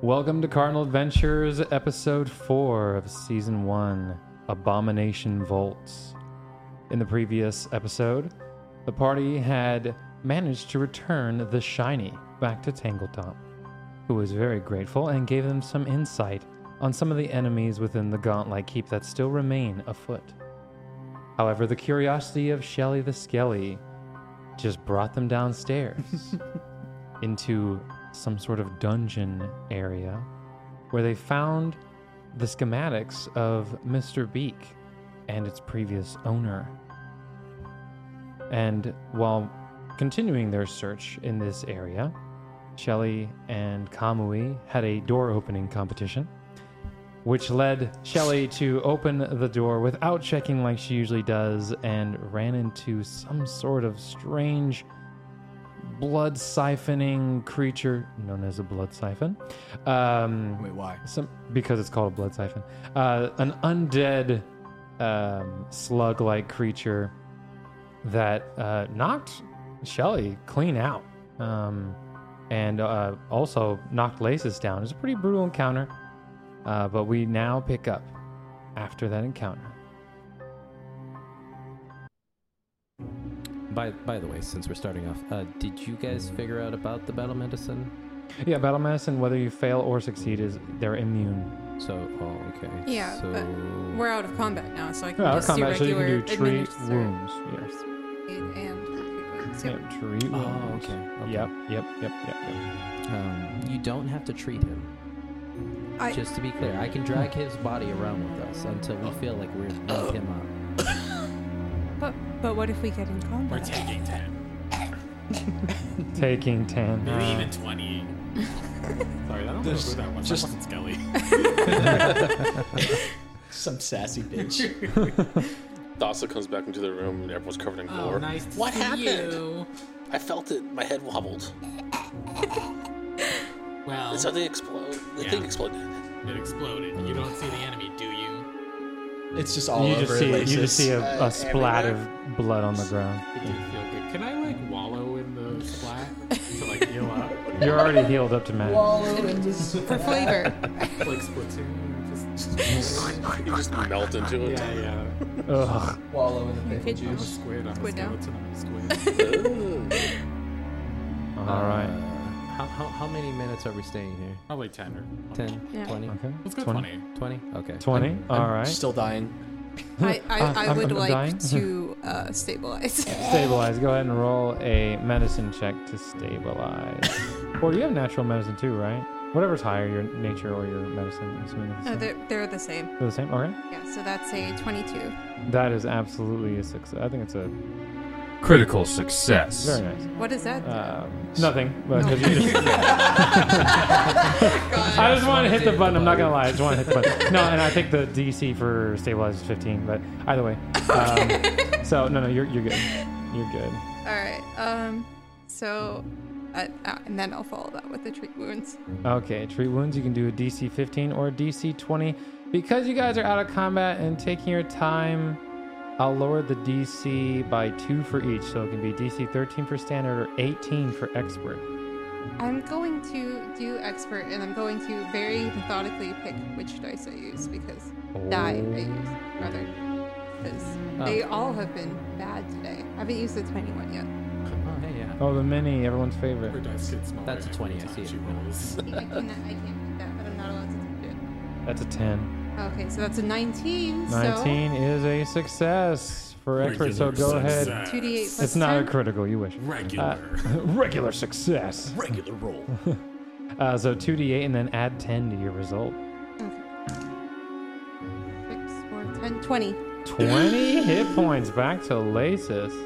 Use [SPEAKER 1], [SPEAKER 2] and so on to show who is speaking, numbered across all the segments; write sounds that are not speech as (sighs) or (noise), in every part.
[SPEAKER 1] Welcome to Cardinal Adventures, episode four of season one Abomination Volts. In the previous episode, the party had managed to return the Shiny back to Tangletop, who was very grateful and gave them some insight on some of the enemies within the Gauntlet Keep that still remain afoot. However, the curiosity of Shelly the Skelly just brought them downstairs into some sort of dungeon area where they found the schematics of Mr. Beak and its previous owner. And while continuing their search in this area, Shelly and Kamui had a door opening competition, which led Shelly to open the door without checking like she usually does and ran into some sort of strange blood siphoning creature known as a blood siphon. Um,
[SPEAKER 2] Wait, why?
[SPEAKER 1] some because it's called a blood siphon. Uh, an undead um, slug-like creature that uh, knocked Shelly clean out, um, and uh, also knocked Laces down. It's a pretty brutal encounter, uh, but we now pick up after that encounter.
[SPEAKER 3] By by the way, since we're starting off, uh, did you
[SPEAKER 1] Mm.
[SPEAKER 3] guys figure out about the battle medicine?
[SPEAKER 1] Yeah, battle medicine. Whether you fail or succeed, is they're immune.
[SPEAKER 3] So, oh, okay.
[SPEAKER 4] Yeah,
[SPEAKER 3] So,
[SPEAKER 4] but We're out of combat now, so I can
[SPEAKER 1] Yeah,
[SPEAKER 4] just
[SPEAKER 1] Uh, combat, so
[SPEAKER 4] do
[SPEAKER 1] you
[SPEAKER 4] regular
[SPEAKER 1] can do treat
[SPEAKER 4] administer-
[SPEAKER 1] wounds. Yes.
[SPEAKER 4] and so-
[SPEAKER 1] Yeah, treat wounds.
[SPEAKER 3] oh, okay. okay.
[SPEAKER 1] Yep, yep, yep, yep, yep.
[SPEAKER 3] Um, you don't have to treat him.
[SPEAKER 4] I-
[SPEAKER 3] Just to be clear, I can drag his body around with us until we feel like we're
[SPEAKER 1] Oh.
[SPEAKER 3] beat him up.
[SPEAKER 4] But but what if we get in combat?
[SPEAKER 5] We're taking 10.
[SPEAKER 1] Taking 10.
[SPEAKER 5] Maybe
[SPEAKER 1] Uh,
[SPEAKER 5] even 20. Sorry, that almost
[SPEAKER 2] There's
[SPEAKER 5] was that one.
[SPEAKER 2] just-
[SPEAKER 5] Just that wasn't Skelly.
[SPEAKER 2] Some sassy bitch.
[SPEAKER 6] Dasa comes back into the room and everyone's covered in
[SPEAKER 1] Oh,
[SPEAKER 5] Oh,
[SPEAKER 6] gore.
[SPEAKER 5] what happened?
[SPEAKER 6] I felt it. My head wobbled.
[SPEAKER 5] Well,
[SPEAKER 6] And something exploded. The
[SPEAKER 5] Yeah.
[SPEAKER 6] thing exploded.
[SPEAKER 1] (laughs)
[SPEAKER 5] it exploded. You don't see the enemy, do you?
[SPEAKER 2] It's just all
[SPEAKER 1] you
[SPEAKER 2] over.
[SPEAKER 1] just see you
[SPEAKER 2] Laces.
[SPEAKER 1] just see a, a
[SPEAKER 6] Uh,
[SPEAKER 1] splat
[SPEAKER 6] everywhere.
[SPEAKER 1] of blood on the ground.
[SPEAKER 5] It did feel good. Can I like wallow in the splat to like heal up?
[SPEAKER 1] You're already healed up to max.
[SPEAKER 4] For flavor.
[SPEAKER 5] Like Splatoon. Just
[SPEAKER 6] You just melt into it.
[SPEAKER 5] yeah, yeah.
[SPEAKER 1] Ugh.
[SPEAKER 2] Wallow in the pickle
[SPEAKER 4] Pickle.
[SPEAKER 2] juice.
[SPEAKER 5] Squid on
[SPEAKER 4] Squid
[SPEAKER 5] (laughs) a
[SPEAKER 4] down.
[SPEAKER 5] skeleton on a
[SPEAKER 4] (laughs)
[SPEAKER 5] squid. (laughs)
[SPEAKER 1] All right.
[SPEAKER 3] How, how, how many minutes are we staying here?
[SPEAKER 5] Probably tender.
[SPEAKER 3] 10,
[SPEAKER 4] Yeah.
[SPEAKER 3] 20,
[SPEAKER 1] Okay.
[SPEAKER 5] Let's go
[SPEAKER 1] 20.
[SPEAKER 5] 20.
[SPEAKER 3] 20? Okay.
[SPEAKER 1] 20. All right.
[SPEAKER 2] Still dying.
[SPEAKER 4] I, I,
[SPEAKER 1] Uh,
[SPEAKER 4] I
[SPEAKER 1] I'm-
[SPEAKER 4] would
[SPEAKER 1] I'm
[SPEAKER 4] like
[SPEAKER 1] dying. (laughs)
[SPEAKER 4] to uh, stabilize. (laughs)
[SPEAKER 1] Stabilize. Go ahead and roll a medicine check to stabilize. or you have natural medicine too, right? Whatever's higher, your nature or your medicine. I'm assuming it's the
[SPEAKER 4] no,
[SPEAKER 1] same.
[SPEAKER 4] they're, they're the same.
[SPEAKER 1] They're the same. Okay.
[SPEAKER 4] Yeah, so that's a 22.
[SPEAKER 1] That is absolutely a success. I think it's a
[SPEAKER 7] Critical success.
[SPEAKER 1] very nice.
[SPEAKER 4] What is that?
[SPEAKER 1] Um, nothing. But 'cause you just,
[SPEAKER 4] God.
[SPEAKER 1] I just want to hit the button. I'm not gonna lie. I just want to hit the button. No, and I think the DC for stabilize is 15. But either way. Um, so no, no, you're you're good. You're good.
[SPEAKER 4] All right. Um. So, uh, uh, and then I'll follow that with the treat wounds.
[SPEAKER 1] Okay, treat wounds. You can do a DC 15 or a DC 20. Because you guys are out of combat and taking your time, I'll lower the DC by two for each. So it can be DC 13 for standard or 18 for expert.
[SPEAKER 4] I'm going to do expert, and I'm going to very methodically pick which dice I use because
[SPEAKER 1] Oh.
[SPEAKER 4] die I use rather because they all have been bad today. I haven't used the tiny one yet.
[SPEAKER 3] Oh, hey, yeah.
[SPEAKER 1] Oh, the mini, everyone's
[SPEAKER 5] Her
[SPEAKER 1] favorite.
[SPEAKER 5] dice get smaller.
[SPEAKER 3] That's a
[SPEAKER 5] every
[SPEAKER 3] 20, I
[SPEAKER 5] time
[SPEAKER 3] see it.
[SPEAKER 5] She rolls.
[SPEAKER 4] I can I can't pick that, but I'm not allowed to do it.
[SPEAKER 1] That's a 10.
[SPEAKER 4] Okay, so that's a 19.
[SPEAKER 1] 19 is a success for expert. So go
[SPEAKER 5] Regular
[SPEAKER 1] ahead.
[SPEAKER 5] success.
[SPEAKER 4] So 2d8 plus
[SPEAKER 1] It's not a
[SPEAKER 4] 10.
[SPEAKER 1] critical. You wish. Uh,
[SPEAKER 5] Regular.
[SPEAKER 1] (laughs) Regular success.
[SPEAKER 5] regular roll.
[SPEAKER 1] Uh, so 2d8 and then add 10 to your
[SPEAKER 2] (sighs)
[SPEAKER 1] result.
[SPEAKER 4] Six, four, 10, 20.
[SPEAKER 1] 20 hit points back to
[SPEAKER 2] (sighs)
[SPEAKER 1] Lasis.
[SPEAKER 2] Oh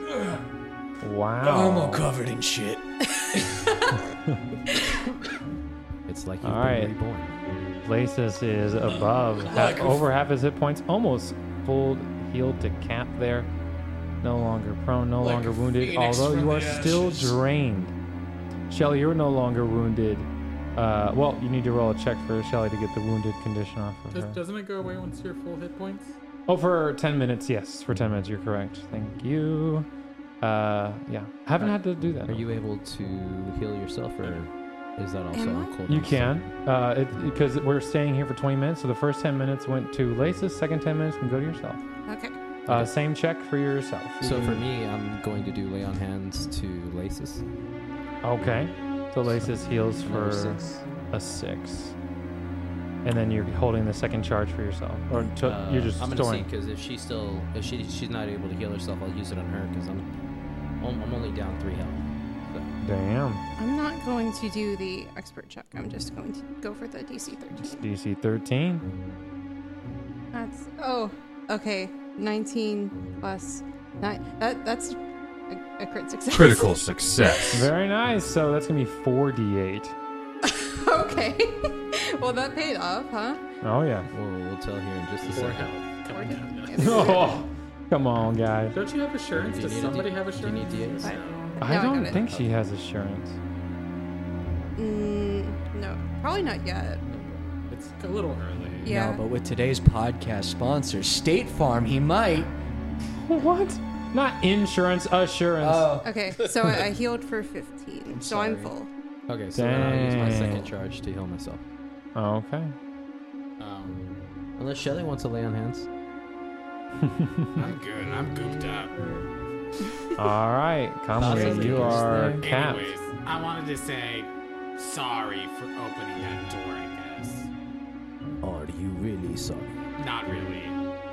[SPEAKER 1] Wow.
[SPEAKER 2] I'm all covered in shit.
[SPEAKER 3] It's like you've
[SPEAKER 1] All right.
[SPEAKER 3] been reborn.
[SPEAKER 1] Lasis is
[SPEAKER 2] (sighs)
[SPEAKER 1] above half, over half his hit points, almost full healed to cap there. No longer prone, no
[SPEAKER 2] Like
[SPEAKER 1] longer
[SPEAKER 2] a
[SPEAKER 1] wounded,
[SPEAKER 2] phoenix
[SPEAKER 1] although
[SPEAKER 2] from
[SPEAKER 1] you are
[SPEAKER 2] the
[SPEAKER 1] still
[SPEAKER 2] ashes.
[SPEAKER 1] drained. Shelly, you're no longer wounded. Uh, well, you need to roll a check for Shelly to get the wounded condition off of
[SPEAKER 5] Does,
[SPEAKER 1] her.
[SPEAKER 5] doesn't it go away once you're full hit points?
[SPEAKER 1] Oh, for 10 minutes, yes. For 10 minutes, you're correct. Thank you. Uh, yeah. Haven't had to do that.
[SPEAKER 3] Are you able to heal yourself or Is that also
[SPEAKER 4] Am
[SPEAKER 3] on
[SPEAKER 4] I?
[SPEAKER 3] cooldown?
[SPEAKER 1] You can, uh, because we're staying here for 20 minutes. So the first 10 minutes went to Laces. Second 10 minutes can go to yourself.
[SPEAKER 4] Okay.
[SPEAKER 1] Uh, same check for yourself. You
[SPEAKER 3] So
[SPEAKER 1] can-
[SPEAKER 3] for me, I'm going to do lay on hands to laces.
[SPEAKER 1] okay. So Laces heals for
[SPEAKER 3] Number six.
[SPEAKER 1] a six, and then you're holding the second charge for yourself, or to,
[SPEAKER 3] Uh,
[SPEAKER 1] you're just
[SPEAKER 3] I'm gonna
[SPEAKER 1] storing.
[SPEAKER 3] see because if she's still if she she's not able to heal herself, I'll use it on her because I'm I'm I'm only down three health. So
[SPEAKER 1] Damn.
[SPEAKER 4] I'm not going to do the expert check. I'm just going to go for the DC 13.
[SPEAKER 1] DC 13.
[SPEAKER 4] That's oh, okay. 19 plus nine. That that's a, a crit success. (laughs)
[SPEAKER 7] Critical success.
[SPEAKER 1] Very nice. So that's gonna be 4d8.
[SPEAKER 4] okay. (laughs) well, that paid off, huh?
[SPEAKER 1] Oh yeah.
[SPEAKER 3] we'll we'll tell here in just a
[SPEAKER 5] Or
[SPEAKER 3] second.
[SPEAKER 5] health. Come on. now.
[SPEAKER 1] Oh, come on, guys.
[SPEAKER 5] Don't you have assurance?
[SPEAKER 3] Do you
[SPEAKER 5] Does
[SPEAKER 3] need a D-
[SPEAKER 5] somebody have
[SPEAKER 3] do you need
[SPEAKER 5] assurance?
[SPEAKER 3] D8s?
[SPEAKER 5] No.
[SPEAKER 1] I
[SPEAKER 4] Now got
[SPEAKER 1] don't
[SPEAKER 4] it.
[SPEAKER 1] think she has assurance.
[SPEAKER 4] Mm, no, probably not yet.
[SPEAKER 5] It's a little early.
[SPEAKER 4] Yeah.
[SPEAKER 2] No, but with today's podcast sponsor, State Farm, he might.
[SPEAKER 1] What? Not insurance, assurance.
[SPEAKER 4] Okay, so I, I healed for 15, so I'm full.
[SPEAKER 3] Okay, so then I'll use my
[SPEAKER 1] Dang.
[SPEAKER 3] second charge to heal myself.
[SPEAKER 1] Oh, Okay.
[SPEAKER 5] Um,
[SPEAKER 3] Unless Shelly wants to lay on hands.
[SPEAKER 5] I'm good. I'm gooped up.
[SPEAKER 1] All right, Comrade, you are capped.
[SPEAKER 5] Anyways, I wanted to say sorry for opening that door, I guess.
[SPEAKER 2] Are you really sorry?
[SPEAKER 5] Not really.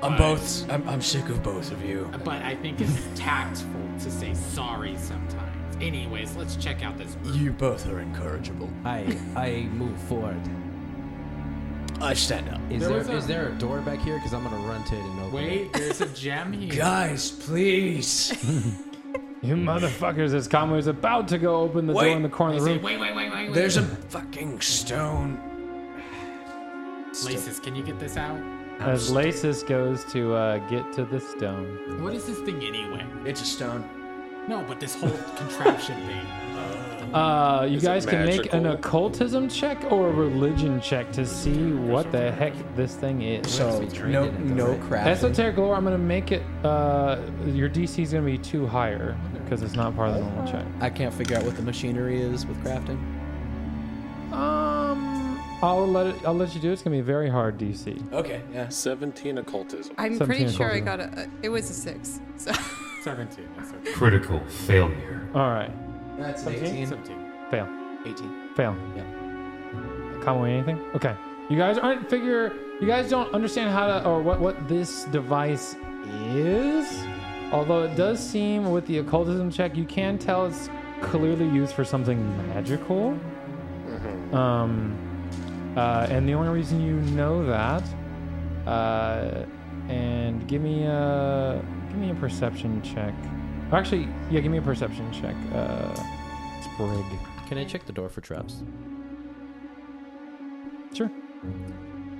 [SPEAKER 2] I'm
[SPEAKER 5] but-
[SPEAKER 2] both. I'm, I'm sick of both of you.
[SPEAKER 5] But I think it's (laughs) tactful to say sorry sometimes. Anyways, let's check out this.
[SPEAKER 2] You both are incorrigible.
[SPEAKER 3] I I move forward.
[SPEAKER 2] I stand up.
[SPEAKER 3] Is
[SPEAKER 5] There
[SPEAKER 3] there is
[SPEAKER 5] was a-
[SPEAKER 3] there a door back here? Because I'm gonna run to it and open it.
[SPEAKER 5] (laughs) Wait, there's a gem here.
[SPEAKER 2] Guys, please.
[SPEAKER 1] You motherfuckers, as Kamui is about to go open the
[SPEAKER 2] Wait.
[SPEAKER 1] door in the corner of the
[SPEAKER 5] Say,
[SPEAKER 1] room.
[SPEAKER 5] wait, wait, wait, wait, wait.
[SPEAKER 2] There's a fucking stone.
[SPEAKER 5] Laces, can you get this out?
[SPEAKER 1] As Lasis goes to uh, get to the stone.
[SPEAKER 5] What is this thing anyway?
[SPEAKER 2] It's a stone.
[SPEAKER 5] No, but this whole contraption thing.
[SPEAKER 1] Uh, you
[SPEAKER 6] it
[SPEAKER 1] guys can make an
[SPEAKER 6] magical?
[SPEAKER 1] occultism check or a religion check to see what the heck this thing is.
[SPEAKER 2] So no, no crap.
[SPEAKER 1] Esoteric lore, I'm going to make it. Uh, your DC is going to be two higher because it's not part of the normal check.
[SPEAKER 3] I can't figure out what the machinery is with crafting.
[SPEAKER 1] Um, I'll let it, I'll let you do it. It's gonna be a very hard DC.
[SPEAKER 2] Okay. Yes.
[SPEAKER 6] 17 occultism.
[SPEAKER 4] I'm
[SPEAKER 1] 17
[SPEAKER 4] pretty
[SPEAKER 1] and
[SPEAKER 4] sure I
[SPEAKER 1] closing.
[SPEAKER 4] got a, a. It was a six. So
[SPEAKER 5] 17. That's okay.
[SPEAKER 7] Critical failure.
[SPEAKER 1] All right,
[SPEAKER 2] That's
[SPEAKER 5] 17.
[SPEAKER 1] fail,
[SPEAKER 2] 18.
[SPEAKER 1] fail.
[SPEAKER 2] Yep.
[SPEAKER 1] Can't wait anything. Okay, you guys aren't figure. You guys don't understand how to or what what this device is. Although it does seem with the occultism check, you can tell it's clearly used for something magical. Um, uh, and the only reason you know that, uh, and give me a give me a perception check. Actually, yeah, give me a perception check. Uh, Sprig.
[SPEAKER 3] Can I check the door for traps?
[SPEAKER 1] Sure.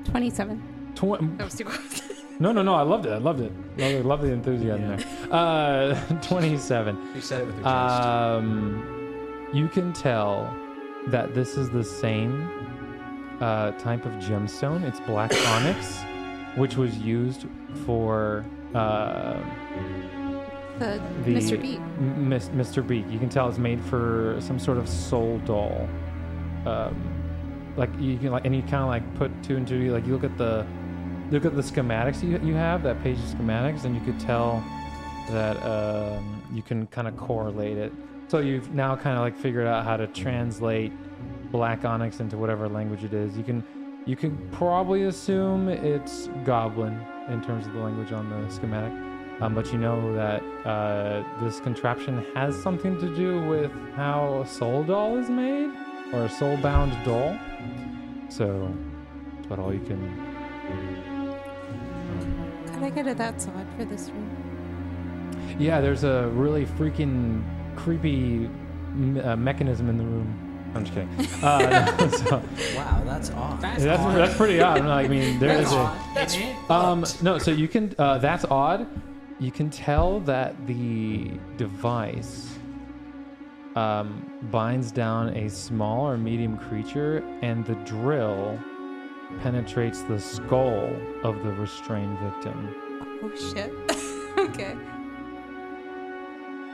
[SPEAKER 4] 27.
[SPEAKER 1] Tw-
[SPEAKER 4] That was too close.
[SPEAKER 1] No, no, no. I loved it. I loved it. Loved, it. loved the enthusiasm there. Uh, (laughs) 27.
[SPEAKER 2] You said uh, it with your chest.
[SPEAKER 1] Um, you can tell that this is the same uh, type of gemstone. It's black onyx, which was used for uh,
[SPEAKER 4] (laughs) the,
[SPEAKER 1] the
[SPEAKER 4] Mr. Beat.
[SPEAKER 1] M- Mis- Mr. Beak. You can tell it's made for some sort of soul doll. Um, like you can like, and you kind of like put two and two. Like you look at the look at the schematics you, you have that page of schematics, and you could tell that um, you can kind of correlate it. So you've now kind of like figured out how to translate black onyx into whatever language it is. You can you can probably assume it's goblin in terms of the language on the schematic, um, but you know that uh, this contraption has something to do with how a soul doll is made or a soul bound doll. So, that's about all you can.
[SPEAKER 4] Could I get a that sod for this room?
[SPEAKER 1] Yeah, there's a really freaking creepy m- uh, mechanism in the room. I'm just kidding. Uh, (laughs) no, so-
[SPEAKER 3] Wow, that's odd.
[SPEAKER 5] That's,
[SPEAKER 1] that's,
[SPEAKER 5] odd.
[SPEAKER 1] that's pretty odd. I mean, there is a.
[SPEAKER 5] That's it.
[SPEAKER 1] Um, no, so you can. Uh, that's odd. You can tell that the device um, binds down a small or medium creature, and the drill penetrates the skull of the restrained victim.
[SPEAKER 4] Oh shit. (laughs) okay.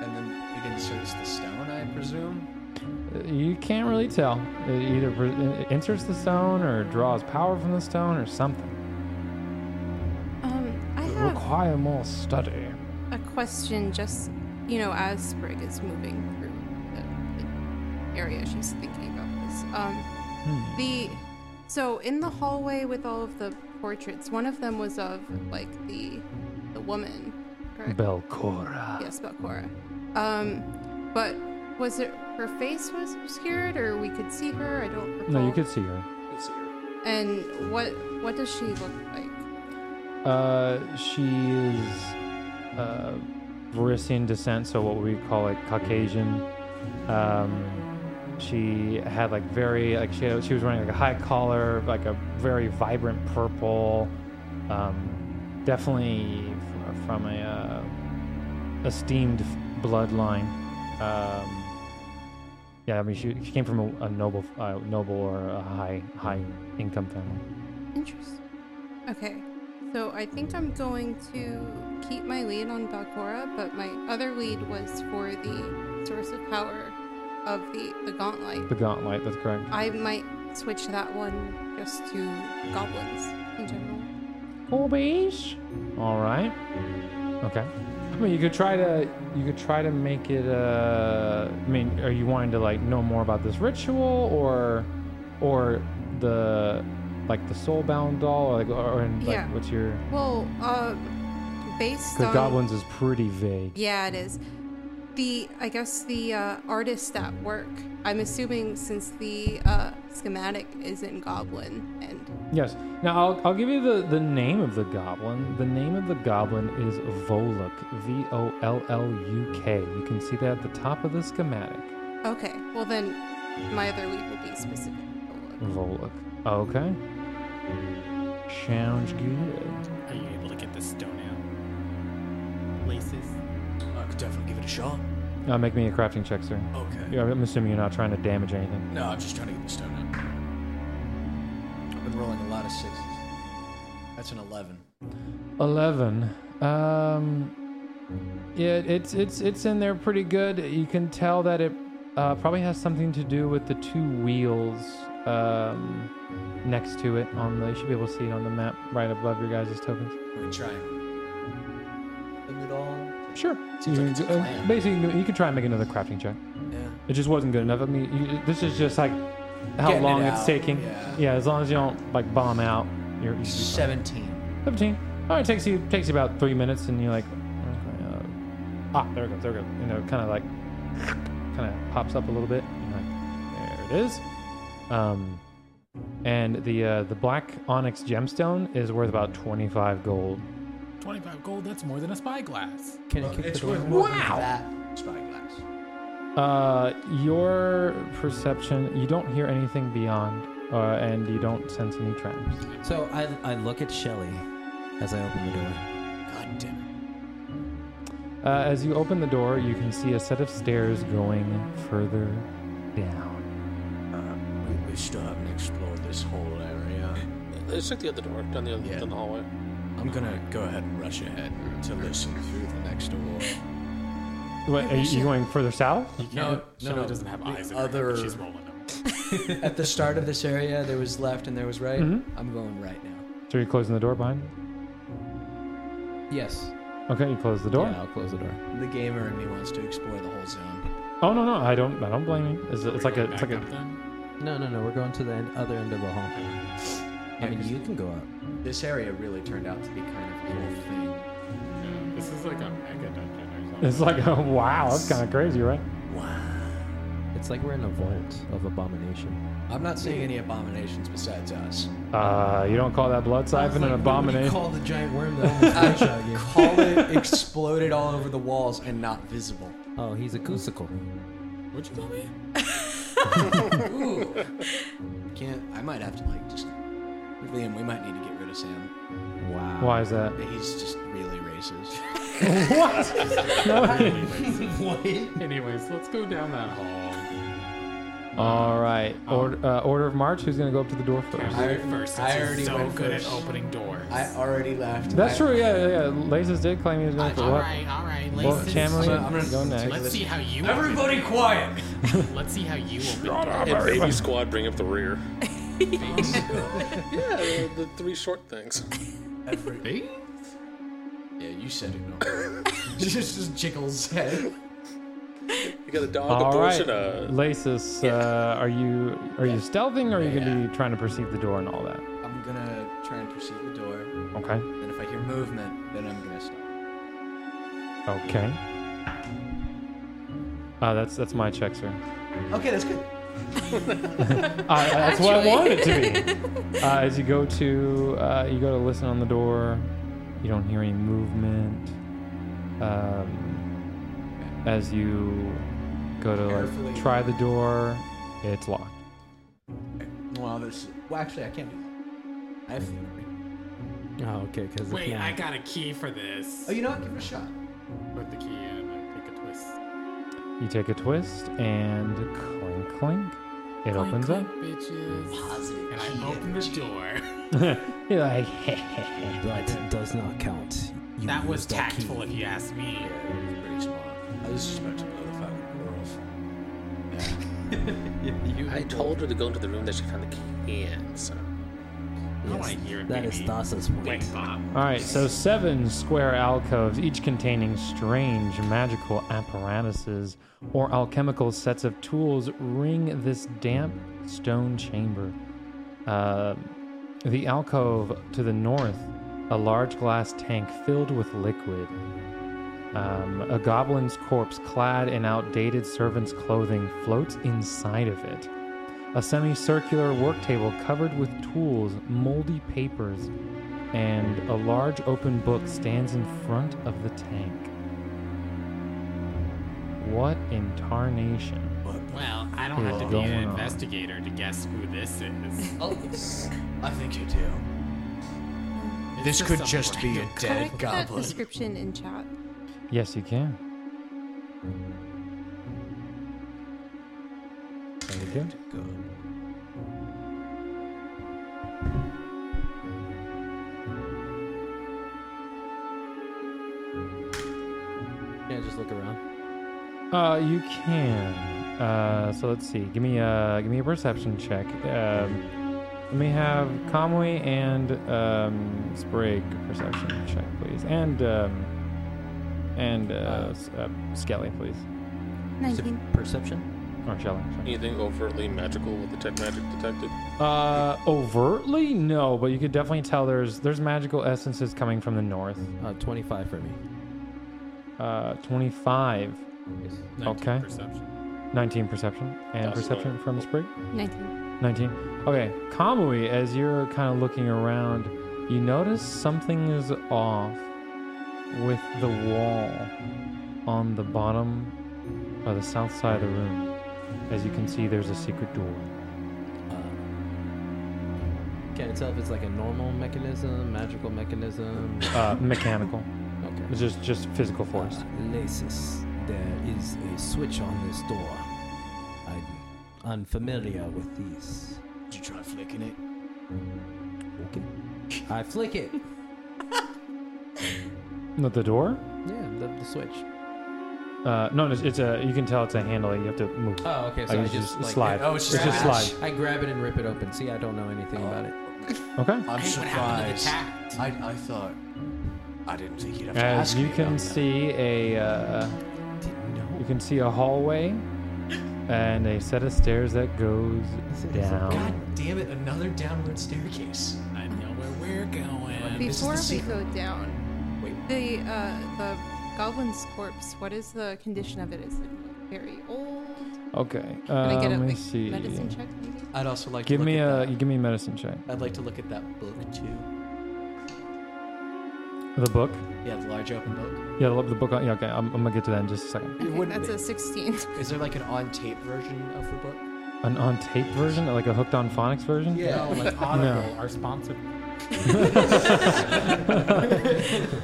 [SPEAKER 2] And then it inserts the stone, I presume.
[SPEAKER 1] You can't really tell. It either pre- it inserts the stone or draws power from the stone or something.
[SPEAKER 4] Um, I
[SPEAKER 1] It
[SPEAKER 4] have
[SPEAKER 1] require more study.
[SPEAKER 4] a question just, you know, as Sprig is moving through the, the area she's thinking about this. Um,
[SPEAKER 1] Hmm.
[SPEAKER 4] the so in the hallway with all of the portraits, one of them was of like the the woman, correct?
[SPEAKER 1] Belcora.
[SPEAKER 4] Yes, Belcora. Um, but was it her face was obscured, or we could see her? I don't. Recall.
[SPEAKER 1] No, you could see her.
[SPEAKER 6] Let's see here.
[SPEAKER 4] And what what does she look like?
[SPEAKER 1] Uh, she is uh, Varisian descent, so what we call like Caucasian. Um, she had like very like she had, she was wearing like a high collar, like a very vibrant purple. Um, definitely f- from a uh, esteemed bloodline. Um, yeah, I mean she, she came from a, a noble uh, noble or a high high income family.
[SPEAKER 4] Interesting. Okay, so I think I'm going to keep my lead on Bakora, but my other lead was for the source of power of the the gauntlet.
[SPEAKER 1] The gauntlet, that's correct.
[SPEAKER 4] I might switch that one just to goblins in general.
[SPEAKER 1] Hobbies. All right. Okay. I mean, you could try to you could try to make it. Uh, I mean, are you wanting to like know more about this ritual or or the like the soul bound doll or like or in, like
[SPEAKER 4] Yeah.
[SPEAKER 1] what's your?
[SPEAKER 4] Well, uh, based
[SPEAKER 1] Because
[SPEAKER 4] on
[SPEAKER 1] goblins is pretty vague.
[SPEAKER 4] Yeah, it is. The I guess the uh, artist at work. I'm assuming since the uh, schematic is in Goblin, and
[SPEAKER 1] Yes. Now I'll I'll give you the the name of the goblin. The name of the goblin is Voluk. V O L L U K. You can see that at the top of the schematic.
[SPEAKER 4] okay, well then my other lead will be specific.
[SPEAKER 1] Volok. Okay. Sounds good.
[SPEAKER 5] Are you able to get the stone out? Laces?
[SPEAKER 2] I could definitely give it a shot.
[SPEAKER 1] Uh, make me a crafting check, sir.
[SPEAKER 2] Okay.
[SPEAKER 1] Yeah, I'm assuming you're not trying to damage anything.
[SPEAKER 2] No, I'm just trying to get the stone out. I've been rolling a lot of sixes. That's an 11.
[SPEAKER 1] Eleven. Um, yeah, it's it's it's in there pretty good. You can tell that it uh, probably has something to do with the two wheels um, next to it. On the you should be able to see it on the map right above your guys' tokens.
[SPEAKER 2] Let me try and Lift it all.
[SPEAKER 1] Sure.
[SPEAKER 2] Seems like it's a plan.
[SPEAKER 1] uh, basically, you can- you can try and make another crafting check.
[SPEAKER 2] Yeah.
[SPEAKER 1] It just wasn't good enough. I mean, you, this is just like how
[SPEAKER 2] Getting it
[SPEAKER 1] long it's
[SPEAKER 2] out,
[SPEAKER 1] taking.
[SPEAKER 2] yeah.
[SPEAKER 1] as long as you don't like bomb out, you're you should be fine.
[SPEAKER 2] 17.
[SPEAKER 1] Seventeen. All right, takes you takes you about three minutes, and you're like, okay, uh, ah, there it goes, there it goes. You know, kind of like, kind of pops up a little bit. And you're like, there it is. Um, and the uh, the black onyx gemstone is worth about twenty five gold.
[SPEAKER 5] 25 gold, that's more than a spyglass.
[SPEAKER 2] Can it kick the door? Wow! That spyglass.
[SPEAKER 1] Uh, your perception, you don't hear anything beyond, uh, and you don't sense any traps.
[SPEAKER 3] So I, I look at Shelly as I open the door.
[SPEAKER 2] God damn
[SPEAKER 1] Uh, as you open the door, you can see a set of stairs going further down.
[SPEAKER 2] it. Uh, we, we still haven't explored this whole area.
[SPEAKER 6] Let's check the other door down the other
[SPEAKER 2] Yeah.
[SPEAKER 6] down the hallway.
[SPEAKER 2] I'm gonna go ahead and rush ahead to listen through the next door.
[SPEAKER 1] Wait, are you, you going further south?
[SPEAKER 5] No,
[SPEAKER 2] no,
[SPEAKER 5] Shelly doesn't have
[SPEAKER 2] the
[SPEAKER 5] eyes in her head, but
[SPEAKER 2] other-
[SPEAKER 5] she's rolling them.
[SPEAKER 2] At the start of this area, there was left and there was right. I'm going right now.
[SPEAKER 1] So you're closing the door behind? you?
[SPEAKER 3] Yes.
[SPEAKER 1] Okay, you close the door.
[SPEAKER 3] Yeah, I'll close the door.
[SPEAKER 2] The gamer in me wants to explore the whole zone.
[SPEAKER 1] Oh no, no, I don't, I don't blame you. It's, it's like a, it's like
[SPEAKER 5] Back up
[SPEAKER 1] a.
[SPEAKER 5] then?
[SPEAKER 3] No, no, no. We're going to the en- other end of the hall. I mean, you can go up.
[SPEAKER 2] This area really turned out to be kind of a whole thing.
[SPEAKER 5] Yeah, this is like a mega dungeon or something.
[SPEAKER 1] It's like a wow. That's kind of crazy, right?
[SPEAKER 3] It's like we're in a vault of abomination.
[SPEAKER 2] I'm not seeing any abominations besides us.
[SPEAKER 1] Uh, you don't call that blood siphon an abomination?
[SPEAKER 3] Call the giant worm that almost out you.
[SPEAKER 2] All it exploded all over the walls and not visible.
[SPEAKER 3] Oh, he's acoustical.
[SPEAKER 5] What'd you call me?
[SPEAKER 2] Ooh. Can't. I might have to like just. Liam, we might need to get rid of Sam.
[SPEAKER 3] Wow.
[SPEAKER 1] Why is that?
[SPEAKER 2] He's just really racist.
[SPEAKER 1] No.
[SPEAKER 5] Anyways, let's go down that hall.
[SPEAKER 1] All right. Order, uh, order of March. Who's going to go up to the door first?
[SPEAKER 5] I, first, since
[SPEAKER 2] I
[SPEAKER 5] he's
[SPEAKER 2] already
[SPEAKER 5] so
[SPEAKER 2] went
[SPEAKER 5] good
[SPEAKER 2] first.
[SPEAKER 5] at opening doors.
[SPEAKER 2] I already left.
[SPEAKER 1] That's
[SPEAKER 2] I-
[SPEAKER 1] true. Yeah, yeah. yeah. Lasers did claim he was going to
[SPEAKER 5] all
[SPEAKER 1] go up.
[SPEAKER 5] right, all right,
[SPEAKER 1] Well,
[SPEAKER 5] Laces.
[SPEAKER 1] Chamberlain,
[SPEAKER 2] I'm gonna-
[SPEAKER 1] go next.
[SPEAKER 5] Let's see how you.
[SPEAKER 2] Everybody quiet!
[SPEAKER 5] Open, (laughs) let's see how you open. doors.
[SPEAKER 6] And baby squad bring up
[SPEAKER 1] (laughs)
[SPEAKER 6] the rear. yeah, the, the three short things.
[SPEAKER 5] (laughs)
[SPEAKER 2] Everybody? Yeah, you said it. No. just, just jiggles head.
[SPEAKER 6] You got a dog, a
[SPEAKER 1] All right,
[SPEAKER 6] bush, and a.
[SPEAKER 1] Lasis, uh, are you are you stealthing, or are you going to be trying to perceive the door and all that?
[SPEAKER 2] I'm gonna try and proceed the door.
[SPEAKER 1] Okay.
[SPEAKER 2] And if I hear movement, then I'm gonna stop.
[SPEAKER 1] Okay. Uh, that's that's my check, sir.
[SPEAKER 2] Okay, that's good.
[SPEAKER 1] Uh, that's what I
[SPEAKER 4] Actually.
[SPEAKER 1] wanted it to be. Uh, as you go to uh, you go to listen on the door, you don't hear any movement. Um, as you go to
[SPEAKER 2] Carefully.
[SPEAKER 1] like try the door, it's locked.
[SPEAKER 2] Well, this. Well, actually, I can't do that. I have theory.
[SPEAKER 3] Oh, okay. Because
[SPEAKER 5] Wait, I got a key for this.
[SPEAKER 2] Oh, you know what? Give it a shot.
[SPEAKER 5] Put the key in. I take a twist.
[SPEAKER 1] You take a twist and clink clink, it opens
[SPEAKER 5] Clink,
[SPEAKER 1] up.
[SPEAKER 5] clink, bitches.
[SPEAKER 2] Positive.
[SPEAKER 5] And I open the door.
[SPEAKER 1] You're like, (laughs)
[SPEAKER 3] that does not count. You
[SPEAKER 5] That was
[SPEAKER 3] used our key.
[SPEAKER 5] tactful, if you ask me.
[SPEAKER 2] Pretty small. I was just about to blow the fucking door off.
[SPEAKER 6] I told her to go into the room that she found the key in. So.
[SPEAKER 5] I wanna hear it,
[SPEAKER 3] that is
[SPEAKER 5] baby.
[SPEAKER 3] Thassa's point.
[SPEAKER 5] Wait, Bob.
[SPEAKER 1] All right, so seven square alcoves, each containing strange magical apparatuses or alchemical sets of tools, ring this damp stone chamber. Uh, the alcove to the north, a large glass tank filled with liquid. Um, a goblin's corpse clad in outdated servant's clothing floats inside of it. A semicircular work table covered with tools, moldy papers, and a large open book stands in front of the tank. What in tarnation?
[SPEAKER 5] Well, I don't have
[SPEAKER 1] What's
[SPEAKER 5] to be an
[SPEAKER 1] going on?
[SPEAKER 5] investigator to guess who this is.
[SPEAKER 2] I think you do. This
[SPEAKER 5] just
[SPEAKER 2] could
[SPEAKER 5] some
[SPEAKER 2] just be a
[SPEAKER 5] random
[SPEAKER 4] Can I
[SPEAKER 2] dead
[SPEAKER 4] put that
[SPEAKER 2] goblin.
[SPEAKER 4] description in chat?
[SPEAKER 1] Yes, you can. There you go.
[SPEAKER 3] Yeah, just look around.
[SPEAKER 1] Uh, you can. Uh, so let's see. Give me a give me a perception check. Um, let me have Conway and um, Sprague perception check, please, and um, and uh, S- uh, Skelly, please,
[SPEAKER 4] 19.
[SPEAKER 3] Perception.
[SPEAKER 1] or Shelly. sorry.
[SPEAKER 6] Anything overtly magical with the tech magic detected?
[SPEAKER 1] Uh, overtly, no, but you could definitely tell there's there's magical essences coming from the north.
[SPEAKER 3] Uh, 25 for me.
[SPEAKER 1] Uh, 25, Okay.
[SPEAKER 5] Perception.
[SPEAKER 1] 19 perception, and
[SPEAKER 6] That's
[SPEAKER 1] perception
[SPEAKER 6] fine.
[SPEAKER 1] from Sprague.
[SPEAKER 4] 19.
[SPEAKER 1] 19. Okay, Kamui, as you're kind of looking around, you notice something is off with the wall on the bottom or the south side of the room. As you can see, there's a secret door.
[SPEAKER 3] Uh, Can I tell if it's like a normal mechanism, magical mechanism?
[SPEAKER 1] Uh, mechanical.
[SPEAKER 3] Okay. Uh,
[SPEAKER 1] It's just, just physical force.
[SPEAKER 3] Lasis, there is a switch on this door. I'm unfamiliar with these.
[SPEAKER 2] Did you try flicking it?
[SPEAKER 3] Okay. I flick it.
[SPEAKER 1] Not the door?
[SPEAKER 3] Yeah, the, the switch.
[SPEAKER 1] Uh, no, it's, it's a, you can tell it's a handle. You have to move.
[SPEAKER 3] Oh, okay. So
[SPEAKER 1] Like,
[SPEAKER 3] I
[SPEAKER 1] it's
[SPEAKER 3] just,
[SPEAKER 1] just
[SPEAKER 3] like,
[SPEAKER 1] slide.
[SPEAKER 2] oh, it's
[SPEAKER 1] It's
[SPEAKER 2] just
[SPEAKER 1] just
[SPEAKER 2] slide.
[SPEAKER 1] slide.
[SPEAKER 3] I grab it and rip it open. See, I don't know anything about it.
[SPEAKER 1] Okay.
[SPEAKER 2] I'm
[SPEAKER 5] Hey, what happened to
[SPEAKER 2] surprised.
[SPEAKER 5] the tact?
[SPEAKER 2] I, I thought. I didn't think you'd have to
[SPEAKER 1] As
[SPEAKER 2] ask
[SPEAKER 1] you
[SPEAKER 2] me
[SPEAKER 1] can
[SPEAKER 2] about that.
[SPEAKER 1] see a, uh, you can see a hallway and a set of stairs that goes down.
[SPEAKER 2] God damn it! Another downward staircase.
[SPEAKER 5] I know where we're going.
[SPEAKER 2] Uh, This is the
[SPEAKER 4] Before we
[SPEAKER 2] secret.
[SPEAKER 4] go down,
[SPEAKER 2] Wait.
[SPEAKER 4] the uh, the goblin's corpse. What is the condition of it? Is it very old?
[SPEAKER 1] Okay. Uh,
[SPEAKER 4] Can I get a
[SPEAKER 1] let me
[SPEAKER 4] like,
[SPEAKER 1] see.
[SPEAKER 4] medicine check, maybe?
[SPEAKER 2] I'd also like
[SPEAKER 1] Give
[SPEAKER 2] to look
[SPEAKER 1] me
[SPEAKER 2] at
[SPEAKER 1] a
[SPEAKER 2] that-
[SPEAKER 1] you give me a medicine check.
[SPEAKER 2] I'd like to look at that book too.
[SPEAKER 1] The book.
[SPEAKER 2] Yeah, the large open book.
[SPEAKER 1] Yeah, the, the book. Yeah, okay. I'm, I'm gonna get to that in just a second.
[SPEAKER 2] It
[SPEAKER 4] Okay,
[SPEAKER 2] wouldn't
[SPEAKER 4] that's
[SPEAKER 2] be. (laughs)
[SPEAKER 4] a 16.
[SPEAKER 2] Is there like an on tape version of the book?
[SPEAKER 1] An on tape version, like a hooked on phonics version.
[SPEAKER 5] No, like Audible, our sponsor.
[SPEAKER 1] (laughs)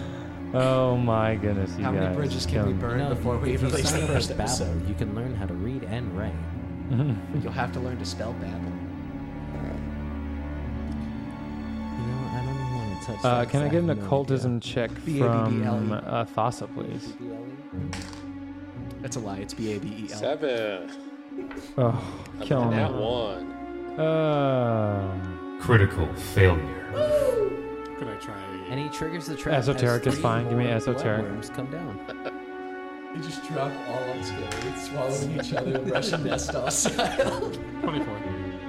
[SPEAKER 1] Oh my goodness, you
[SPEAKER 2] How many
[SPEAKER 1] guys.
[SPEAKER 2] bridges can we
[SPEAKER 1] Um,
[SPEAKER 2] burn
[SPEAKER 3] No,
[SPEAKER 2] before we
[SPEAKER 3] if you
[SPEAKER 2] release
[SPEAKER 3] sign
[SPEAKER 2] the
[SPEAKER 3] up
[SPEAKER 2] first
[SPEAKER 3] with Babbel,
[SPEAKER 2] episode?
[SPEAKER 3] you can learn how to read and write.
[SPEAKER 1] Mm-hmm.
[SPEAKER 2] You'll have to learn to spell babble.
[SPEAKER 3] You know, I don't even want to touch.
[SPEAKER 1] Uh,
[SPEAKER 3] that
[SPEAKER 1] can I get an
[SPEAKER 3] because have no
[SPEAKER 1] occultism check from
[SPEAKER 2] E. B-A-B-B-L-E.
[SPEAKER 1] uh, Thassa, please?
[SPEAKER 3] idea.
[SPEAKER 2] That's a lie. It's B A B E L.
[SPEAKER 6] Seven.
[SPEAKER 1] Oh,
[SPEAKER 6] I'm
[SPEAKER 1] kill me.
[SPEAKER 6] That one.
[SPEAKER 1] Uh,
[SPEAKER 7] Critical failure.
[SPEAKER 5] Could I try
[SPEAKER 3] And he triggers the trap. as
[SPEAKER 1] esoteric is
[SPEAKER 3] three
[SPEAKER 1] fine. Give me
[SPEAKER 3] blood
[SPEAKER 1] esoteric.
[SPEAKER 3] worms come down.
[SPEAKER 2] You just drop all on together, swallowing each other, (laughs) Russian nest doll style.
[SPEAKER 5] 24?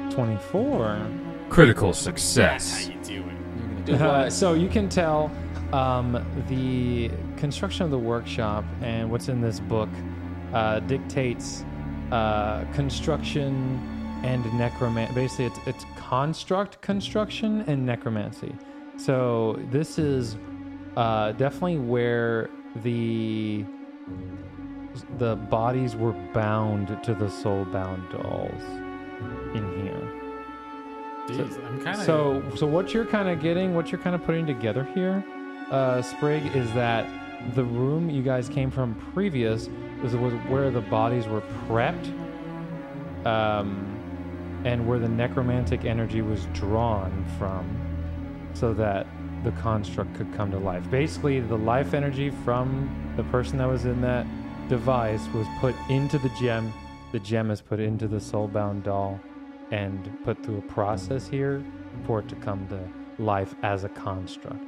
[SPEAKER 1] 24.
[SPEAKER 7] Critical
[SPEAKER 5] That's
[SPEAKER 7] success.
[SPEAKER 5] how you do it.
[SPEAKER 1] (laughs) Uh, so you can tell um, the construction of the workshop and what's in this book uh, dictates uh, construction and necromancy. Basically, it's, it's construct construction and necromancy. So this is uh, definitely where the the bodies were bound to the soul bound dolls in here.
[SPEAKER 5] Jeez, I'm kind of.
[SPEAKER 1] So, so what you're kind of getting, what you're kind of putting together here, uh, Sprig, is that the room you guys came from previous was, was where the bodies were prepped, um, and where the necromantic energy was drawn from, so that the construct could come to life. Basically, the life energy from the person that was in that device was put into the gem. The gem is put into the soulbound doll and put through a process here for it to come to life as a construct.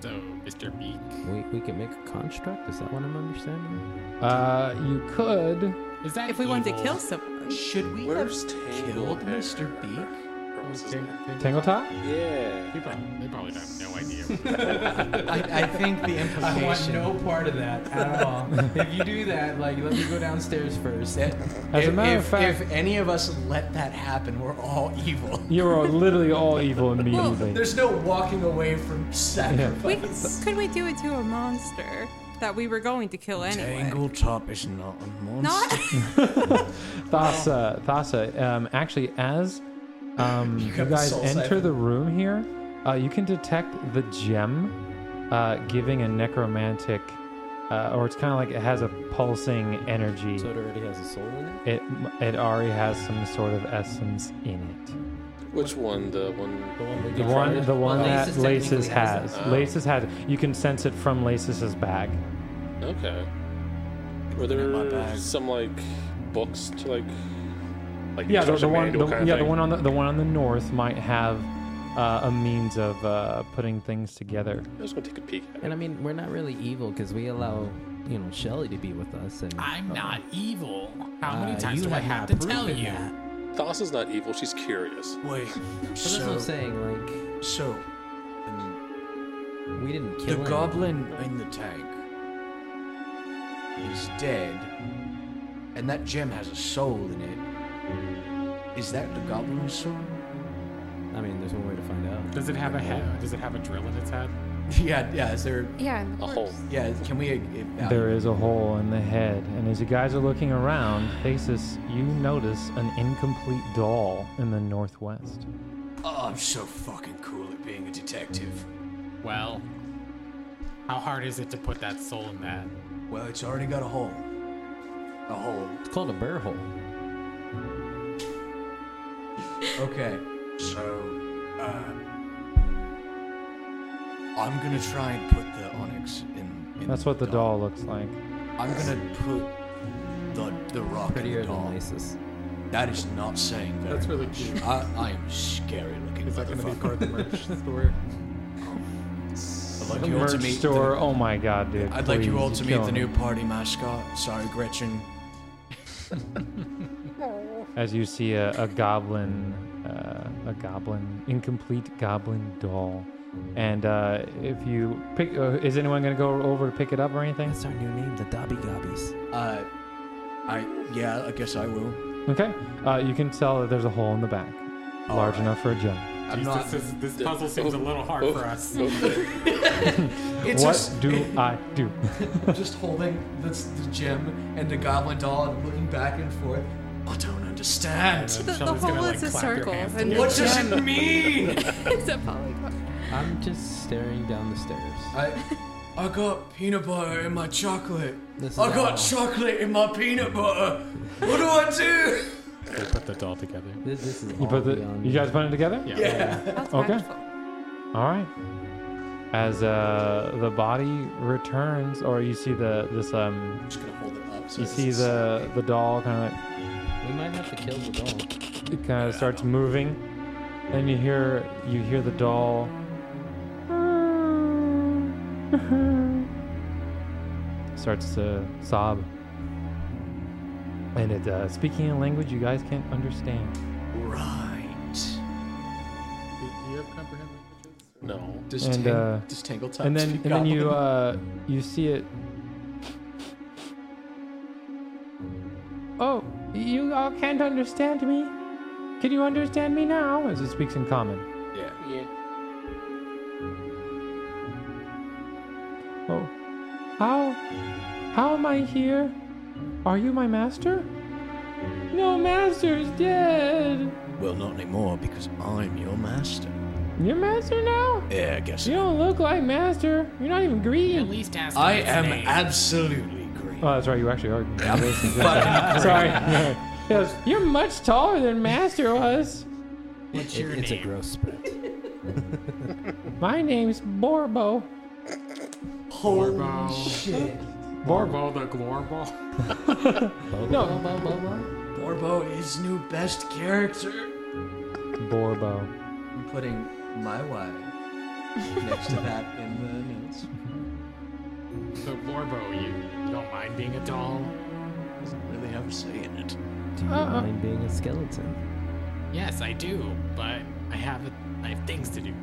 [SPEAKER 5] so, Mr. Beak.
[SPEAKER 3] We, we can make a construct. Is that what I'm understanding?
[SPEAKER 1] Uh, you could.
[SPEAKER 5] Is that
[SPEAKER 8] If we wanted to
[SPEAKER 5] evil?
[SPEAKER 8] kill someone.
[SPEAKER 2] Should we
[SPEAKER 6] Where's
[SPEAKER 2] have
[SPEAKER 6] Tangle?
[SPEAKER 2] killed
[SPEAKER 6] Pecker?
[SPEAKER 2] Mr. Beak?
[SPEAKER 6] Or what's his
[SPEAKER 5] They-
[SPEAKER 6] name?
[SPEAKER 5] they-
[SPEAKER 1] Tangle Top?
[SPEAKER 6] Yeah.
[SPEAKER 5] They probably, they probably have no idea.
[SPEAKER 2] (laughs) I, I think the
[SPEAKER 9] I want
[SPEAKER 2] implication.
[SPEAKER 9] no part of that at all. if you do that, like, let me go downstairs first.
[SPEAKER 2] that
[SPEAKER 1] As a
[SPEAKER 2] if-
[SPEAKER 1] matter of
[SPEAKER 2] if-
[SPEAKER 1] fact-
[SPEAKER 2] if any of us let that happen, we're all evil. (laughs)
[SPEAKER 1] You are literally all evil immediately.
[SPEAKER 2] There's no walking away from sacrifice.
[SPEAKER 8] We, could we do it to a monster that we were going to kill anyway?
[SPEAKER 2] Top is not a monster.
[SPEAKER 8] Not.
[SPEAKER 1] Thassa, Thassa, um, actually, as um, you,
[SPEAKER 2] got the
[SPEAKER 1] guys
[SPEAKER 2] soul
[SPEAKER 1] enter
[SPEAKER 2] siphon.
[SPEAKER 1] the room here, uh, you can detect the gem uh, giving a necromantic, uh, or it's kind of like it has a pulsing energy.
[SPEAKER 3] So it already has a soul in it.
[SPEAKER 1] it, it already has some sort of essence in it.
[SPEAKER 6] Which one? The one.
[SPEAKER 3] The one, we
[SPEAKER 1] The
[SPEAKER 3] can try
[SPEAKER 1] one,
[SPEAKER 3] to-
[SPEAKER 1] the one
[SPEAKER 3] Well,
[SPEAKER 1] that Laces
[SPEAKER 3] technically it.
[SPEAKER 1] has. Laces has. You can sense it from Laces' bag.
[SPEAKER 6] Okay.
[SPEAKER 2] my
[SPEAKER 6] Were there
[SPEAKER 2] bag.
[SPEAKER 6] some like books to like? Like
[SPEAKER 1] Yeah, the, the
[SPEAKER 6] instruction
[SPEAKER 1] one.
[SPEAKER 6] manual
[SPEAKER 1] The,
[SPEAKER 6] kind of
[SPEAKER 1] yeah, the
[SPEAKER 6] thing?
[SPEAKER 1] one on the, the one on the north might have uh, a means of uh, putting things together.
[SPEAKER 6] I was gonna take a peek. At it.
[SPEAKER 3] And I mean, we're not really evil because we allow, you know, Shelly to be with us. And
[SPEAKER 5] I'm not evil. How
[SPEAKER 3] Uh,
[SPEAKER 5] many times
[SPEAKER 3] you
[SPEAKER 5] do I
[SPEAKER 3] have
[SPEAKER 5] have to
[SPEAKER 3] not
[SPEAKER 5] tell
[SPEAKER 3] proven
[SPEAKER 5] you?
[SPEAKER 3] that.
[SPEAKER 6] Thassa's not evil. She's curious.
[SPEAKER 2] (laughs) Wait.
[SPEAKER 3] But that's what I'm
[SPEAKER 2] So,
[SPEAKER 3] saying. Like,
[SPEAKER 2] so
[SPEAKER 3] we didn't kill
[SPEAKER 2] the
[SPEAKER 3] him.
[SPEAKER 2] goblin in the tank is dead, and that gem has a soul in it. Is that the goblin's soul? (laughs)
[SPEAKER 3] I mean, there's one way to find out.
[SPEAKER 5] Does it have a head? Does it have a drill in its head?
[SPEAKER 2] Yeah, yeah. Is there?
[SPEAKER 4] (laughs) Yeah, and the
[SPEAKER 6] A
[SPEAKER 4] horse.
[SPEAKER 6] hole.
[SPEAKER 4] (laughs)
[SPEAKER 2] Yeah. Can we? uh, Evaluate?
[SPEAKER 1] There is a hole in the head, and as you guys are looking around, Thasis, you notice an incomplete doll in the northwest.
[SPEAKER 2] Oh, I'm so fucking cool at being a detective.
[SPEAKER 5] Well, how hard is it to put that soul in that?
[SPEAKER 2] Well, it's already got a hole. A hole.
[SPEAKER 3] It's called a bear hole.
[SPEAKER 2] Okay. So, uh, I'm gonna try and put the onyx in. in
[SPEAKER 1] That's what the doll looks like.
[SPEAKER 2] I'm gonna put the the rock in
[SPEAKER 3] Prettier
[SPEAKER 2] the doll.
[SPEAKER 3] than laces.
[SPEAKER 2] That is not saying very
[SPEAKER 5] That's really
[SPEAKER 2] much.
[SPEAKER 5] cute.
[SPEAKER 2] I, I am scary looking.
[SPEAKER 5] Is that going to be
[SPEAKER 2] motherfucker.
[SPEAKER 5] part of
[SPEAKER 2] (laughs)
[SPEAKER 5] the merch store?
[SPEAKER 2] I'd like
[SPEAKER 1] The
[SPEAKER 2] you all to
[SPEAKER 1] merch
[SPEAKER 2] meet
[SPEAKER 1] store.
[SPEAKER 2] the-
[SPEAKER 1] oh my god, dude!
[SPEAKER 2] I'd like you
[SPEAKER 1] please,
[SPEAKER 2] all to meet
[SPEAKER 1] you're
[SPEAKER 2] the
[SPEAKER 1] killing
[SPEAKER 2] new
[SPEAKER 1] me.
[SPEAKER 2] party mascot. Sorry, Gretchen.
[SPEAKER 1] As you see a, a goblin, uh, a goblin, incomplete goblin doll. And uh, if you pick, uh, is anyone going to go over to pick it up or anything?
[SPEAKER 3] That's our new name, the Dobby Gobbies.
[SPEAKER 2] Uh, I yeah, I guess I will.
[SPEAKER 1] Okay. Uh, you can tell that there's a hole in the back, large enough for a gem.
[SPEAKER 2] Uh, I'm
[SPEAKER 5] Jeez,
[SPEAKER 2] not.
[SPEAKER 5] This, is- this puzzle seems a little hard for us.
[SPEAKER 2] It's
[SPEAKER 1] what
[SPEAKER 2] just-
[SPEAKER 1] do I do?
[SPEAKER 2] I'm (laughs) just holding the, the gem and the goblin doll and looking back and forth. I don't understand.
[SPEAKER 8] The, the
[SPEAKER 5] Sheldon's gonna,
[SPEAKER 8] hole
[SPEAKER 5] like,
[SPEAKER 8] is a
[SPEAKER 5] clap your
[SPEAKER 8] circle.
[SPEAKER 5] hands
[SPEAKER 8] And
[SPEAKER 5] together.
[SPEAKER 8] the
[SPEAKER 2] What does
[SPEAKER 8] gem
[SPEAKER 2] it mean?
[SPEAKER 8] is a polygon.
[SPEAKER 3] I'm just staring down the stairs.
[SPEAKER 9] Uh,
[SPEAKER 2] I, I got peanut butter in my chocolate.
[SPEAKER 9] oh
[SPEAKER 3] This is
[SPEAKER 2] I got
[SPEAKER 3] all.
[SPEAKER 2] chocolate in my peanut butter. What do I do?
[SPEAKER 5] They put the doll together.
[SPEAKER 9] This, this is
[SPEAKER 1] You put the, you guys put it together?
[SPEAKER 5] Yeah.
[SPEAKER 4] That's
[SPEAKER 1] Okay.
[SPEAKER 4] magical.
[SPEAKER 1] All right. As uh, the body returns, or you see the this um,
[SPEAKER 2] I'm just gonna hold it up. So
[SPEAKER 1] you
[SPEAKER 2] it's
[SPEAKER 1] see the the doll kind of
[SPEAKER 3] We might have to kill the doll.
[SPEAKER 1] like it kind of starts moving, and you hear you hear the doll. starts to sob, and it uh, speaking a language you guys can't understand.
[SPEAKER 2] right.
[SPEAKER 6] No.
[SPEAKER 2] Does,
[SPEAKER 1] And,
[SPEAKER 2] tang-
[SPEAKER 1] uh,
[SPEAKER 2] does Tangle Top
[SPEAKER 1] and then
[SPEAKER 2] speak
[SPEAKER 1] and then you
[SPEAKER 2] goblin?
[SPEAKER 1] uh you see it oh you all can't understand me can you understand me now as it speaks in common
[SPEAKER 2] yeah.
[SPEAKER 1] oh how how am i here are you my master no master is dead
[SPEAKER 2] Well, not anymore because I'm your master.
[SPEAKER 1] you're master now
[SPEAKER 2] Yeah, I guess.
[SPEAKER 1] you don't look like master you're not even
[SPEAKER 5] At
[SPEAKER 1] green
[SPEAKER 5] least ask
[SPEAKER 2] I
[SPEAKER 5] him his
[SPEAKER 2] am
[SPEAKER 5] name.
[SPEAKER 2] absolutely green.
[SPEAKER 1] oh that's right you actually are green. (laughs)
[SPEAKER 2] Fucking
[SPEAKER 1] sorry Yes, you're much taller than master was
[SPEAKER 5] What's your
[SPEAKER 3] It's a
[SPEAKER 5] name?
[SPEAKER 3] gross spread.
[SPEAKER 1] My name's Borbo.
[SPEAKER 5] Gorbo.
[SPEAKER 2] shit.
[SPEAKER 5] Gorbo the Glorbo.
[SPEAKER 1] No,
[SPEAKER 2] Borbo is new best character.
[SPEAKER 1] Borbo.
[SPEAKER 10] I'm putting my wife next to that in the notes.
[SPEAKER 5] So Gorbo, you don't mind being a doll?
[SPEAKER 2] Doesn't really have a say in it.
[SPEAKER 3] Do you
[SPEAKER 9] Uh-uh.
[SPEAKER 3] mind being a skeleton?
[SPEAKER 5] Yes, I do, but I have a, I have things to do.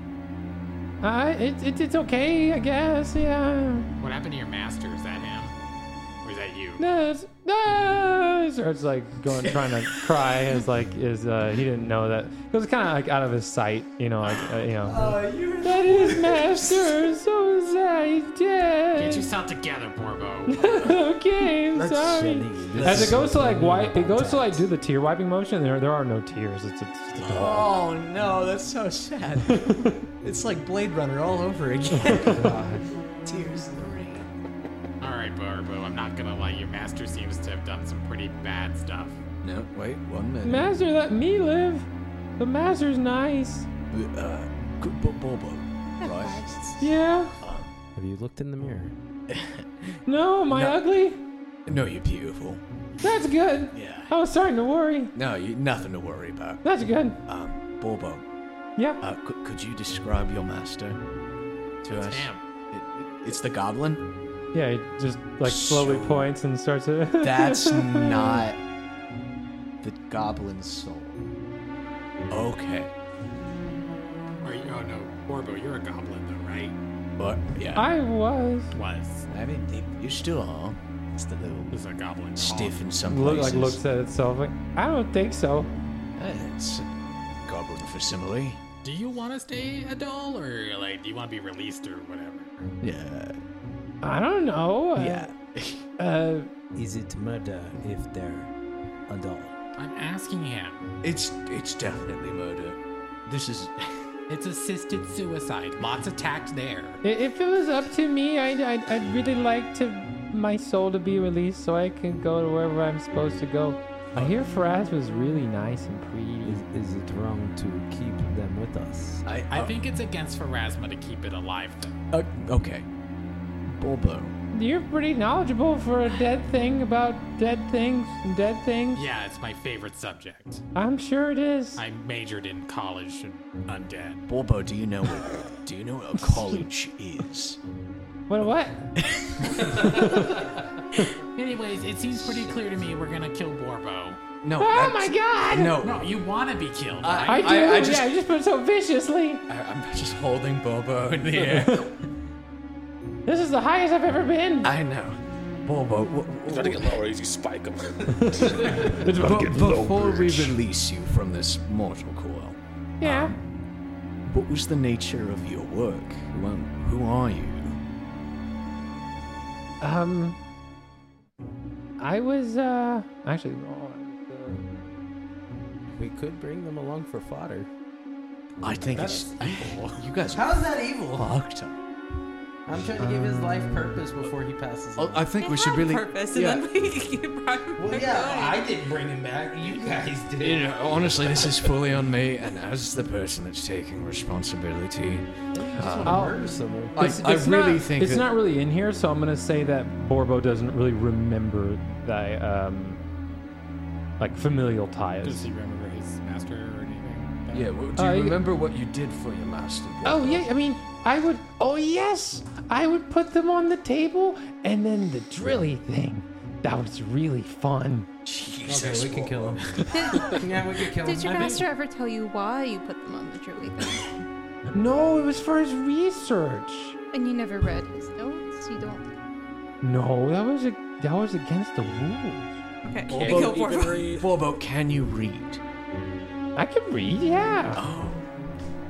[SPEAKER 1] Uh, it, it, it's okay, I guess. Yeah.
[SPEAKER 5] What happened to your master? Is that him? Or is that you?
[SPEAKER 1] This, this. Or it's like going, trying (laughs) to cry. Is like, is uh, he didn't know that it was kind of like out of his sight. You know, like uh, you know. that is master. So sad. He's
[SPEAKER 5] Get
[SPEAKER 1] dead.
[SPEAKER 5] yourself together,
[SPEAKER 8] (laughs)
[SPEAKER 5] Borbo.
[SPEAKER 1] okay, I'm sorry. As it goes to like wipe, it goes to like do the tear wiping motion. There, there are no tears. It's, it's just a dog.
[SPEAKER 10] Oh no, that's so
[SPEAKER 2] (laughs)
[SPEAKER 10] sad. it's like Blade Runner all over again.
[SPEAKER 2] Oh,
[SPEAKER 10] Tears in the rain.
[SPEAKER 5] All right, Borbo, I'm not gonna lie. Your master seems to have done some pretty bad stuff.
[SPEAKER 10] No, wait, one minute.
[SPEAKER 1] Master, let me live. The master's nice.
[SPEAKER 2] Uh, good Bo- Borbo, right?
[SPEAKER 1] Yeah.
[SPEAKER 3] Have you looked in the mirror?
[SPEAKER 1] No, am I
[SPEAKER 2] No.
[SPEAKER 1] ugly?
[SPEAKER 2] No, you're beautiful.
[SPEAKER 1] That's good.
[SPEAKER 2] Yeah.
[SPEAKER 1] I was starting to worry.
[SPEAKER 2] No, you nothing to worry about.
[SPEAKER 1] That's good.
[SPEAKER 2] Um, Borbo,
[SPEAKER 1] Yeah.
[SPEAKER 2] uh, could, could you describe your master to us?
[SPEAKER 5] Damn.
[SPEAKER 2] It- it's the goblin.
[SPEAKER 1] Yeah, he just like slowly
[SPEAKER 2] So-
[SPEAKER 1] points and starts to. (laughs)
[SPEAKER 10] That's not the goblin's soul.
[SPEAKER 2] Okay.
[SPEAKER 5] Are you? Oh no, Borbo, you're a goblin though, right?
[SPEAKER 2] But yeah,
[SPEAKER 1] I was.
[SPEAKER 5] Was
[SPEAKER 10] I mean,
[SPEAKER 2] They- you still are. It's the little
[SPEAKER 5] was a goblin.
[SPEAKER 2] stiff in some
[SPEAKER 1] Look like
[SPEAKER 2] places.
[SPEAKER 1] looks at itself like I don't think so.
[SPEAKER 2] Eh, It's a goblin for simile.
[SPEAKER 5] doll. Do you want to stay a doll, or like, do you want to be released or whatever?
[SPEAKER 2] Yeah.
[SPEAKER 1] I don't know. Uh,
[SPEAKER 2] Yeah. (laughs)
[SPEAKER 1] Uh,
[SPEAKER 3] Is it murder if they're a doll?
[SPEAKER 5] I'm asking him.
[SPEAKER 2] It's it's definitely murder. This (laughs) is
[SPEAKER 5] It's assisted suicide. Lots attacked there.
[SPEAKER 1] i- if it was up to me, I'd, I'd I'd really like to my soul to be released so I can go to wherever I'm supposed to go. I hear Faraz was really nice and pretty.
[SPEAKER 3] Is, is it wrong to keep them with us?
[SPEAKER 2] I
[SPEAKER 5] I think it's against Pharasma to keep it alive. Though.
[SPEAKER 2] uh, okay. Bulbo.
[SPEAKER 1] You're pretty knowledgeable for a dead thing about dead things and dead things.
[SPEAKER 5] Yeah, it's my favorite subject.
[SPEAKER 1] I'm sure it is.
[SPEAKER 5] I majored in college in undead.
[SPEAKER 2] Bulbo, do you know (laughs) what do you know what a college is?
[SPEAKER 1] What what?
[SPEAKER 5] Anyways, it seems pretty clear to me we're gonna kill Borbo.
[SPEAKER 2] No.
[SPEAKER 1] Oh
[SPEAKER 2] that's-
[SPEAKER 1] my god!
[SPEAKER 2] No.
[SPEAKER 5] No, you want to be killed.
[SPEAKER 2] I-
[SPEAKER 5] right?
[SPEAKER 1] I do.
[SPEAKER 2] I
[SPEAKER 1] yeah,
[SPEAKER 2] just-
[SPEAKER 1] I just put it so viciously.
[SPEAKER 2] I, I'm just holding Bobo in the (laughs) air.
[SPEAKER 1] This is the highest I've ever been.
[SPEAKER 2] I know. Bulbo, w-
[SPEAKER 6] You
[SPEAKER 2] w-
[SPEAKER 6] gotta get lower, you
[SPEAKER 1] (laughs)
[SPEAKER 6] spike him.
[SPEAKER 2] w- before we release you from this mortal coil,
[SPEAKER 1] yeah.
[SPEAKER 2] what was the nature of your work? Who am- who are you?
[SPEAKER 1] Um. I was uh actually oh, no, I was,
[SPEAKER 3] We could bring them along for fodder.
[SPEAKER 2] I think it's you guys (laughs)
[SPEAKER 10] How's that evil?
[SPEAKER 2] fucked up.
[SPEAKER 1] uh,
[SPEAKER 9] I'm trying to give his life purpose before he passes.
[SPEAKER 2] Oh, I think we should really.
[SPEAKER 8] purpose,
[SPEAKER 2] yeah.
[SPEAKER 8] and then we you brought him
[SPEAKER 9] Well,
[SPEAKER 8] back
[SPEAKER 9] Oh, yeah,
[SPEAKER 8] on.
[SPEAKER 3] (laughs)
[SPEAKER 9] I didn't bring him back. You guys did.
[SPEAKER 2] You know, honestly, this is fully on me, and as the person that's taking responsibility,
[SPEAKER 1] I'll-
[SPEAKER 9] someone.
[SPEAKER 2] I, I really
[SPEAKER 1] not,
[SPEAKER 2] think
[SPEAKER 1] it's
[SPEAKER 2] that-
[SPEAKER 1] not really in here, so I'm gonna say that Borbo doesn't really remember that um, like familial
[SPEAKER 5] Does
[SPEAKER 1] ties.
[SPEAKER 5] he remember his master or anything? like that?
[SPEAKER 2] Yeah, well, do you
[SPEAKER 1] I-
[SPEAKER 2] remember what you did for your master?
[SPEAKER 1] Oh yeah, I mean, I would. Oh yes, I would put them on the table, and then the drilly thing. That was really fun.
[SPEAKER 9] Okay, we can kill him. (laughs) yeah, we can kill him.
[SPEAKER 4] Did your
[SPEAKER 9] I think-
[SPEAKER 4] master ever tell you why you put them on the jewelry thing?
[SPEAKER 1] No, it was for his research.
[SPEAKER 4] And you never read his notes? You don't.
[SPEAKER 1] No, that was a, that was against the rules.
[SPEAKER 8] Okay, we
[SPEAKER 2] Well,
[SPEAKER 8] killed
[SPEAKER 2] you
[SPEAKER 8] Borbo.
[SPEAKER 2] Borbo, can you read?
[SPEAKER 1] I can read, yeah.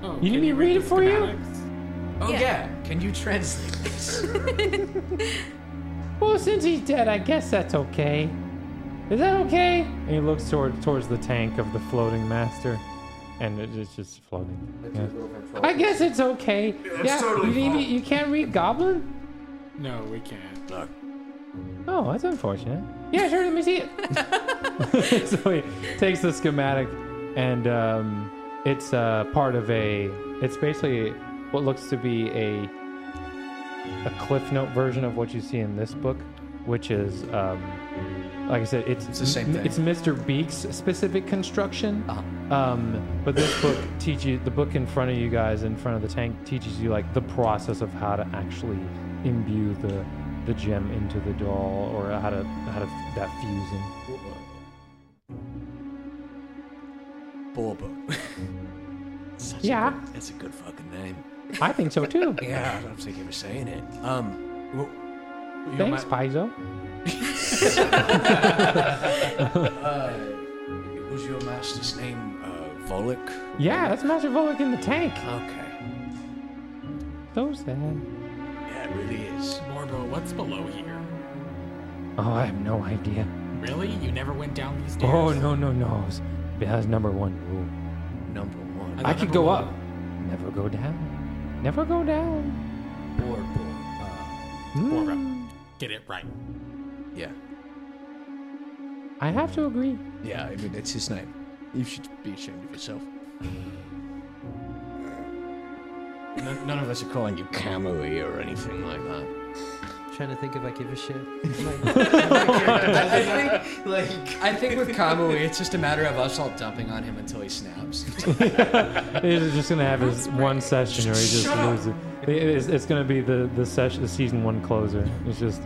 [SPEAKER 5] Oh,
[SPEAKER 1] You need
[SPEAKER 5] can
[SPEAKER 1] me to read it
[SPEAKER 5] the
[SPEAKER 1] for you?
[SPEAKER 5] schematics?
[SPEAKER 2] Oh
[SPEAKER 8] Yeah.
[SPEAKER 2] Can you translate this?
[SPEAKER 1] Well, since he's dead, I guess that's okay. Is that okay? And he looks toward towards the tank of the floating master, and it- it's just floating. Yeah. I guess it's okay. yeah, you, need me- you can't read Goblin.
[SPEAKER 5] No, we can't.
[SPEAKER 1] Oh, that's unfortunate. Yeah, sure. Let me see it. (laughs) so he takes the schematic, and um, it's uh, part of a. It's basically what looks to be a a cliff note version of what you see in this book, which is, um, like I said, it's,
[SPEAKER 2] the same
[SPEAKER 1] m-
[SPEAKER 2] thing. Uh-huh.
[SPEAKER 1] It's Mr. Beak's specific construction. Um, but this book teaches the book in front of you guys, in front of the tank, teaches you like the process of how to actually imbue the the gem into the doll, or how to how to f- that fusing.
[SPEAKER 2] Borbo. (laughs) Such a
[SPEAKER 1] Yeah.
[SPEAKER 2] good- that's a good fucking name.
[SPEAKER 1] I think so
[SPEAKER 2] (laughs)
[SPEAKER 1] too.
[SPEAKER 2] Yeah, I don't think he was saying it. Um, well, you
[SPEAKER 1] Thanks,
[SPEAKER 2] might-
[SPEAKER 1] Paizo.
[SPEAKER 2] was your master's name uh, Volok?
[SPEAKER 1] Yeah, that's Master Volk in the tank.
[SPEAKER 2] Okay.
[SPEAKER 1] So sad.
[SPEAKER 2] Yeah, it really is.
[SPEAKER 5] Morbo, what's below here?
[SPEAKER 1] Oh, I have no idea.
[SPEAKER 5] Really? You never went down these stairs?
[SPEAKER 1] Oh no no no! That's number one rule.
[SPEAKER 2] Number one.
[SPEAKER 1] I
[SPEAKER 5] I
[SPEAKER 1] could
[SPEAKER 5] could
[SPEAKER 1] go up. Never go down. Never go down.
[SPEAKER 2] Borbo.
[SPEAKER 5] Morbo, get it right.
[SPEAKER 2] Yeah.
[SPEAKER 1] I have to agree.
[SPEAKER 2] Yeah, I mean, that's his name. You should be ashamed of yourself. None, none of us are calling you Camille or anything like that.
[SPEAKER 3] trying to think if I give
[SPEAKER 10] (laughs)
[SPEAKER 3] a shit. (laughs)
[SPEAKER 10] I think, like,
[SPEAKER 2] I think with
[SPEAKER 10] Kamui,
[SPEAKER 2] it's just a matter of us all dumping on him until he snaps.
[SPEAKER 1] He's just gonna have his one session where he just loses. It- It's, it's gonna be the the session, the season one closer. It's just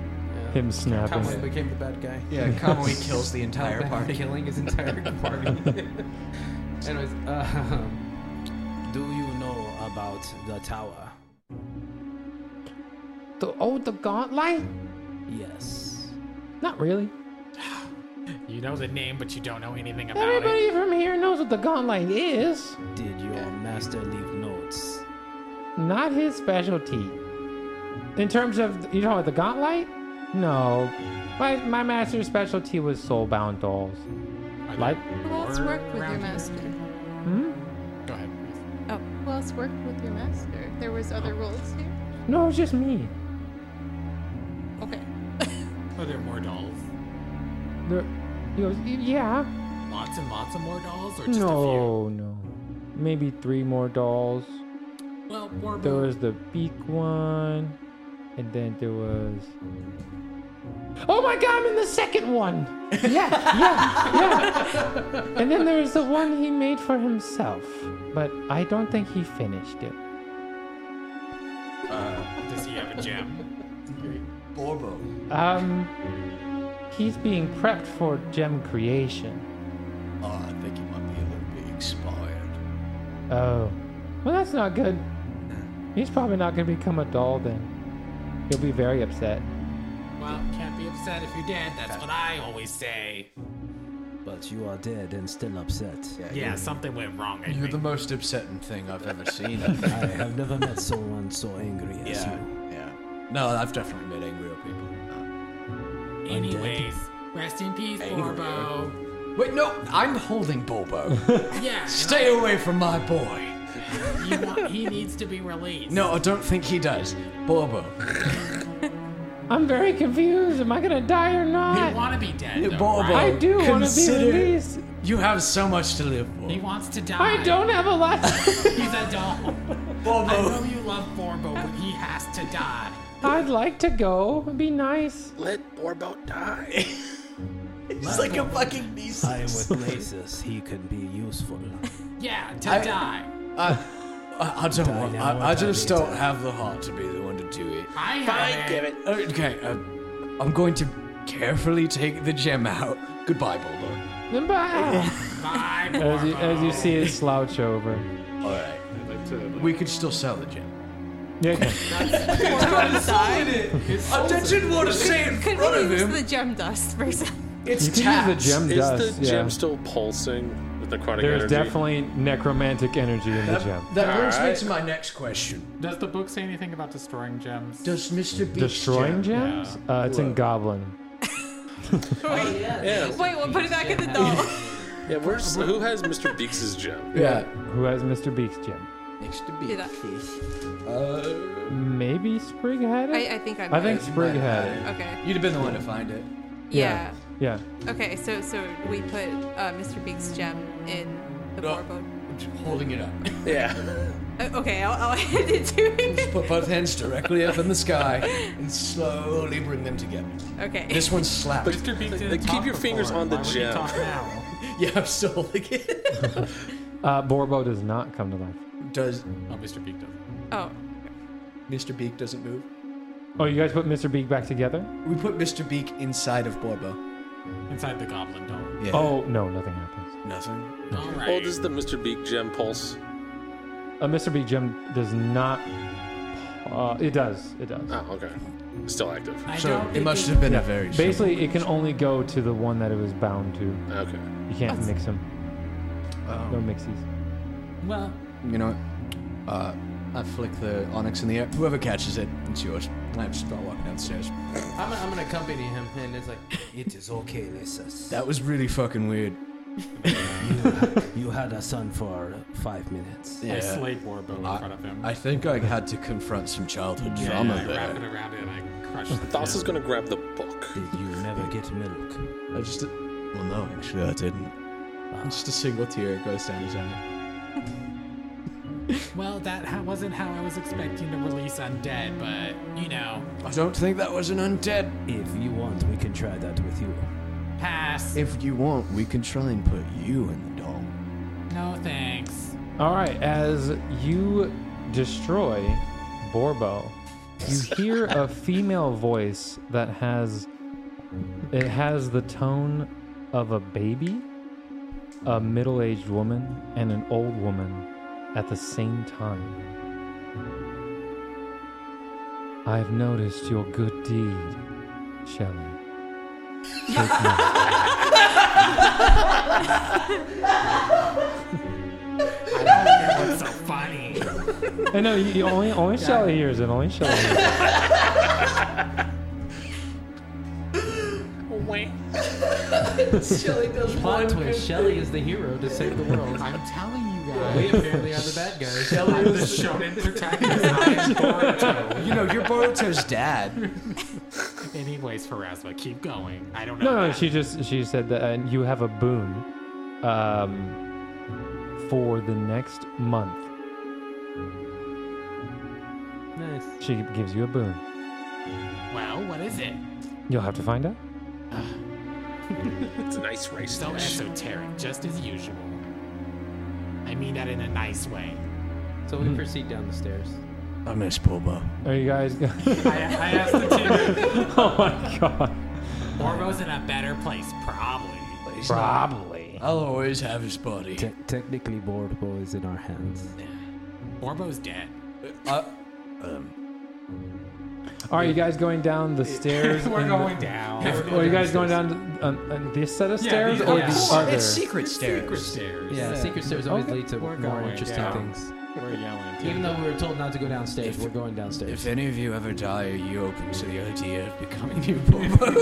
[SPEAKER 1] him snapping.
[SPEAKER 9] Conway became the bad guy.
[SPEAKER 10] yeah, Kamui
[SPEAKER 3] (laughs)
[SPEAKER 10] kills the entire
[SPEAKER 2] (laughs)
[SPEAKER 9] Bad
[SPEAKER 10] party.
[SPEAKER 9] Killing his entire
[SPEAKER 10] (laughs)
[SPEAKER 9] party.
[SPEAKER 3] Anyways, uh, do you know about the tower?
[SPEAKER 1] The, oh, the gauntlet?
[SPEAKER 3] Yes.
[SPEAKER 1] Not really.
[SPEAKER 5] You know the name, but you don't know anything about it.
[SPEAKER 1] Everybody from here knows what the gauntlet is.
[SPEAKER 3] Did your master leave notes?
[SPEAKER 1] Not his specialty. In terms of you know the gauntlet? No. My my master's specialty was soulbound dolls.
[SPEAKER 5] Are
[SPEAKER 1] Like
[SPEAKER 5] there
[SPEAKER 4] Who else
[SPEAKER 5] more
[SPEAKER 4] worked with your
[SPEAKER 5] around here?
[SPEAKER 4] master?
[SPEAKER 5] Go ahead.
[SPEAKER 4] Oh, who else worked with your master? There was other roles here?
[SPEAKER 1] no, it's just me.
[SPEAKER 4] Okay.
[SPEAKER 5] Are there more dolls?
[SPEAKER 1] There, he goes, yeah.
[SPEAKER 5] Lots and lots of more dolls, or just a
[SPEAKER 1] No, no. Maybe three more dolls.
[SPEAKER 5] few? Well, Morbo,
[SPEAKER 1] There was the beak one, and then there was. Oh my god, I'm in the second one!
[SPEAKER 5] (laughs)
[SPEAKER 1] Yeah, yeah, yeah! And then there's the one he made for himself, but I don't think he finished it.
[SPEAKER 5] does he have a gem?
[SPEAKER 10] Borbo.
[SPEAKER 1] Um, he's being prepped for gem creation.
[SPEAKER 2] Oh, I think he might be a little bit expired.
[SPEAKER 1] Oh, well, that's not good. He's probably not gonna become a doll then. He'll be very upset.
[SPEAKER 5] Well, can't be upset if you're dead. That's what I always say.
[SPEAKER 3] But you are dead and still upset.
[SPEAKER 5] Yeah, something went wrong. I
[SPEAKER 2] You're
[SPEAKER 5] think.
[SPEAKER 2] the most upsetting thing I've ever seen.
[SPEAKER 3] I have never met someone so angry as
[SPEAKER 2] yeah,
[SPEAKER 3] you.
[SPEAKER 2] yeah. No, I've definitely met angrier people. than
[SPEAKER 5] Anyways, rest in peace, Morbo.
[SPEAKER 2] that. Wait, no, I'm holding Bobo.
[SPEAKER 5] Yeah. and
[SPEAKER 2] Stay away from my boy.
[SPEAKER 5] You want, he needs to be released.
[SPEAKER 2] No, I don't think he does. Bobo.
[SPEAKER 1] I'm very confused. Am I gonna die or
[SPEAKER 5] You
[SPEAKER 1] not?
[SPEAKER 5] want to be dead. Though,
[SPEAKER 2] Bobo.
[SPEAKER 5] right?
[SPEAKER 1] I do wanna be
[SPEAKER 2] consider-
[SPEAKER 1] released.
[SPEAKER 2] You have so much to live for.
[SPEAKER 5] He wants to die.
[SPEAKER 1] I don't have a lot.
[SPEAKER 5] He's a dog. I know you love Borbo, but he has to die.
[SPEAKER 1] I'd like to go. It'd be nice.
[SPEAKER 6] Let Borbo die.
[SPEAKER 2] He's like a fucking beast.
[SPEAKER 3] I with Lasis, he can be useful.
[SPEAKER 5] Yeah, to
[SPEAKER 2] I-
[SPEAKER 5] die.
[SPEAKER 2] I, I don't want.
[SPEAKER 3] now,
[SPEAKER 2] I, I
[SPEAKER 3] what
[SPEAKER 2] just
[SPEAKER 3] I need
[SPEAKER 2] don't have the heart to be the one to do it.
[SPEAKER 5] I have it.
[SPEAKER 2] Uh, Okay, uh, I'm going to carefully take the gem out. Goodbye, Bobo.
[SPEAKER 1] Bye.
[SPEAKER 5] Bye,
[SPEAKER 1] As you, as you
[SPEAKER 5] Borbo.
[SPEAKER 1] see it slouch over.
[SPEAKER 2] All right.
[SPEAKER 6] I'd like to, like,
[SPEAKER 2] We could still sell the gem.
[SPEAKER 1] Yeah,
[SPEAKER 2] (laughs) I didn't want to say in
[SPEAKER 4] Could
[SPEAKER 2] front of
[SPEAKER 4] we use
[SPEAKER 2] him.
[SPEAKER 4] the gem dust for some?
[SPEAKER 2] It's
[SPEAKER 1] you can use the gem
[SPEAKER 6] is
[SPEAKER 1] dust.
[SPEAKER 6] the
[SPEAKER 1] yeah.
[SPEAKER 6] gem still pulsing with necrotic
[SPEAKER 1] There's
[SPEAKER 6] energy?
[SPEAKER 1] definitely necromantic energy in the gem.
[SPEAKER 2] That brings me
[SPEAKER 6] Alright.
[SPEAKER 2] to my next question.
[SPEAKER 5] Does the book say anything about destroying gems?
[SPEAKER 2] Does Mr. Beast
[SPEAKER 1] Destroying gems? Uh, it's in Goblin.
[SPEAKER 6] yeah,
[SPEAKER 4] (laughs) Wait, we'll put it back in the doll.
[SPEAKER 6] yeah. Where's who has Mr. Beaks'
[SPEAKER 2] (laughs)
[SPEAKER 6] gem?
[SPEAKER 2] Yeah.
[SPEAKER 1] Who has Mr. Beak's gem?
[SPEAKER 2] Mr.
[SPEAKER 4] Did I-
[SPEAKER 1] Maybe Sprig had it?
[SPEAKER 4] I, I think I'm.
[SPEAKER 1] I think Sprig
[SPEAKER 2] might
[SPEAKER 1] had
[SPEAKER 2] have
[SPEAKER 1] it.
[SPEAKER 4] Okay.
[SPEAKER 2] You'd have been the one to find it.
[SPEAKER 1] Yeah.
[SPEAKER 4] Yeah.
[SPEAKER 1] Yeah.
[SPEAKER 4] Okay. So so we put uh, Mr. Beak's gem in the
[SPEAKER 2] No.
[SPEAKER 4] warboat.
[SPEAKER 2] I'm just holding it up.
[SPEAKER 6] Yeah.
[SPEAKER 4] Uh, okay, I'll,
[SPEAKER 8] (laughs)
[SPEAKER 4] I'll hand it to
[SPEAKER 2] Just
[SPEAKER 4] him.
[SPEAKER 2] put both hands directly up in the sky and slowly bring them together.
[SPEAKER 4] Okay.
[SPEAKER 2] This one's slapped.
[SPEAKER 5] Mr. Beak didn't
[SPEAKER 6] Like, keep
[SPEAKER 5] talk
[SPEAKER 6] your fingers
[SPEAKER 5] before.
[SPEAKER 6] on the
[SPEAKER 5] Why would he
[SPEAKER 6] gem.
[SPEAKER 5] talk now?
[SPEAKER 2] yeah, I'm still holding it.
[SPEAKER 1] Uh, Borbo does not come to life.
[SPEAKER 2] Does
[SPEAKER 5] Oh, Mr. Beak doesn't.
[SPEAKER 4] oh.
[SPEAKER 2] Mr. Beak doesn't move?
[SPEAKER 1] Oh, you guys put Mr. Beak back together?
[SPEAKER 2] We put Mr. Beak inside of Borbo.
[SPEAKER 5] Inside the goblin dome.
[SPEAKER 2] Yeah.
[SPEAKER 1] Oh, no, nothing happens.
[SPEAKER 2] Nothing.
[SPEAKER 5] (laughs) All right.
[SPEAKER 6] Oh, does the Mr. Beak gem pulse?
[SPEAKER 1] A Mr. Beak gem does not. Uh, it does. It does.
[SPEAKER 6] Oh, okay. Still active.
[SPEAKER 5] I
[SPEAKER 2] So
[SPEAKER 5] don't
[SPEAKER 2] it
[SPEAKER 5] think
[SPEAKER 2] must
[SPEAKER 5] he-
[SPEAKER 2] have been a very
[SPEAKER 1] Basically, it can only go to the one that it was bound to.
[SPEAKER 6] Okay.
[SPEAKER 1] You can't mix them. No mixies.
[SPEAKER 5] Well,
[SPEAKER 2] You know, what? uh, I flick the onyx in the air. Whoever catches it, it's yours. I just start walking downstairs.
[SPEAKER 11] I'm, I'm gonna accompany him, and it's like,
[SPEAKER 3] It is okay, Lasis.
[SPEAKER 2] That was really fucking weird.
[SPEAKER 3] you had a son for five minutes.
[SPEAKER 5] I slayed Warbo in front of him.
[SPEAKER 2] I think I had to confront some childhood
[SPEAKER 5] yeah,
[SPEAKER 2] trauma
[SPEAKER 5] I wrap it
[SPEAKER 2] there.
[SPEAKER 5] around it and I crush the (laughs)
[SPEAKER 6] Thos
[SPEAKER 5] gem.
[SPEAKER 6] is gonna grab the book.
[SPEAKER 3] Did you never get milk?
[SPEAKER 2] I just, well, no, actually, I didn't. Just a single tear goes down his eye.
[SPEAKER 5] Well, that ha- wasn't how I was expecting to release Undead, but, you know,
[SPEAKER 2] I don't think that was an undead.
[SPEAKER 3] If you want, we can try that with you.
[SPEAKER 5] pass.
[SPEAKER 2] If you want, we can try and put you in the doll.
[SPEAKER 5] no thanks.
[SPEAKER 1] All right, as you destroy Borbo, you hear a female voice that has it has the tone of a baby, a middle-aged woman, and an old woman at the same time. I have noticed your good deed, Shelley. Take note.
[SPEAKER 5] That's so funny.
[SPEAKER 1] I know Eh, you, you only only Shelley hears it. Only Shelley. Hears it.
[SPEAKER 11] plot twist: Shelly is the hero to save the world.
[SPEAKER 5] I'm telling you (laughs) guys.
[SPEAKER 11] We apparently are the bad guys.
[SPEAKER 5] I'm (laughs) the shonen protagonist. I am Boruto.
[SPEAKER 2] You know, you're Boruto's dad.
[SPEAKER 5] Anyways, Pharasma, keep going. I don't know.
[SPEAKER 1] No, no,
[SPEAKER 5] that.
[SPEAKER 1] she just she said that uh, you have a boon um, for the next month.
[SPEAKER 11] Nice.
[SPEAKER 1] She gives you a boon.
[SPEAKER 5] Well, what is it?
[SPEAKER 1] You'll have to find out.
[SPEAKER 6] It's a nice race.
[SPEAKER 5] So esoteric, just as usual. I mean that in a nice way.
[SPEAKER 12] So
[SPEAKER 3] Hmm.
[SPEAKER 12] we proceed down the stairs.
[SPEAKER 2] (laughs) I miss Bobo.
[SPEAKER 1] Are you guys? (laughs)
[SPEAKER 5] I, I asked the team.
[SPEAKER 1] oh my god!
[SPEAKER 5] Orbo's in a better place, probably.
[SPEAKER 1] Probably.
[SPEAKER 2] I'll always have his body.
[SPEAKER 3] Te- technically, Borbo is in our hands.
[SPEAKER 5] Orbo's dead.
[SPEAKER 2] Uh,
[SPEAKER 1] All right, you guys going down the stairs?
[SPEAKER 5] (laughs) We're
[SPEAKER 1] in
[SPEAKER 5] going
[SPEAKER 1] the,
[SPEAKER 5] down.
[SPEAKER 1] Are you guys going down on, on this set of
[SPEAKER 5] Yeah,
[SPEAKER 1] stairs
[SPEAKER 5] these-
[SPEAKER 1] or
[SPEAKER 5] yeah.
[SPEAKER 1] the
[SPEAKER 5] It's
[SPEAKER 1] other?
[SPEAKER 2] it's secret stairs.
[SPEAKER 5] Secret stairs.
[SPEAKER 11] Yeah, secret stairs always lead to
[SPEAKER 5] We're
[SPEAKER 11] more
[SPEAKER 5] going
[SPEAKER 11] interesting
[SPEAKER 5] down.
[SPEAKER 11] things.
[SPEAKER 5] We're yelling. Too.
[SPEAKER 12] Even though we were told not to go downstairs, we're going downstairs.
[SPEAKER 2] If any of you ever die, are you open to the idea of becoming new Bobo?
[SPEAKER 10] (laughs)
[SPEAKER 5] well,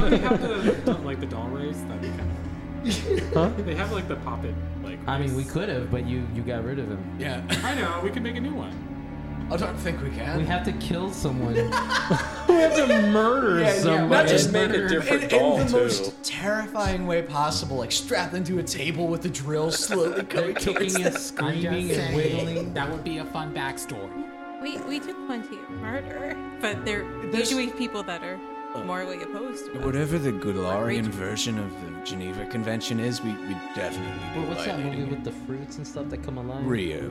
[SPEAKER 5] don't they have the, don't, like the doll race? That'd be kind of.
[SPEAKER 1] Huh?
[SPEAKER 5] (laughs) They have like the poppet. Like
[SPEAKER 3] I mean, we could have, but you you got rid of him.
[SPEAKER 5] Yeah. I know. We could make a new one.
[SPEAKER 10] I don't think we can.
[SPEAKER 3] We have to kill
[SPEAKER 10] (laughs)
[SPEAKER 3] someone.
[SPEAKER 1] We have to murder
[SPEAKER 10] Yeah, yeah,
[SPEAKER 1] somebody.
[SPEAKER 10] not
[SPEAKER 6] just
[SPEAKER 10] and
[SPEAKER 6] make a
[SPEAKER 10] murder-
[SPEAKER 6] different
[SPEAKER 10] in,
[SPEAKER 6] doll
[SPEAKER 10] in the
[SPEAKER 6] too.
[SPEAKER 10] most terrifying way possible, like strapped into a table with the drill slowly coming towards (laughs)
[SPEAKER 3] Kicking and
[SPEAKER 10] them.
[SPEAKER 3] screaming and wiggling.
[SPEAKER 5] That would be a fun backstory.
[SPEAKER 8] We we did plenty of murder, but they're
[SPEAKER 10] There's-
[SPEAKER 8] usually people that are
[SPEAKER 2] Oh.
[SPEAKER 8] morally opposed to us.
[SPEAKER 2] Whatever the Gularian version of the Geneva Convention is, we, we definitely
[SPEAKER 3] Well,
[SPEAKER 2] be
[SPEAKER 3] what's that movie
[SPEAKER 2] violating it.
[SPEAKER 3] with the fruits and stuff that come alive?
[SPEAKER 2] Rio.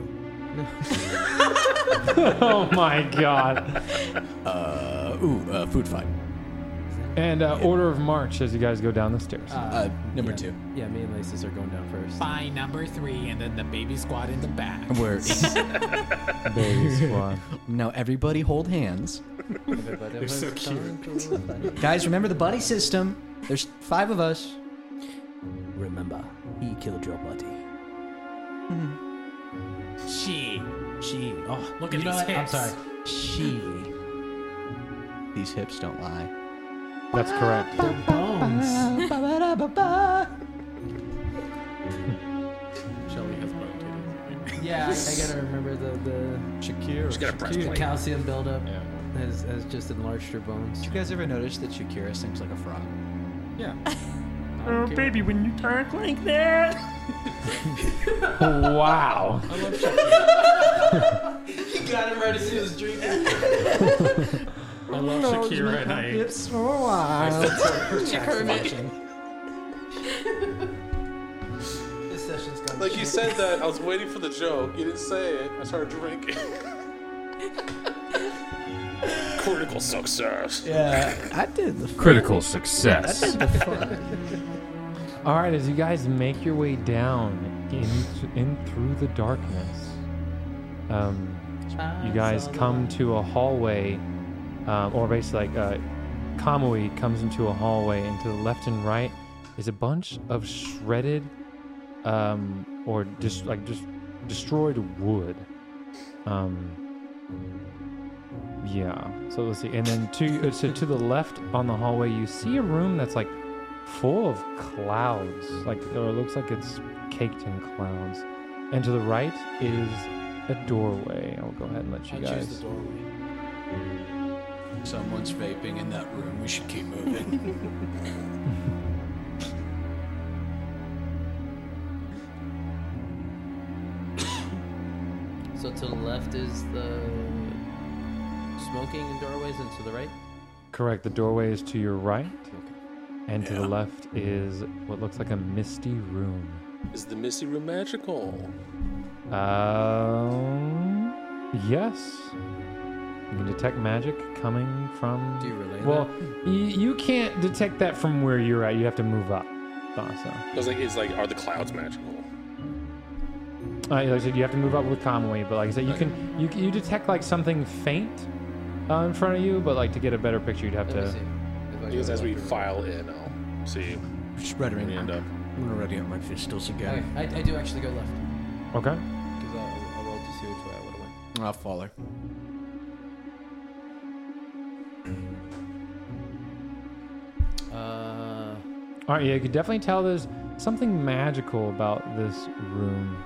[SPEAKER 1] oh (laughs) my god.
[SPEAKER 2] Uh, ooh, uh, food fight.
[SPEAKER 1] And uh, order of march as you guys go down the stairs.
[SPEAKER 2] Uh, number two.
[SPEAKER 3] Yeah, me and Laces are going down first.
[SPEAKER 5] By number three, and then the baby squad in the back.
[SPEAKER 10] (laughs)
[SPEAKER 2] Where (laughs)
[SPEAKER 1] Baby squad.
[SPEAKER 10] Now everybody hold hands.
[SPEAKER 3] They're so cute.
[SPEAKER 10] Guys, remember the buddy system. There's five of us.
[SPEAKER 13] Remember, he killed your body.
[SPEAKER 5] She.
[SPEAKER 13] She. Oh,
[SPEAKER 5] Look
[SPEAKER 13] you
[SPEAKER 5] at
[SPEAKER 13] know
[SPEAKER 5] these
[SPEAKER 13] what? I'm
[SPEAKER 5] hips.
[SPEAKER 13] sorry. She.
[SPEAKER 10] These hips don't lie.
[SPEAKER 1] That's correct.
[SPEAKER 13] Their bones.
[SPEAKER 5] Shelly has bone titties.
[SPEAKER 3] Yeah, I, I gotta remember the the,
[SPEAKER 10] Shakira.
[SPEAKER 6] Just got a press
[SPEAKER 3] the
[SPEAKER 6] plate.
[SPEAKER 3] calcium buildup
[SPEAKER 5] Yeah.
[SPEAKER 3] has has just enlarged her bones.
[SPEAKER 10] You guys ever notice that Shakira sings like a frog?
[SPEAKER 1] Oh, baby, when you talk like that. wow.
[SPEAKER 3] Got him right as he was (laughs) drinking.
[SPEAKER 5] I love Shakira, and I
[SPEAKER 10] It's so wild.
[SPEAKER 3] This session's gone.
[SPEAKER 6] Like you said that, I was waiting for the joke. You didn't say it. I started (laughs) drinking. Critical success.
[SPEAKER 10] yeah, I did the
[SPEAKER 7] Critical success.
[SPEAKER 1] All right, as you guys make your way down in, in through the darkness, um, you guys come to a hallway, um, or basically like uh, Kamui comes into a hallway, and to the left and right is a bunch of shredded um, or just like just destroyed wood. Um, yeah. So let's see, and then to uh, so to the left on the hallway, you see a room that's like full of clouds, like or it looks like it's caked in clouds. And to the right is a doorway. I'll go ahead and let you guys.
[SPEAKER 2] doorway. Someone's vaping in that room. We should keep moving.
[SPEAKER 3] So to the left is the smoking and doorways, and to the right.
[SPEAKER 1] Correct. The doorway is to your right, and to
[SPEAKER 6] Yeah.
[SPEAKER 1] the left is what looks like a misty room.
[SPEAKER 6] Is the Misty Room magical?
[SPEAKER 1] Um. Yes. You can detect magic coming from.
[SPEAKER 3] Do you relay
[SPEAKER 1] Well, y- you can't detect that from where you're at. You have to move up. Uh, Also,
[SPEAKER 6] I was like, it's like, are the clouds magical?
[SPEAKER 1] uh, like I said, you have to move up with Conway. But like I said, you can you you detect like something faint uh, in front of you. But like to get a better picture, you'd have
[SPEAKER 3] Let me
[SPEAKER 1] to.
[SPEAKER 3] see. If I
[SPEAKER 6] Because
[SPEAKER 3] go
[SPEAKER 6] as we
[SPEAKER 3] left or right.
[SPEAKER 6] file in, I'll see where
[SPEAKER 10] spreading.
[SPEAKER 6] we end up.
[SPEAKER 10] I'm gonna ready up my pistols
[SPEAKER 3] Okay,
[SPEAKER 10] again.
[SPEAKER 3] I, I do actually go left
[SPEAKER 1] Okay.
[SPEAKER 3] because I, I rolled to see which way I would have went.
[SPEAKER 2] I'll follow.
[SPEAKER 3] Uh,
[SPEAKER 1] All right. Yeah, you could definitely tell there's something magical about this room.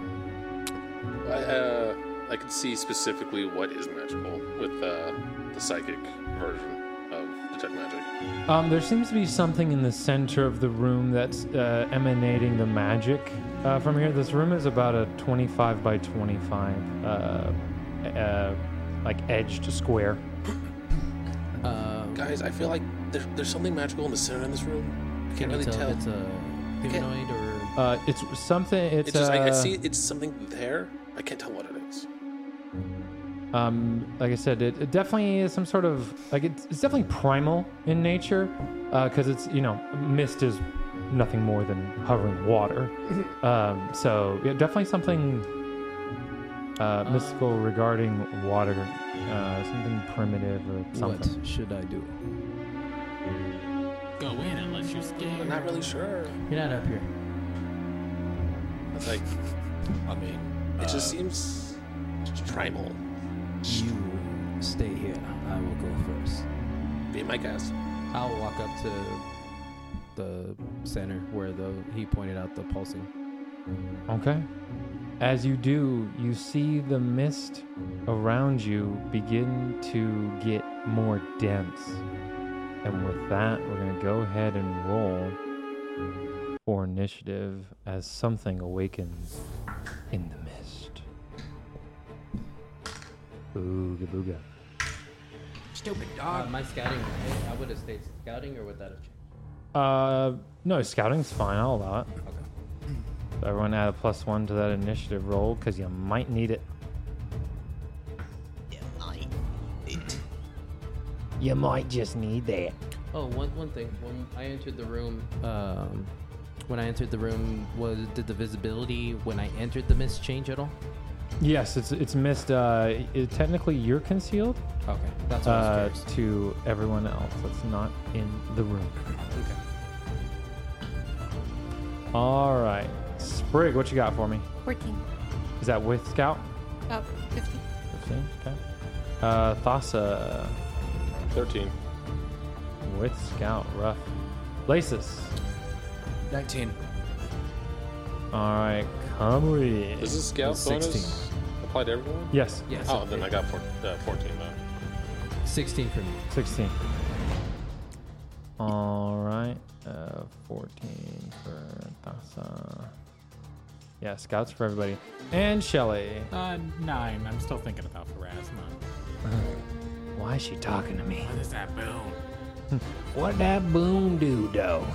[SPEAKER 6] I, uh, I can see specifically what is magical with uh, the psychic version of detect magic.
[SPEAKER 1] Um, there seems to be something in the center of the room that's uh, emanating the magic uh, from here. This room is about a 25 by 25, uh, uh, like edged square.
[SPEAKER 3] uh,
[SPEAKER 6] Guys, I feel like there, there's something magical in the center of this room. I
[SPEAKER 3] can
[SPEAKER 6] can't
[SPEAKER 3] you
[SPEAKER 6] really
[SPEAKER 3] tell,
[SPEAKER 6] tell.
[SPEAKER 3] if it's a humanoid or
[SPEAKER 1] Uh, it's something. It's,
[SPEAKER 6] It's just I, I
[SPEAKER 1] uh,
[SPEAKER 6] see it's something there. I can't tell what it is.
[SPEAKER 1] Um, like I said, it, it definitely is some sort of like it's, it's definitely primal in nature because it's you know mist is nothing more than hovering water. um, so yeah, definitely something uh, mystical regarding water, uh, something primitive or something.
[SPEAKER 13] What should I do?
[SPEAKER 5] go in unless you're scared.
[SPEAKER 6] I'm not really sure.
[SPEAKER 3] you're not up here.
[SPEAKER 6] It's like
[SPEAKER 2] I mean,
[SPEAKER 6] it just seems primal.
[SPEAKER 13] You stay here. I will go first.
[SPEAKER 6] Be my guest.
[SPEAKER 3] I'll walk up to the center where the he pointed out the pulsing.
[SPEAKER 1] Okay. As you do, you see the mist around you begin to get more dense. And with that, we're going to go ahead and roll for initiative as something awakens in the mist. Ooga booga.
[SPEAKER 2] Stupid
[SPEAKER 3] Uh, my scouting, I, I would have stayed scouting, or would that have changed?
[SPEAKER 1] Uh, no, scouting's fine. I'll allow it. So everyone add a plus one to that initiative roll because you might need it. You might just need that.
[SPEAKER 3] Oh, one one thing. When I entered the room, um, when I entered the room, was did the visibility when I entered the mist change at all?
[SPEAKER 1] Yes, it's it's missed. Uh, it, technically, you're concealed.
[SPEAKER 3] Okay, that's what I
[SPEAKER 1] uh,
[SPEAKER 3] was curious.
[SPEAKER 1] to everyone else that's not in the room.
[SPEAKER 3] Okay.
[SPEAKER 1] All right, Sprig, what you got for me?
[SPEAKER 4] 14.
[SPEAKER 1] Is that with Scout?
[SPEAKER 4] Oh, 50.
[SPEAKER 1] 15, Okay. Uh, Thassa.
[SPEAKER 6] 13.
[SPEAKER 1] With Scout, rough. Lasis.
[SPEAKER 2] 19.
[SPEAKER 1] All right, Comrie.
[SPEAKER 6] Does this scout bonus apply to everyone?
[SPEAKER 1] Yes.
[SPEAKER 3] Yes.
[SPEAKER 6] Oh, then I got four, uh, 14 though.
[SPEAKER 3] 16 for me.
[SPEAKER 1] 16. All right. Uh, 14 for Thassa. Yeah, scouts for everybody. And Shelly.
[SPEAKER 5] Uh, nine. I'm still thinking about Pharasma.
[SPEAKER 1] Why is she talking to me?
[SPEAKER 5] What is that boom?
[SPEAKER 1] What that boom do, though?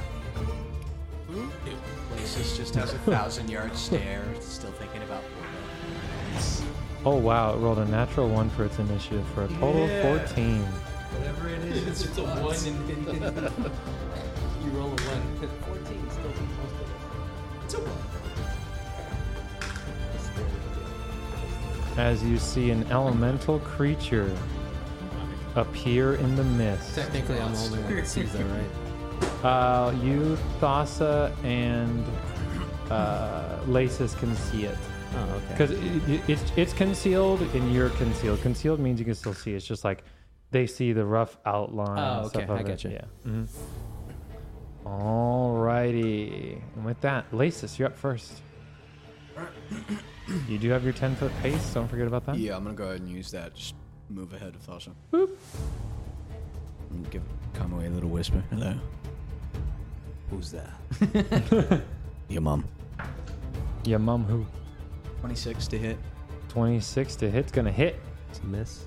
[SPEAKER 2] Places just has a thousand yard stare. Still thinking about
[SPEAKER 1] Oh, wow. It rolled a natural one for its initiative for a total of 14.
[SPEAKER 10] Whatever it is, it's, a one.
[SPEAKER 3] (laughs) You roll a one. 14 still
[SPEAKER 10] it's a one.
[SPEAKER 1] As you see an elemental creature appear in the mist.
[SPEAKER 3] Technically, I'm the only one that sees that, right?
[SPEAKER 1] Uh, you, Thassa, and uh, Lasis can see it.
[SPEAKER 3] Oh, okay.
[SPEAKER 1] Because it's, it's concealed and you're concealed. Concealed means you can still see. It's just like they see the rough outline.
[SPEAKER 3] Oh,
[SPEAKER 1] and
[SPEAKER 3] okay,
[SPEAKER 1] stuff of
[SPEAKER 3] I
[SPEAKER 1] it.
[SPEAKER 3] gotcha.
[SPEAKER 1] Yeah. Mhm. Alrighty. And with that, Lasis, you're up first. you do have your 10 foot pace. Don't forget about that.
[SPEAKER 2] Yeah, I'm gonna go ahead and use that. Just move ahead of Thasha. And give Conway a little whisper. Hello.
[SPEAKER 13] Who's that?
[SPEAKER 2] (laughs) Your mom.
[SPEAKER 1] Your mum who?
[SPEAKER 2] 26 to hit.
[SPEAKER 1] 26 to hit's gonna hit.
[SPEAKER 3] It's a miss.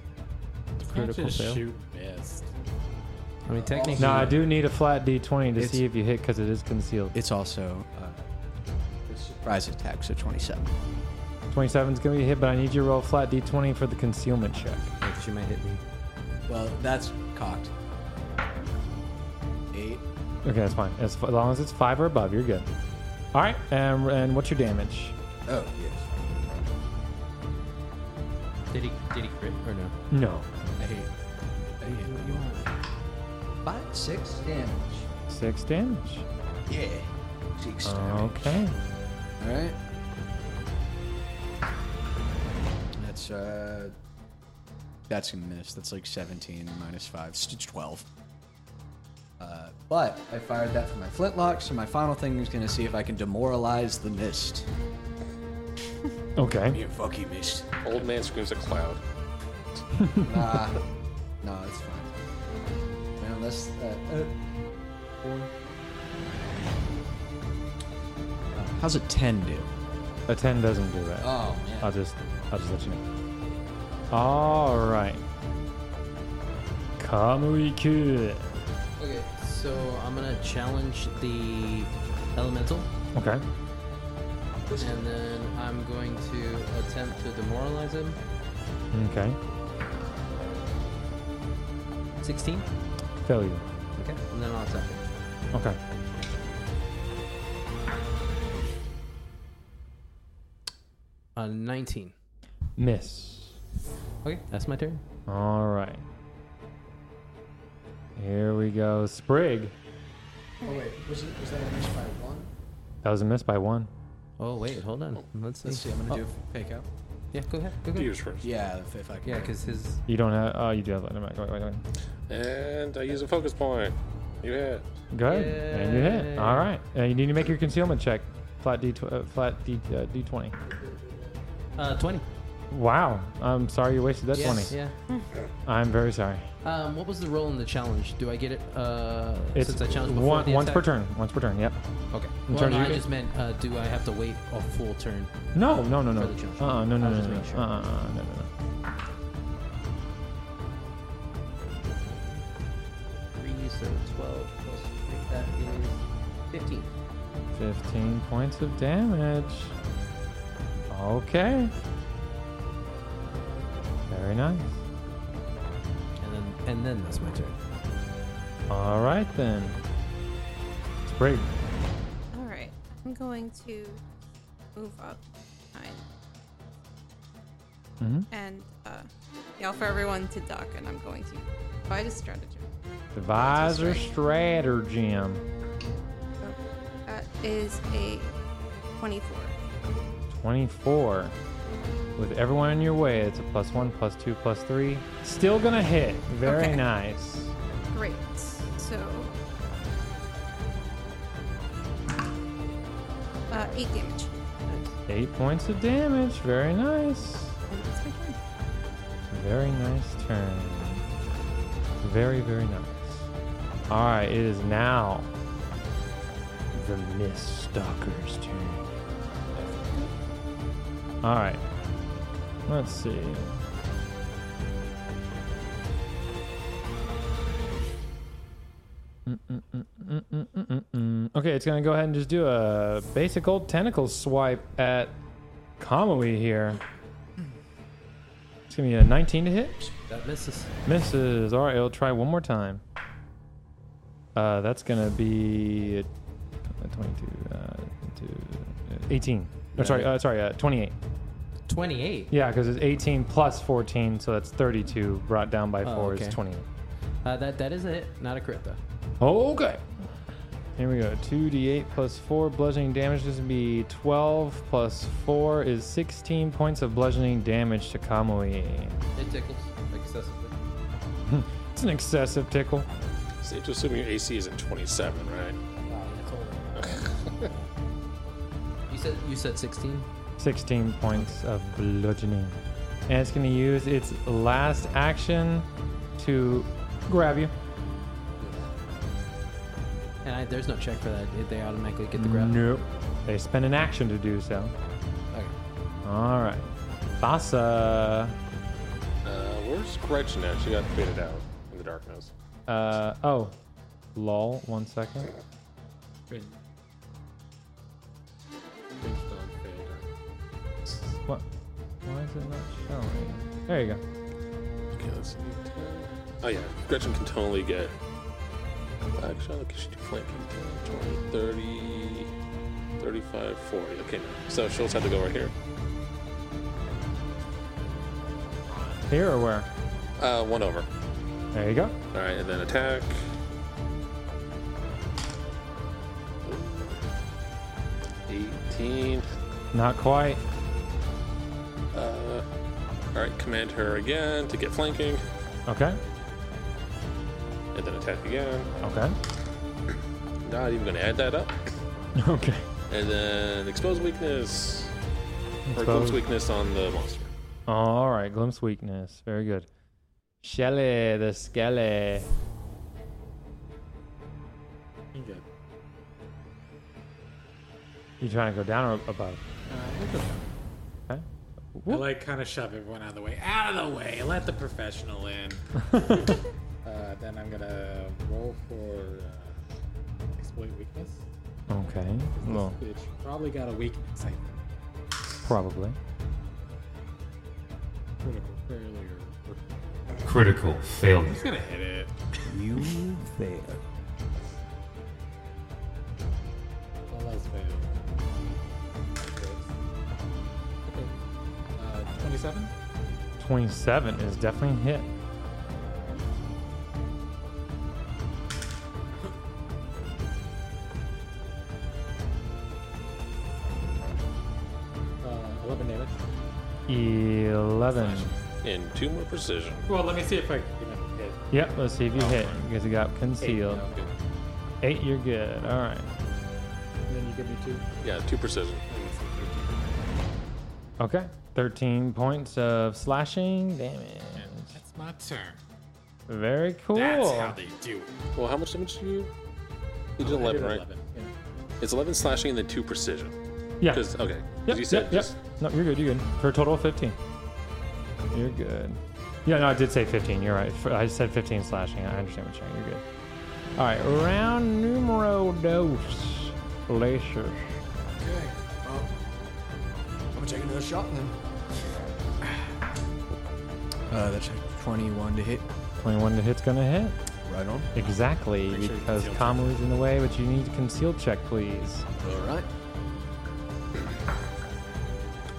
[SPEAKER 5] Critical
[SPEAKER 3] Critical fail.
[SPEAKER 5] shoot missed.
[SPEAKER 3] I mean, technically.
[SPEAKER 1] Now I do need a flat d20 to
[SPEAKER 2] It's-
[SPEAKER 1] see if you hit because it is concealed.
[SPEAKER 2] It's also uh, a surprise attack, so 27.
[SPEAKER 1] 27 is gonna be a hit, but I need you to roll a flat d20 for the concealment check.
[SPEAKER 3] Oh, She might hit me.
[SPEAKER 2] Well, that's cocked. Eight.
[SPEAKER 1] Okay, that's fine. As, as long as it's five or above, you're good. All right, and, and what's your damage?
[SPEAKER 2] Oh, yes.
[SPEAKER 3] Did he? Did he crit or no?
[SPEAKER 1] No.
[SPEAKER 2] I hate I hate it. Five, six damage.
[SPEAKER 1] Six damage.
[SPEAKER 2] Yeah. Six
[SPEAKER 1] Okay.
[SPEAKER 2] All right. That's uh, that's a miss. That's like 17 minus five. It's just 12. Uh, but I fired that from my flintlock, so my final thing is gonna see if I can demoralize the mist.
[SPEAKER 1] Okay.
[SPEAKER 2] You fucking mist.
[SPEAKER 6] Old man screams at cloud.
[SPEAKER 2] Nah, no, it's fine. Man, unless uh, uh, four. Uh, How's a 10 do?
[SPEAKER 1] A 10 doesn't do that.
[SPEAKER 2] Oh man.
[SPEAKER 1] I'll just, I'll just let you know. All right. Kamui
[SPEAKER 3] Okay, so I'm gonna challenge the elemental,
[SPEAKER 1] Okay.
[SPEAKER 3] and then I'm going to attempt to demoralize him.
[SPEAKER 1] Okay.
[SPEAKER 3] 16.
[SPEAKER 1] Failure.
[SPEAKER 3] Okay, and then I'll attack him.
[SPEAKER 1] Okay.
[SPEAKER 3] Uh, 19.
[SPEAKER 1] Miss.
[SPEAKER 3] Okay, that's my turn.
[SPEAKER 1] All right. Here we go. Sprig.
[SPEAKER 2] Oh wait, was it was that a miss by one?
[SPEAKER 1] That was a miss by one.
[SPEAKER 3] Oh wait, hold on. Let's see.
[SPEAKER 2] Let's see. I'm gonna do a fake out.
[SPEAKER 3] Yeah, go ahead. Go ahead.
[SPEAKER 6] Yours first.
[SPEAKER 2] Yeah, if, if I can.
[SPEAKER 3] Yeah, because his
[SPEAKER 1] You don't have. Oh, you do have. Never mind. Wait, wait, wait.
[SPEAKER 6] And I use a focus point. You hit.
[SPEAKER 1] Go ahead. And you hit. All right. Uh, you need to make your concealment check. Flat D. Tw- uh, flat D. Uh, D twenty.
[SPEAKER 3] Uh, twenty.
[SPEAKER 1] Wow. I'm sorry you wasted that
[SPEAKER 3] Yeah,
[SPEAKER 1] twenty.
[SPEAKER 3] yeah.
[SPEAKER 1] I'm very sorry.
[SPEAKER 3] Um, what was the role in the challenge? Do I get it? Uh,
[SPEAKER 1] It's
[SPEAKER 3] since I challenged before
[SPEAKER 1] one
[SPEAKER 3] the
[SPEAKER 1] once per
[SPEAKER 3] attack?
[SPEAKER 1] turn. Once per turn. Yep.
[SPEAKER 3] Okay.
[SPEAKER 1] In
[SPEAKER 3] well,
[SPEAKER 1] terms
[SPEAKER 3] no,
[SPEAKER 1] of
[SPEAKER 3] I
[SPEAKER 1] you-
[SPEAKER 3] just meant, uh, do I have to wait a full turn?
[SPEAKER 1] No. No. No. No.
[SPEAKER 3] For the challenge.
[SPEAKER 1] Uh. No. No.
[SPEAKER 3] I'll
[SPEAKER 1] No.
[SPEAKER 3] just
[SPEAKER 1] No.
[SPEAKER 3] make sure.
[SPEAKER 1] no. Uh. No. No. No.
[SPEAKER 3] Three, so twelve plus three. That is fifteen.
[SPEAKER 1] 15 points of damage. Okay. Very nice.
[SPEAKER 3] And then, and then that's my turn.
[SPEAKER 1] All right, then. It's Brig.
[SPEAKER 8] All right, I'm going to move up nine
[SPEAKER 2] Mm-hmm.
[SPEAKER 1] Mhm.
[SPEAKER 8] and uh, yell for everyone to duck, and I'm going to fight a stratagem.
[SPEAKER 1] Divisor Stratagem.
[SPEAKER 8] So that is a 24.
[SPEAKER 1] 24. With everyone in your way, it's a plus one, plus two, plus three. Still gonna hit. Very
[SPEAKER 8] Okay.
[SPEAKER 1] nice.
[SPEAKER 8] Great. So uh, eight damage.
[SPEAKER 1] Eight points of damage. Very nice.
[SPEAKER 8] And that's my turn.
[SPEAKER 1] Very nice turn. Very, very nice. All right, it is now the Mist Stalker's turn. All right, let's see. Mm-mm-mm-mm-mm-mm-mm. Okay, it's gonna go ahead and just do a basic old tentacle swipe at Kamui here. It's gonna be a 19 to hit.
[SPEAKER 3] That misses.
[SPEAKER 1] Misses. All right, I'll try one more time. Uh, that's gonna be uh, 22, uh, two, uh, 18. Oh, sorry, uh, sorry, uh, 28.
[SPEAKER 3] Twenty-eight.
[SPEAKER 1] Yeah, because it's 18 plus 14, so that's 32. Brought down by
[SPEAKER 3] Oh,
[SPEAKER 1] four
[SPEAKER 3] okay.
[SPEAKER 1] is 28.
[SPEAKER 3] Uh, that that is a hit, not a crit though.
[SPEAKER 1] Okay. Here we go. 2d8 plus 4 bludgeoning damage. This would be 12 plus 4 is 16 points of bludgeoning damage to Kamui.
[SPEAKER 3] It tickles excessively.
[SPEAKER 1] It's an excessive tickle.
[SPEAKER 6] Safe to assume your AC is in 27, right?
[SPEAKER 3] (laughs) You said you said sixteen.
[SPEAKER 1] 16 points of bludgeoning. And it's going to use its last action to grab you.
[SPEAKER 3] And I, there's no check for that. Did They automatically get the grab.
[SPEAKER 1] Nope. They spend an action to do so.
[SPEAKER 3] Okay.
[SPEAKER 1] All right. Bassa.
[SPEAKER 6] Uh, where's Gretchen at? She got faded out in the darkness.
[SPEAKER 1] Uh, oh. Lol. One second. What? Why is it not showing? There you go.
[SPEAKER 6] Okay, let's see. Oh, yeah. Gretchen can totally get. Actually, look, she do flanking. 20, 30, 35, 40. Okay, so she'll just have to go right here.
[SPEAKER 1] Here or where?
[SPEAKER 6] Uh, one over.
[SPEAKER 1] There you go.
[SPEAKER 6] All right, and then attack. Eighteen.
[SPEAKER 1] Not quite.
[SPEAKER 6] Uh, all right, command her again to get flanking,
[SPEAKER 1] Okay.
[SPEAKER 6] and then attack again.
[SPEAKER 1] Okay. (laughs)
[SPEAKER 6] Not even gonna add that up.
[SPEAKER 1] Okay.
[SPEAKER 6] And then expose weakness. Or
[SPEAKER 1] Expose.
[SPEAKER 6] glimpse weakness on the monster.
[SPEAKER 1] All right. Glimpse weakness. Very good. Shelly the Skelly.
[SPEAKER 6] Okay.
[SPEAKER 1] You trying to go down or above? Okay.
[SPEAKER 5] I like kind of shove everyone out of the way. Out of the way. Let the professional
[SPEAKER 13] (laughs)
[SPEAKER 5] in. uh, then I'm gonna roll for uh, exploit weakness.
[SPEAKER 1] Okay. Well,
[SPEAKER 5] Which probably got a weakness. I think.
[SPEAKER 1] probably.
[SPEAKER 5] Critical failure.
[SPEAKER 7] Critical failure.
[SPEAKER 5] He's gonna hit it.
[SPEAKER 13] You fail.
[SPEAKER 5] All else failed. Okay. Uh, 27.
[SPEAKER 1] 27 is definitely a hit.
[SPEAKER 5] Uh, 11 damage.
[SPEAKER 1] 11.
[SPEAKER 6] In two more precision.
[SPEAKER 5] Well, let me see if I can hit.
[SPEAKER 1] Yep. Let's see if you hit because you got
[SPEAKER 5] Eight,
[SPEAKER 1] concealed.
[SPEAKER 5] no, good.
[SPEAKER 1] Eight, you're good. All right.
[SPEAKER 5] Then you give me two.
[SPEAKER 6] Yeah, two precision.
[SPEAKER 1] Okay. 13 points of slashing damage.
[SPEAKER 5] That's my turn.
[SPEAKER 1] Very cool.
[SPEAKER 5] That's how they do. it.
[SPEAKER 6] Well, how much damage do you? You did
[SPEAKER 5] Oh, I did
[SPEAKER 6] 11, right?
[SPEAKER 5] 11,
[SPEAKER 6] It's 11 slashing and then 2 precision.
[SPEAKER 1] Yeah.
[SPEAKER 6] 'Cause- okay. 'Cause
[SPEAKER 1] Yep,
[SPEAKER 6] you said
[SPEAKER 1] yep,
[SPEAKER 6] just-
[SPEAKER 1] yep. No, you're good. You're good. For a total of 15. You're good. Yeah, no, I did say 15. You're right. F- I said 15 slashing. I understand what you're saying. You're good. All right, round numero dos. Glacier.
[SPEAKER 2] Okay. Well, I'm gonna take another shot then. (sighs) Uh, that's a 21 to hit.
[SPEAKER 1] 21 to hit's gonna hit.
[SPEAKER 2] Right on.
[SPEAKER 1] Exactly, because Kamu is in the way, but you need to conceal check, please.
[SPEAKER 2] All right.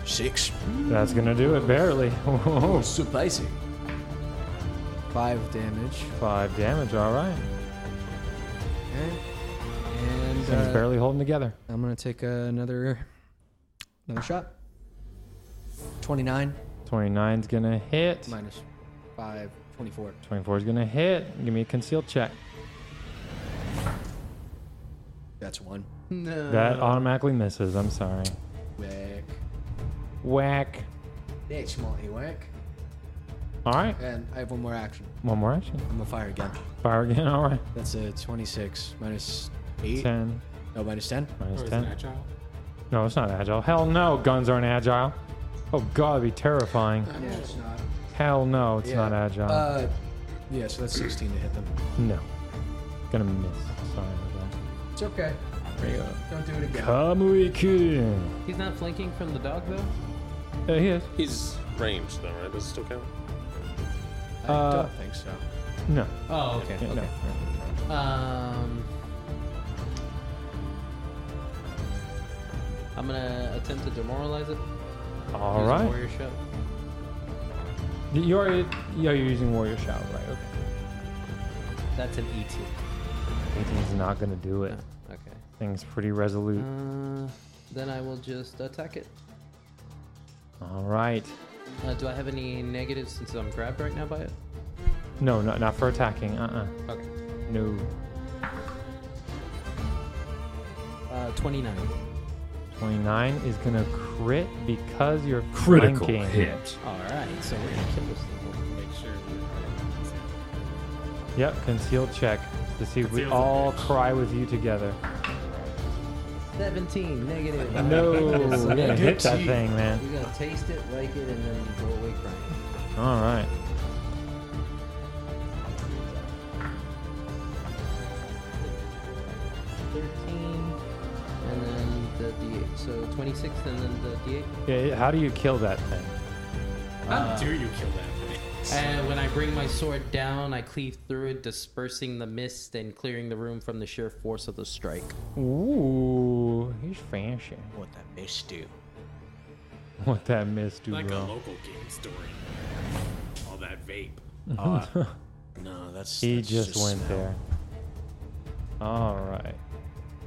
[SPEAKER 2] Six.
[SPEAKER 1] That's gonna do it, barely. (laughs) Whoa.
[SPEAKER 2] So basic. Five damage.
[SPEAKER 1] Five damage, alright.
[SPEAKER 2] Okay. And
[SPEAKER 1] Thing's
[SPEAKER 2] uh,
[SPEAKER 1] barely holding together.
[SPEAKER 2] I'm gonna take uh, another another shot. 29
[SPEAKER 1] 29's gonna hit.
[SPEAKER 2] minus 5, 24.
[SPEAKER 1] 24 is gonna hit. Give me a conceal check.
[SPEAKER 2] That's one.
[SPEAKER 3] No.
[SPEAKER 1] That automatically misses. I'm sorry.
[SPEAKER 2] Whack.
[SPEAKER 1] Whack.
[SPEAKER 2] That's Monty whack.
[SPEAKER 1] All right.
[SPEAKER 2] And I have one more action.
[SPEAKER 1] One more action.
[SPEAKER 2] I'm gonna fire again.
[SPEAKER 1] Fire again. All right.
[SPEAKER 2] That's a 26 minus 8.
[SPEAKER 1] 10.
[SPEAKER 2] No, minus 10.
[SPEAKER 1] Minus
[SPEAKER 5] Or is it
[SPEAKER 1] 10.
[SPEAKER 5] agile?
[SPEAKER 1] No, it's not agile. Hell no, guns aren't agile. Oh god, it'd be terrifying.
[SPEAKER 2] Yeah, it's not.
[SPEAKER 1] Hell no, it's
[SPEAKER 2] Uh, Yeah.
[SPEAKER 1] not agile.
[SPEAKER 2] Uh, yeah, so that's 16 to hit them.
[SPEAKER 1] no. Gonna miss. Sorry about that.
[SPEAKER 2] It's okay.
[SPEAKER 1] There you go.
[SPEAKER 2] Don't do it again.
[SPEAKER 1] Kamuiku.
[SPEAKER 3] He's not flanking from the dog though.
[SPEAKER 1] Uh, he is.
[SPEAKER 6] He's ranged, though, right? Does it still count?
[SPEAKER 2] I
[SPEAKER 1] Uh,
[SPEAKER 2] don't think so.
[SPEAKER 1] No.
[SPEAKER 3] Oh, okay.
[SPEAKER 1] Yeah, No.
[SPEAKER 3] Um, I'm gonna attempt to demoralize it.
[SPEAKER 1] All
[SPEAKER 3] Use a
[SPEAKER 1] right.
[SPEAKER 3] Warrior shot.
[SPEAKER 1] Y- You already. Yeah, you're using warrior shout, right? Okay.
[SPEAKER 3] That's an E ET.
[SPEAKER 1] 18's not gonna do it.
[SPEAKER 3] Okay.
[SPEAKER 1] Thing's pretty resolute.
[SPEAKER 3] Uh, then I will just attack it.
[SPEAKER 1] All right.
[SPEAKER 3] Uh, do I have any negatives since I'm grabbed right now by it?
[SPEAKER 1] No, not not for attacking. Uh uh
[SPEAKER 3] Okay.
[SPEAKER 1] No.
[SPEAKER 3] Uh, 29.
[SPEAKER 1] 29 is gonna crit because you're
[SPEAKER 7] Critical
[SPEAKER 1] flanking.
[SPEAKER 7] hit.
[SPEAKER 3] All right. So we're gonna kill this thing.
[SPEAKER 5] Make sure.
[SPEAKER 1] Yep, conceal check to see if we
[SPEAKER 5] Conceal's a
[SPEAKER 1] all cry with you together.
[SPEAKER 3] 17 negative.
[SPEAKER 1] No,
[SPEAKER 3] (laughs) Yes,
[SPEAKER 1] (laughs) we're
[SPEAKER 3] okay.
[SPEAKER 1] gonna hit that thing, man.
[SPEAKER 3] You're gonna taste it, like it, and then go away crying.
[SPEAKER 1] All right.
[SPEAKER 3] Thirteen, and then the D8. So 26, and then the D8.
[SPEAKER 1] Yeah, how do you kill that thing?
[SPEAKER 5] How do you kill that thing?
[SPEAKER 3] And when I bring my sword down, I cleave through it, dispersing the mist and clearing the room from the sheer force of the strike.
[SPEAKER 1] Ooh, he's fancy.
[SPEAKER 10] What that bitch do?
[SPEAKER 1] What that missed, do,
[SPEAKER 5] Like a
[SPEAKER 1] bro.
[SPEAKER 5] local game story. All that vape.
[SPEAKER 10] No, that's.
[SPEAKER 1] He
[SPEAKER 10] that's
[SPEAKER 1] just went there. All right.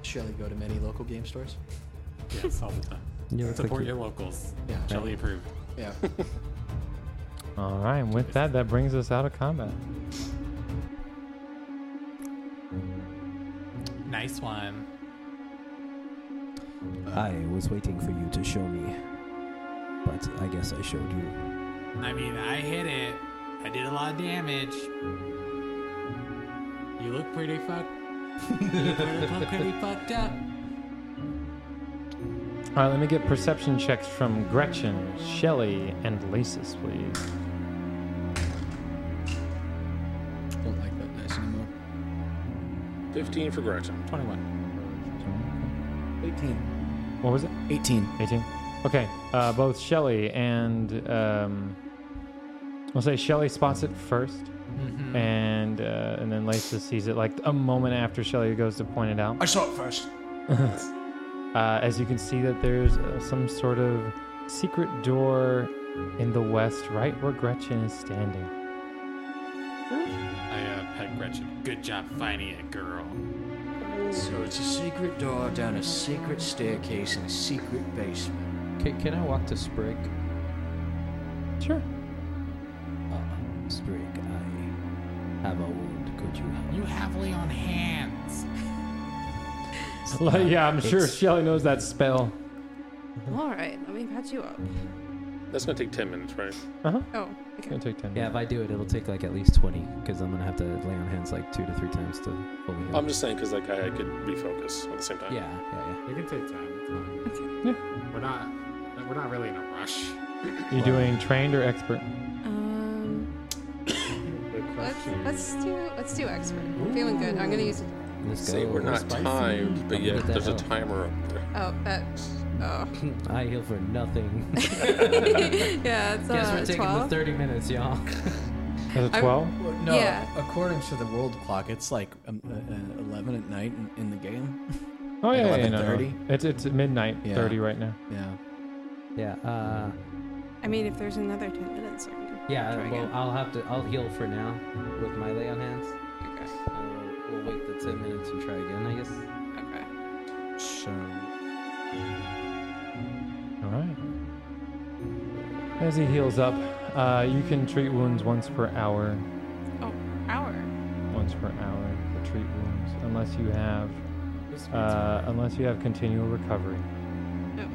[SPEAKER 2] Shelly go to many local game stores?
[SPEAKER 5] Yes, all the time. Support your locals.
[SPEAKER 2] Yeah.
[SPEAKER 5] Shelly approved.
[SPEAKER 2] Yeah.
[SPEAKER 1] All right, and with that, that brings us out of combat.
[SPEAKER 5] Nice one.
[SPEAKER 13] I was waiting for you to show me, but I guess I showed you.
[SPEAKER 5] I mean, I hit it. I did a lot of damage. You look pretty fucked. you look pretty fucked up.
[SPEAKER 1] All right, let me get perception checks from Gretchen, Shelley, and Lasis, please.
[SPEAKER 2] Don't like that nice anymore.
[SPEAKER 6] 15 for Gretchen.
[SPEAKER 5] 21.
[SPEAKER 2] 18.
[SPEAKER 1] What was it?
[SPEAKER 2] 18.
[SPEAKER 1] 18. Okay, uh, both Shelly and um, we'll say Shelly spots it 1st and uh, and then Lisa sees it like a moment after Shelly goes to point it out.
[SPEAKER 10] I saw it first.
[SPEAKER 1] (laughs) Uh, as you can see, that there's uh, some sort of secret door in the west, right where Gretchen is standing.
[SPEAKER 5] I uh, pet Gretchen. Good job finding it, girl.
[SPEAKER 2] So it's a secret door down a secret staircase in a secret basement.
[SPEAKER 3] Can, can I walk to Sprig?
[SPEAKER 1] Sure.
[SPEAKER 13] Uh, Sprig, I have a wound. Could you help?
[SPEAKER 5] You have Leon hands.
[SPEAKER 8] It's
[SPEAKER 1] Like,
[SPEAKER 8] not-
[SPEAKER 1] yeah, I'm sure
[SPEAKER 8] it's-
[SPEAKER 1] Shelly knows that spell.
[SPEAKER 4] All right, let me patch you up.
[SPEAKER 6] That's gonna take ten minutes, right?
[SPEAKER 1] Uh huh.
[SPEAKER 4] Oh,
[SPEAKER 1] It's gonna take ten.
[SPEAKER 3] Yeah, if I do it, it'll take like at least 20 because I'm going to have to lay on hands like two to three times to fully heal.
[SPEAKER 6] I'm just saying because like I, I could refocus at the same time.
[SPEAKER 3] Yeah, yeah,
[SPEAKER 5] It can take time. It's fine. We're not. We're not really in a rush.
[SPEAKER 1] You're doing trained or expert?
[SPEAKER 4] Um, let's let's do let's do expert. I'm feeling good. I'm gonna use. it.
[SPEAKER 3] Let's
[SPEAKER 6] See,
[SPEAKER 3] go.
[SPEAKER 6] we're not
[SPEAKER 3] Spicy.
[SPEAKER 6] timed, but
[SPEAKER 3] I'm
[SPEAKER 6] yeah,
[SPEAKER 3] gonna get
[SPEAKER 6] there's a
[SPEAKER 3] that out.
[SPEAKER 6] timer up there.
[SPEAKER 4] Oh, that.
[SPEAKER 8] (laughs)
[SPEAKER 4] Oh,
[SPEAKER 3] (laughs) I heal for nothing.
[SPEAKER 4] yeah, it's
[SPEAKER 3] Guess
[SPEAKER 4] uh,
[SPEAKER 3] we're taking
[SPEAKER 4] twelve.
[SPEAKER 3] the 30 minutes, y'all. (laughs)
[SPEAKER 1] As a
[SPEAKER 4] I'm-
[SPEAKER 1] twelve?
[SPEAKER 2] Well, no,
[SPEAKER 4] Yeah.
[SPEAKER 2] according to the world clock, it's like um, uh, uh, 11 at night in, in the game.
[SPEAKER 1] Oh
[SPEAKER 2] Like
[SPEAKER 1] yeah, yeah, yeah, no, no.
[SPEAKER 2] 11:30?
[SPEAKER 1] It's it's midnight
[SPEAKER 2] Yeah.
[SPEAKER 1] thirty right now.
[SPEAKER 2] Yeah.
[SPEAKER 3] Yeah, uh,
[SPEAKER 8] I mean, if there's another 10 minutes, I can
[SPEAKER 3] yeah.
[SPEAKER 8] try
[SPEAKER 3] well,
[SPEAKER 8] again.
[SPEAKER 3] I'll have to. I'll heal for now with my lay on hands. Uh, we'll wait the 10 minutes and try again, I guess.
[SPEAKER 8] Okay.
[SPEAKER 2] So,
[SPEAKER 1] All right. As he heals up, uh, you can treat wounds once per hour.
[SPEAKER 8] Oh, hour.
[SPEAKER 1] Once per hour for treat wounds, unless you have, uh, unless you have continual recovery.
[SPEAKER 8] No.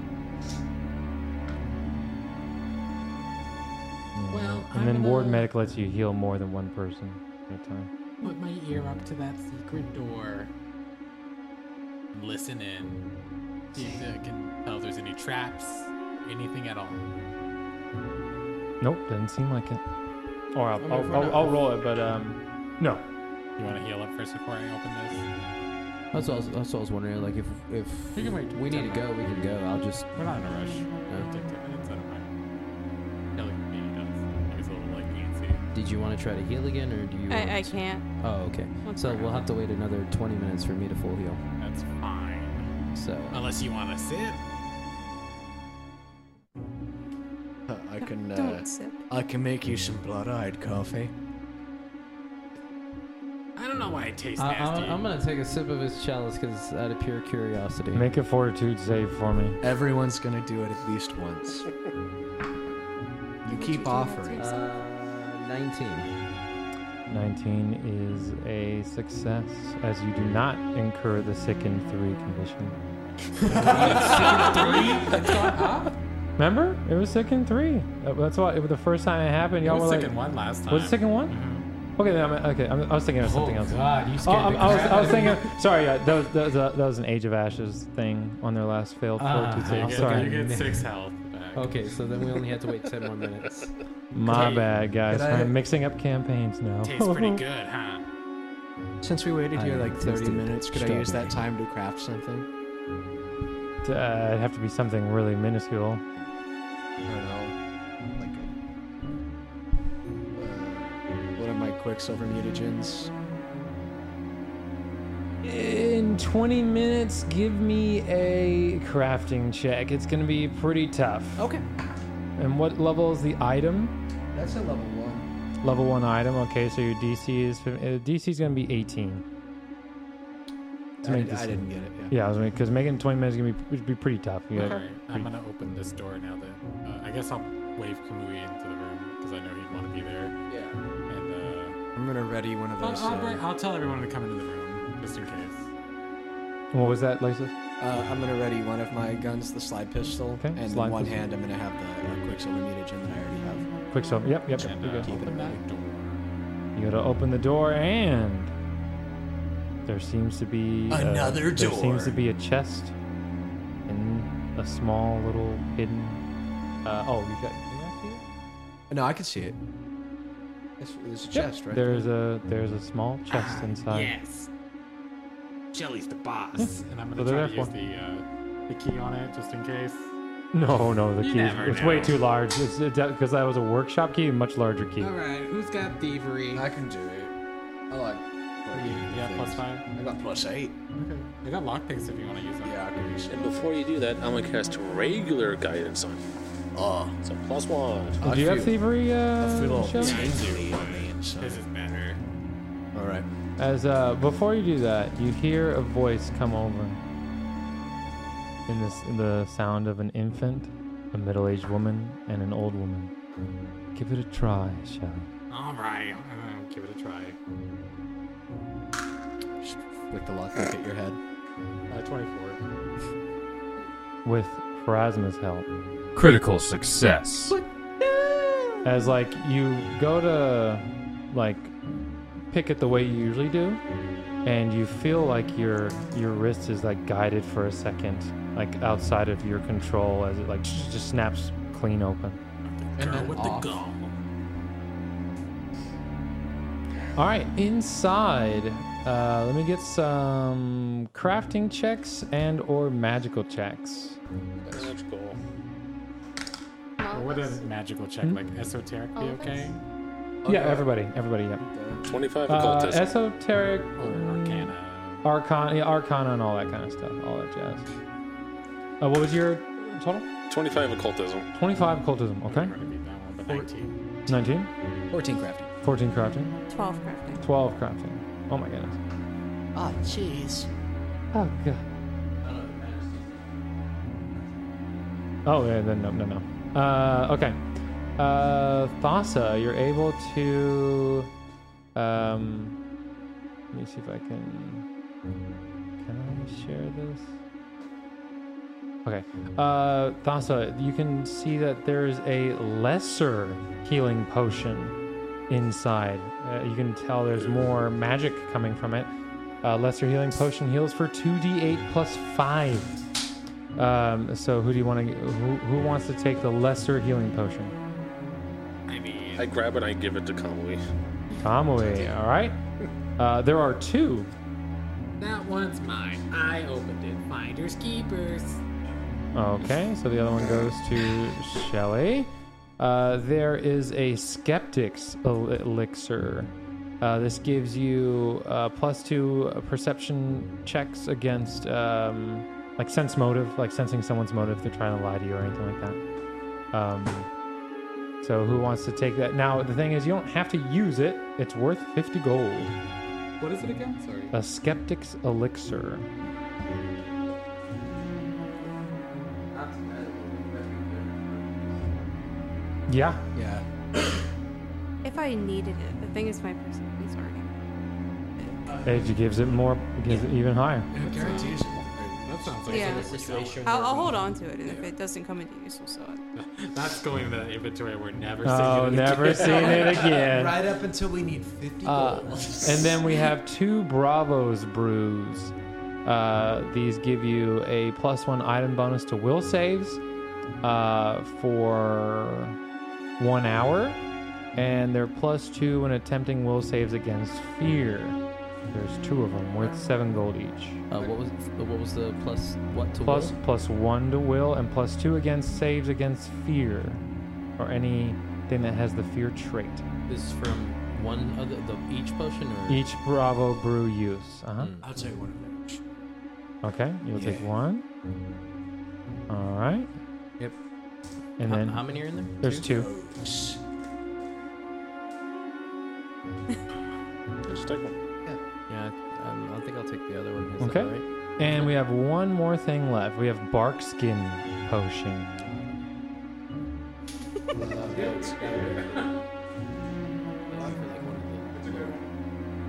[SPEAKER 5] Well,
[SPEAKER 1] And
[SPEAKER 5] I'm
[SPEAKER 1] then
[SPEAKER 5] gonna
[SPEAKER 1] ward medic lets you heal more than one person at a time.
[SPEAKER 5] Put my ear up to that secret door. and Listen in. See if I can tell if there's any traps, anything at all.
[SPEAKER 1] Nope, doesn't seem like it. Or
[SPEAKER 5] I
[SPEAKER 1] I'll,
[SPEAKER 5] mean, if
[SPEAKER 1] I'll,
[SPEAKER 5] we're
[SPEAKER 1] I'll,
[SPEAKER 5] not-
[SPEAKER 1] I'll roll it, but um, no.
[SPEAKER 5] You want to heal up first before I open
[SPEAKER 3] That's what I was, that's what I was wondering. Like, if if
[SPEAKER 5] We can wait
[SPEAKER 3] we need to
[SPEAKER 5] 10
[SPEAKER 3] go, we can go. I'll just.
[SPEAKER 5] this? We're not in a rush. It'll take ten minutes. I don't mind. Yeah, like maybe it does. Like it's a little like antsy.
[SPEAKER 3] Did you want to try to heal again, or do you? want
[SPEAKER 8] I, I
[SPEAKER 3] to-
[SPEAKER 8] can't.
[SPEAKER 3] Oh, okay.
[SPEAKER 8] Once
[SPEAKER 3] So
[SPEAKER 8] per
[SPEAKER 3] we'll
[SPEAKER 8] hour.
[SPEAKER 3] have to wait another 20 minutes for me to full heal.
[SPEAKER 5] That's fine.
[SPEAKER 3] So
[SPEAKER 5] Unless you want to sit.
[SPEAKER 2] uh, I can uh,
[SPEAKER 8] Don't sip.
[SPEAKER 2] I can make you some blood-eyed coffee.
[SPEAKER 5] I don't know why it tastes
[SPEAKER 3] I,
[SPEAKER 5] nasty.
[SPEAKER 3] am gonna take a sip of his chalice because out of pure curiosity.
[SPEAKER 1] Make a fortitude save for me.
[SPEAKER 2] Everyone's gonna do it at least once. You keep offering.
[SPEAKER 3] uh, 19.
[SPEAKER 1] 19 is a success, as you do not incur the sickened 3 condition. Remember? It was sickened 3. That- That's why it was the first time it happened. Y'all
[SPEAKER 5] was
[SPEAKER 1] were
[SPEAKER 5] sickened
[SPEAKER 1] like,
[SPEAKER 5] one last
[SPEAKER 1] Was it
[SPEAKER 5] time.
[SPEAKER 1] sickened one? Okay, then I'm, okay. I'm, I was thinking of something else.
[SPEAKER 9] God, you
[SPEAKER 1] Oh,
[SPEAKER 9] scared
[SPEAKER 1] I'm-
[SPEAKER 9] the
[SPEAKER 1] I, was,
[SPEAKER 9] crap
[SPEAKER 1] I was
[SPEAKER 9] out of me.
[SPEAKER 1] thinking. Sorry, uh, that, was, that, was, uh, that was an Age of Ashes thing on their last failed
[SPEAKER 9] Ah,
[SPEAKER 1] fortitude
[SPEAKER 5] So you
[SPEAKER 1] save.
[SPEAKER 5] get,
[SPEAKER 1] Sorry,
[SPEAKER 5] you get six health uh, back.
[SPEAKER 3] Okay, so then we only had to wait 10 more minutes.
[SPEAKER 1] my
[SPEAKER 5] Hey,
[SPEAKER 1] bad, guys.
[SPEAKER 2] could I-
[SPEAKER 1] I'm mixing up campaigns now.
[SPEAKER 5] Tastes (laughs) pretty good, huh?
[SPEAKER 2] Since we waited here
[SPEAKER 3] I
[SPEAKER 2] like 30
[SPEAKER 3] tasted
[SPEAKER 2] minutes, could I use that
[SPEAKER 3] strawberry.
[SPEAKER 2] time to craft something?
[SPEAKER 1] Uh, it'd have to be something really minuscule.
[SPEAKER 2] I don't know. Like a, uh, one of my Quicksilver mutagens.
[SPEAKER 1] In 20 minutes, give me a crafting check. It's gonna be pretty tough.
[SPEAKER 2] Okay.
[SPEAKER 1] And what level is the item?
[SPEAKER 2] That's a level one.
[SPEAKER 1] Level one item. Okay, so your DC is fif- uh, DC is gonna be 18.
[SPEAKER 2] I,
[SPEAKER 1] make
[SPEAKER 2] did,
[SPEAKER 1] this-
[SPEAKER 2] I didn't get it. Yeah.
[SPEAKER 1] Yeah, I was because making it 20 minutes is gonna be would be pretty tough. You gotta-
[SPEAKER 5] All right, I'm gonna open this door now that uh, I guess I'll wave Kamui into the room because I know he'd want to be there.
[SPEAKER 13] Yeah.
[SPEAKER 5] And uh,
[SPEAKER 2] I'm gonna ready one of
[SPEAKER 5] I'll,
[SPEAKER 2] those.
[SPEAKER 5] I'll, bring,
[SPEAKER 2] Uh,
[SPEAKER 5] I'll tell everyone to come into the room just in case.
[SPEAKER 1] What was that, Lysis?
[SPEAKER 2] uh, I'm gonna ready one of my guns, the slide pistol,
[SPEAKER 1] Okay,
[SPEAKER 2] and
[SPEAKER 1] slide
[SPEAKER 2] in one
[SPEAKER 1] pistol.
[SPEAKER 2] hand I'm gonna have the uh, Quicksilver mutagen that I already have.
[SPEAKER 1] Quicksilver. Yep, yep.
[SPEAKER 5] And
[SPEAKER 1] you
[SPEAKER 5] uh,
[SPEAKER 1] go.
[SPEAKER 5] open that door.
[SPEAKER 1] You gotta open the door, and there seems to be uh,
[SPEAKER 2] Another
[SPEAKER 1] There seems to
[SPEAKER 2] door.
[SPEAKER 1] be a chest and a small little hidden. Uh, oh, you got.
[SPEAKER 2] No, I can see it. This, this chest, right?
[SPEAKER 1] There's a there's a small chest inside.
[SPEAKER 5] Yes. Jelly's the boss, and I'm
[SPEAKER 1] So
[SPEAKER 5] gonna
[SPEAKER 1] they're
[SPEAKER 5] try to
[SPEAKER 1] Oh, there
[SPEAKER 5] use
[SPEAKER 1] for-
[SPEAKER 5] the uh, the key on it just in case.
[SPEAKER 1] No, no, the
[SPEAKER 5] You
[SPEAKER 1] key is,
[SPEAKER 5] never
[SPEAKER 1] it's way
[SPEAKER 5] know.
[SPEAKER 1] too large. It's because that was a workshop key, a much larger key.
[SPEAKER 5] right, who's got thievery?
[SPEAKER 2] I can do it. I like. plugging
[SPEAKER 5] Yeah,
[SPEAKER 2] things.
[SPEAKER 5] plus five.
[SPEAKER 2] I got plus eight.
[SPEAKER 5] Okay. I got lockpicks if you want to use them.
[SPEAKER 2] Yeah, I can use it.
[SPEAKER 6] And before you do that, I'm gonna cast regular guidance on you.
[SPEAKER 3] Ah.
[SPEAKER 2] Oh,
[SPEAKER 6] So plus one.
[SPEAKER 1] Do you have thievery, uh,
[SPEAKER 2] feel-
[SPEAKER 1] Shelly?
[SPEAKER 5] I do.
[SPEAKER 2] on the
[SPEAKER 5] This
[SPEAKER 2] inside.
[SPEAKER 5] is better.
[SPEAKER 2] All right.
[SPEAKER 1] As uh, before you do that, you hear a voice come over. In this, in the sound of an infant, a middle-aged woman, and an old woman. Give it a try, Shelly.
[SPEAKER 5] All right, I'm gonna give it a try.
[SPEAKER 2] Flick the lock back at your head.
[SPEAKER 5] Uh, 24.
[SPEAKER 1] with Phrasma's help.
[SPEAKER 7] Critical success.
[SPEAKER 1] As like you go to like pick it the way you usually do, and you feel like your your wrist is like guided for a second, like outside of your control, as it like just snaps clean open.
[SPEAKER 5] And then with
[SPEAKER 1] off.
[SPEAKER 5] the gum.
[SPEAKER 1] All right, inside. Uh, let me get some crafting checks and or magical checks.
[SPEAKER 3] Ah.
[SPEAKER 6] Magical.
[SPEAKER 5] Well, what is magical check?
[SPEAKER 1] Hmm?
[SPEAKER 5] Like esoteric be okay? Oh,
[SPEAKER 1] Yeah, everybody, everybody, yeah.
[SPEAKER 6] 25
[SPEAKER 1] Uh,
[SPEAKER 6] occultism.
[SPEAKER 1] esoteric,
[SPEAKER 5] Arcana.
[SPEAKER 1] arcana, yeah, arcana, and all that kind of stuff, all that jazz. Uh, what was your total?
[SPEAKER 6] 25 occultism.
[SPEAKER 1] Twenty-five occultism. Okay. Nineteen.
[SPEAKER 2] 14 crafting.
[SPEAKER 1] Fourteen crafting.
[SPEAKER 8] 12 crafting.
[SPEAKER 1] Twelve crafting. Oh my goodness.
[SPEAKER 10] Oh, jeez.
[SPEAKER 1] Oh god. Oh yeah, then no, no, no. Uh, okay. Uh, Thassa, you're able to. Um, let me see if I can. Can I share this? Okay. Uh, Thassa, you can see that there is a lesser healing potion inside. Uh, you can tell there's more magic coming from it. Uh, lesser healing potion heals for 2d8 plus 5. Um, so who do you want to who, who wants to take the lesser healing potion?
[SPEAKER 6] I mean, I grab it, I give it to Kamui.
[SPEAKER 1] Kamui, all right. Uh, there are two.
[SPEAKER 5] That one's mine. I opened it. Finders keepers.
[SPEAKER 1] Okay, so the other one goes to Shelley. Uh, there is a Skeptic's el- Elixir. Uh, this gives you uh, plus two perception checks against um, like sense motive, like sensing someone's motive, if they're trying to lie to you or anything like that. Um, so who wants to take that? Now the thing is, you don't have to use it. It's worth fifty gold.
[SPEAKER 5] What is it again? Sorry.
[SPEAKER 1] A Skeptic's Elixir. Yeah.
[SPEAKER 2] Yeah.
[SPEAKER 8] If I needed it, the thing is, my perception's already.
[SPEAKER 1] It gives it more, it gives it even higher.
[SPEAKER 2] guarantees
[SPEAKER 5] That sounds like
[SPEAKER 8] yeah,
[SPEAKER 5] something we should-
[SPEAKER 8] I'll, I'll hold on to it, and if it doesn't come into use, we'll sell it.
[SPEAKER 5] That's going in the inventory. We're never
[SPEAKER 1] Oh,
[SPEAKER 5] seeing it (laughs)
[SPEAKER 1] never
[SPEAKER 5] again.
[SPEAKER 1] seen it again.
[SPEAKER 10] Right up until we need 50
[SPEAKER 1] Uh,
[SPEAKER 10] gold.
[SPEAKER 1] and
[SPEAKER 10] (laughs)
[SPEAKER 1] then we have two Bravos brews. Uh, these give you a plus one item bonus to will saves uh, for one hour, and they're plus two when attempting will saves against fear. There's two of them worth seven gold each.
[SPEAKER 3] Uh, what was what was the plus what to
[SPEAKER 1] Plus-
[SPEAKER 3] will?
[SPEAKER 1] plus one to will and plus two against saves against fear or anything that has the fear trait.
[SPEAKER 3] This is from one of the, the each potion or Hmm.
[SPEAKER 1] Each Bravo brew use. Uh huh.
[SPEAKER 3] Mm.
[SPEAKER 10] I'll take one of those.
[SPEAKER 1] Okay, you'll take
[SPEAKER 10] Yeah.
[SPEAKER 1] one. All right.
[SPEAKER 10] Yep.
[SPEAKER 1] And
[SPEAKER 3] How-
[SPEAKER 1] then
[SPEAKER 3] how many are in there?
[SPEAKER 1] There's two.
[SPEAKER 6] Just take one.
[SPEAKER 3] Yeah, I- um, I think I'll take the other one. Is that
[SPEAKER 1] Okay.
[SPEAKER 3] all right?
[SPEAKER 1] And we have one more thing left. We have bark skin
[SPEAKER 8] (laughs)
[SPEAKER 1] potion.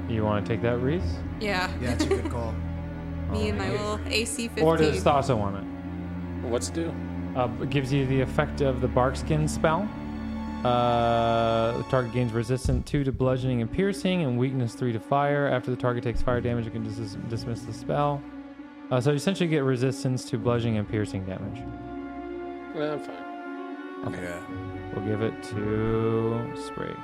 [SPEAKER 1] You want to take that, Reese?
[SPEAKER 8] Yeah.
[SPEAKER 10] Yeah, it's a good call.
[SPEAKER 8] (laughs) Me and my
[SPEAKER 1] Oh,
[SPEAKER 8] little AC 15.
[SPEAKER 1] Or does Thassa want it?
[SPEAKER 6] What's it do?
[SPEAKER 1] Uh, it gives you the effect of the bark skin spell. Uh, the target gains resistance two to bludgeoning and piercing, and weakness three to fire. After the target takes fire damage, you can dis- dismiss the spell. Uh, so you essentially get resistance to bludgeoning and piercing damage.
[SPEAKER 6] Nah, I'm fine.
[SPEAKER 10] Yeah.
[SPEAKER 1] We'll give it to Sprig.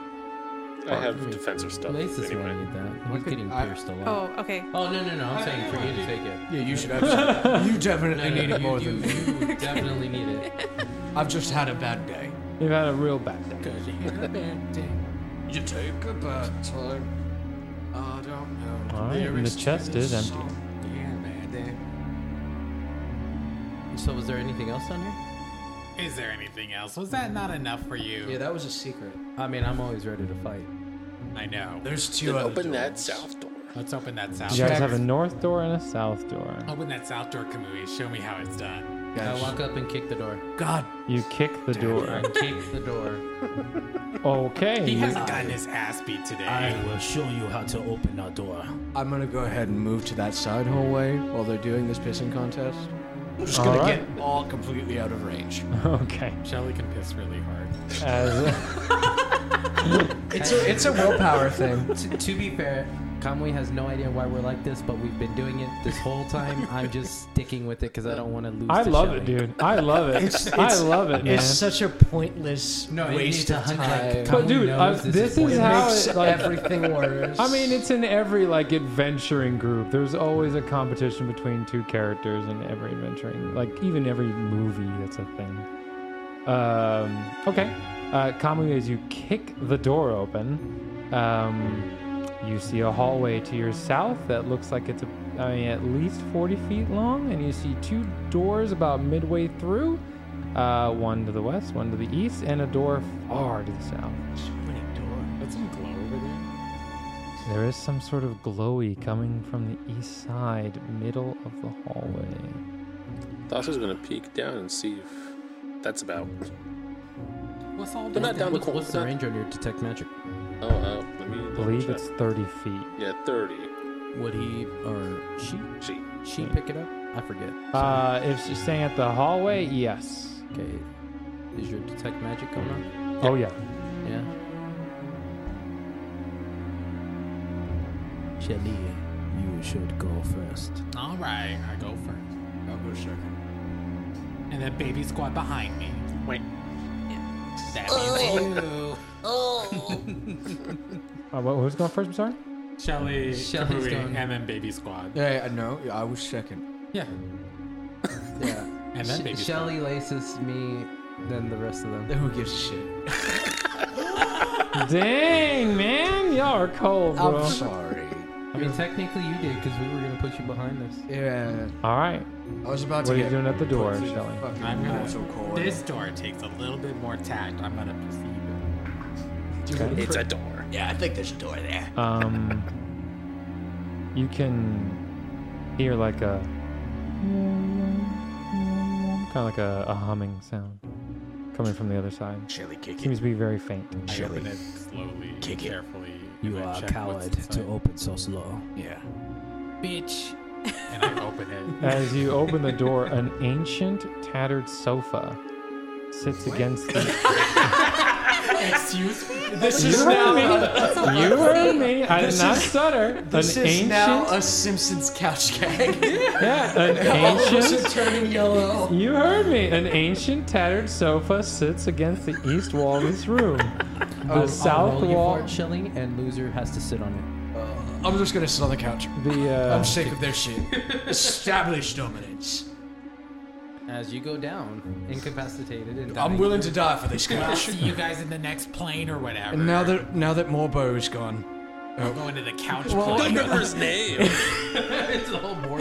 [SPEAKER 6] I have defensive stuff.
[SPEAKER 3] Lace Oh, is
[SPEAKER 6] anyway.
[SPEAKER 3] wanting it that. He's getting pierced a lot.
[SPEAKER 8] Oh, okay.
[SPEAKER 3] Oh no no no! I'm saying for you to take it.
[SPEAKER 10] Yeah, you should
[SPEAKER 1] (laughs)
[SPEAKER 10] absolutely. you definitely
[SPEAKER 3] No, no, (laughs)
[SPEAKER 10] need it
[SPEAKER 3] you-
[SPEAKER 10] more
[SPEAKER 3] you-
[SPEAKER 10] than me.
[SPEAKER 3] You definitely need it.
[SPEAKER 10] I've just had a bad day.
[SPEAKER 1] You've had a real bad day.
[SPEAKER 10] You take a bad time. I don't know.
[SPEAKER 1] All right, and the chest is empty.
[SPEAKER 3] So was there anything else on here?
[SPEAKER 5] Is there anything else? Was that not enough for you?
[SPEAKER 2] Yeah, that was a secret.
[SPEAKER 3] I mean, I'm always ready to fight.
[SPEAKER 5] I know.
[SPEAKER 10] There's two
[SPEAKER 6] Then
[SPEAKER 10] other
[SPEAKER 6] open that
[SPEAKER 10] doors.
[SPEAKER 6] south door.
[SPEAKER 5] Let's open that
[SPEAKER 1] You
[SPEAKER 5] south
[SPEAKER 1] guys
[SPEAKER 5] door.
[SPEAKER 1] have a north door and a south door.
[SPEAKER 5] Open that south door, Kamui. Show me how it's done.
[SPEAKER 3] I walk up and kick the (laughs) door.
[SPEAKER 1] God. You kick the door.
[SPEAKER 3] (laughs) I kick the door.
[SPEAKER 1] Okay.
[SPEAKER 5] He
[SPEAKER 1] you-
[SPEAKER 5] hasn't gotten his ass beat today.
[SPEAKER 13] I will show you how to open a door.
[SPEAKER 2] I'm gonna go ahead and move to that side hallway while they're doing this pissing contest. I'm just
[SPEAKER 1] All
[SPEAKER 2] gonna
[SPEAKER 1] right.
[SPEAKER 2] get all completely out of range.
[SPEAKER 1] (laughs) Okay.
[SPEAKER 5] Shelly can piss really hard.
[SPEAKER 1] As
[SPEAKER 2] It's a, it's a willpower
[SPEAKER 1] (laughs)
[SPEAKER 2] thing.
[SPEAKER 3] to, to be fair, Conway has no idea why we're like this, but we've been doing it this whole time. (laughs) I'm just sticking with it because I don't want to lose.
[SPEAKER 1] I
[SPEAKER 3] to
[SPEAKER 1] love
[SPEAKER 3] Shelly.
[SPEAKER 1] it, dude. I love
[SPEAKER 2] (laughs)
[SPEAKER 1] it.
[SPEAKER 3] It's-
[SPEAKER 1] I
[SPEAKER 3] it's-
[SPEAKER 1] love it,
[SPEAKER 3] it's
[SPEAKER 1] man.
[SPEAKER 10] It's such a pointless
[SPEAKER 3] No, you
[SPEAKER 10] waste
[SPEAKER 3] need to
[SPEAKER 10] of
[SPEAKER 3] hunt, like,
[SPEAKER 10] time.
[SPEAKER 1] But dude, I,
[SPEAKER 3] knows this
[SPEAKER 1] this
[SPEAKER 3] is
[SPEAKER 1] is
[SPEAKER 10] it
[SPEAKER 1] how
[SPEAKER 10] makes
[SPEAKER 1] it, like,
[SPEAKER 10] everything worse.
[SPEAKER 1] I mean, it's in every like adventuring group. There's always a competition between two characters in every adventuring, like even every movie. That's a thing. Um, okay, uh, Kamu, as you kick the door open, um, you see a hallway to your south that looks like it's, a, I mean, at least 40 feet long, and you see two doors about midway through. Uh, one to the west, one to the east, and a door far to the south.
[SPEAKER 5] That's some glow over there.
[SPEAKER 1] There is some sort of glowy coming from the east side, middle of the hallway.
[SPEAKER 6] Thassa's gonna peek down and see if that's about.
[SPEAKER 5] What's all
[SPEAKER 6] They're
[SPEAKER 5] that?
[SPEAKER 6] not down the
[SPEAKER 3] What's,
[SPEAKER 6] corner.
[SPEAKER 3] what's the range on your detect magic?
[SPEAKER 6] Oh, uh, let me
[SPEAKER 1] I
[SPEAKER 6] let me
[SPEAKER 1] believe
[SPEAKER 6] check.
[SPEAKER 1] it's 30 feet.
[SPEAKER 6] yeah, thirty.
[SPEAKER 3] Would he or she?
[SPEAKER 6] She.
[SPEAKER 3] She pick it up? I forget.
[SPEAKER 1] Uh, if she's staying at the hallway, yes.
[SPEAKER 3] Okay. Is your detect magic going on?
[SPEAKER 1] Oh, yeah.
[SPEAKER 3] Yeah.
[SPEAKER 13] Shelly, you should go first.
[SPEAKER 5] All right, I go first.
[SPEAKER 2] I'll go second.
[SPEAKER 5] And that baby squad behind me. Wait. That means
[SPEAKER 1] Uh, wh- who's going first? I'm sorry?
[SPEAKER 5] you. Shelly,
[SPEAKER 3] Shelly's
[SPEAKER 5] Kamui,
[SPEAKER 3] going.
[SPEAKER 5] and then baby squad.
[SPEAKER 2] Yeah, I know. I was second.
[SPEAKER 5] Yeah.
[SPEAKER 2] Yeah.
[SPEAKER 5] And then baby
[SPEAKER 3] Sh- Shelly laces me, then the rest of them.
[SPEAKER 2] (laughs) Who gives a shit?
[SPEAKER 1] Dang, man. Y'all are cold, bro.
[SPEAKER 2] I'm sorry.
[SPEAKER 3] I mean, technically you did because we were gonna put you behind us.
[SPEAKER 2] Yeah.
[SPEAKER 1] All right.
[SPEAKER 2] I was about
[SPEAKER 1] What are
[SPEAKER 2] to
[SPEAKER 1] you
[SPEAKER 2] get
[SPEAKER 1] doing at the door,
[SPEAKER 2] put through
[SPEAKER 1] Shelley?
[SPEAKER 2] the fucking
[SPEAKER 5] I'm gonna.
[SPEAKER 2] mortal coil.
[SPEAKER 5] This door takes a little bit more tact. I'm gonna proceed.
[SPEAKER 6] It's a door.
[SPEAKER 2] Yeah, I think there's a door there.
[SPEAKER 1] Um, you can hear like a kind of like a, a humming sound coming from the other side.
[SPEAKER 2] Shelly kick
[SPEAKER 1] Seems to be very faint.
[SPEAKER 5] I open
[SPEAKER 2] Shelly.
[SPEAKER 5] it slowly,
[SPEAKER 2] Kick it.
[SPEAKER 5] carefully.
[SPEAKER 13] You
[SPEAKER 5] and I
[SPEAKER 13] are a
[SPEAKER 5] check what's
[SPEAKER 13] coward to
[SPEAKER 5] inside.
[SPEAKER 13] open so slow.
[SPEAKER 2] Yeah.
[SPEAKER 5] Bitch. And I open
[SPEAKER 2] (laughs)
[SPEAKER 5] it.
[SPEAKER 1] As you open the door, an ancient, tattered sofa sits against the.
[SPEAKER 5] Excuse me.
[SPEAKER 2] This
[SPEAKER 1] You
[SPEAKER 2] is
[SPEAKER 1] heard
[SPEAKER 2] now a-
[SPEAKER 1] me. You heard me. I did
[SPEAKER 2] This
[SPEAKER 1] not
[SPEAKER 2] is-
[SPEAKER 1] stutter.
[SPEAKER 2] This
[SPEAKER 1] an
[SPEAKER 2] is
[SPEAKER 1] ancient,
[SPEAKER 2] now a Simpsons couch
[SPEAKER 5] (laughs)
[SPEAKER 2] gag.
[SPEAKER 1] yeah, an
[SPEAKER 2] All of us
[SPEAKER 1] ancient
[SPEAKER 2] are turning yellow.
[SPEAKER 1] You heard me. An ancient, tattered sofa sits against the east wall of this room. The south
[SPEAKER 3] Roll you
[SPEAKER 1] wall.
[SPEAKER 3] for it, Shelly, and loser has to sit on it.
[SPEAKER 2] I'm just gonna sit on the couch.
[SPEAKER 1] The
[SPEAKER 2] I'm
[SPEAKER 1] uh,
[SPEAKER 2] sick of their
[SPEAKER 5] (laughs)
[SPEAKER 2] shit. Established dominance.
[SPEAKER 3] As you go down, incapacitated and dying.
[SPEAKER 2] I'm willing to die for this couch.
[SPEAKER 5] See you guys in the next plane or whatever.
[SPEAKER 2] and now that now that Morbo is gone,
[SPEAKER 5] I'm going to the couch
[SPEAKER 6] I
[SPEAKER 5] plane.
[SPEAKER 6] remember his name.
[SPEAKER 5] (laughs)
[SPEAKER 3] it's the whole (laughs) board.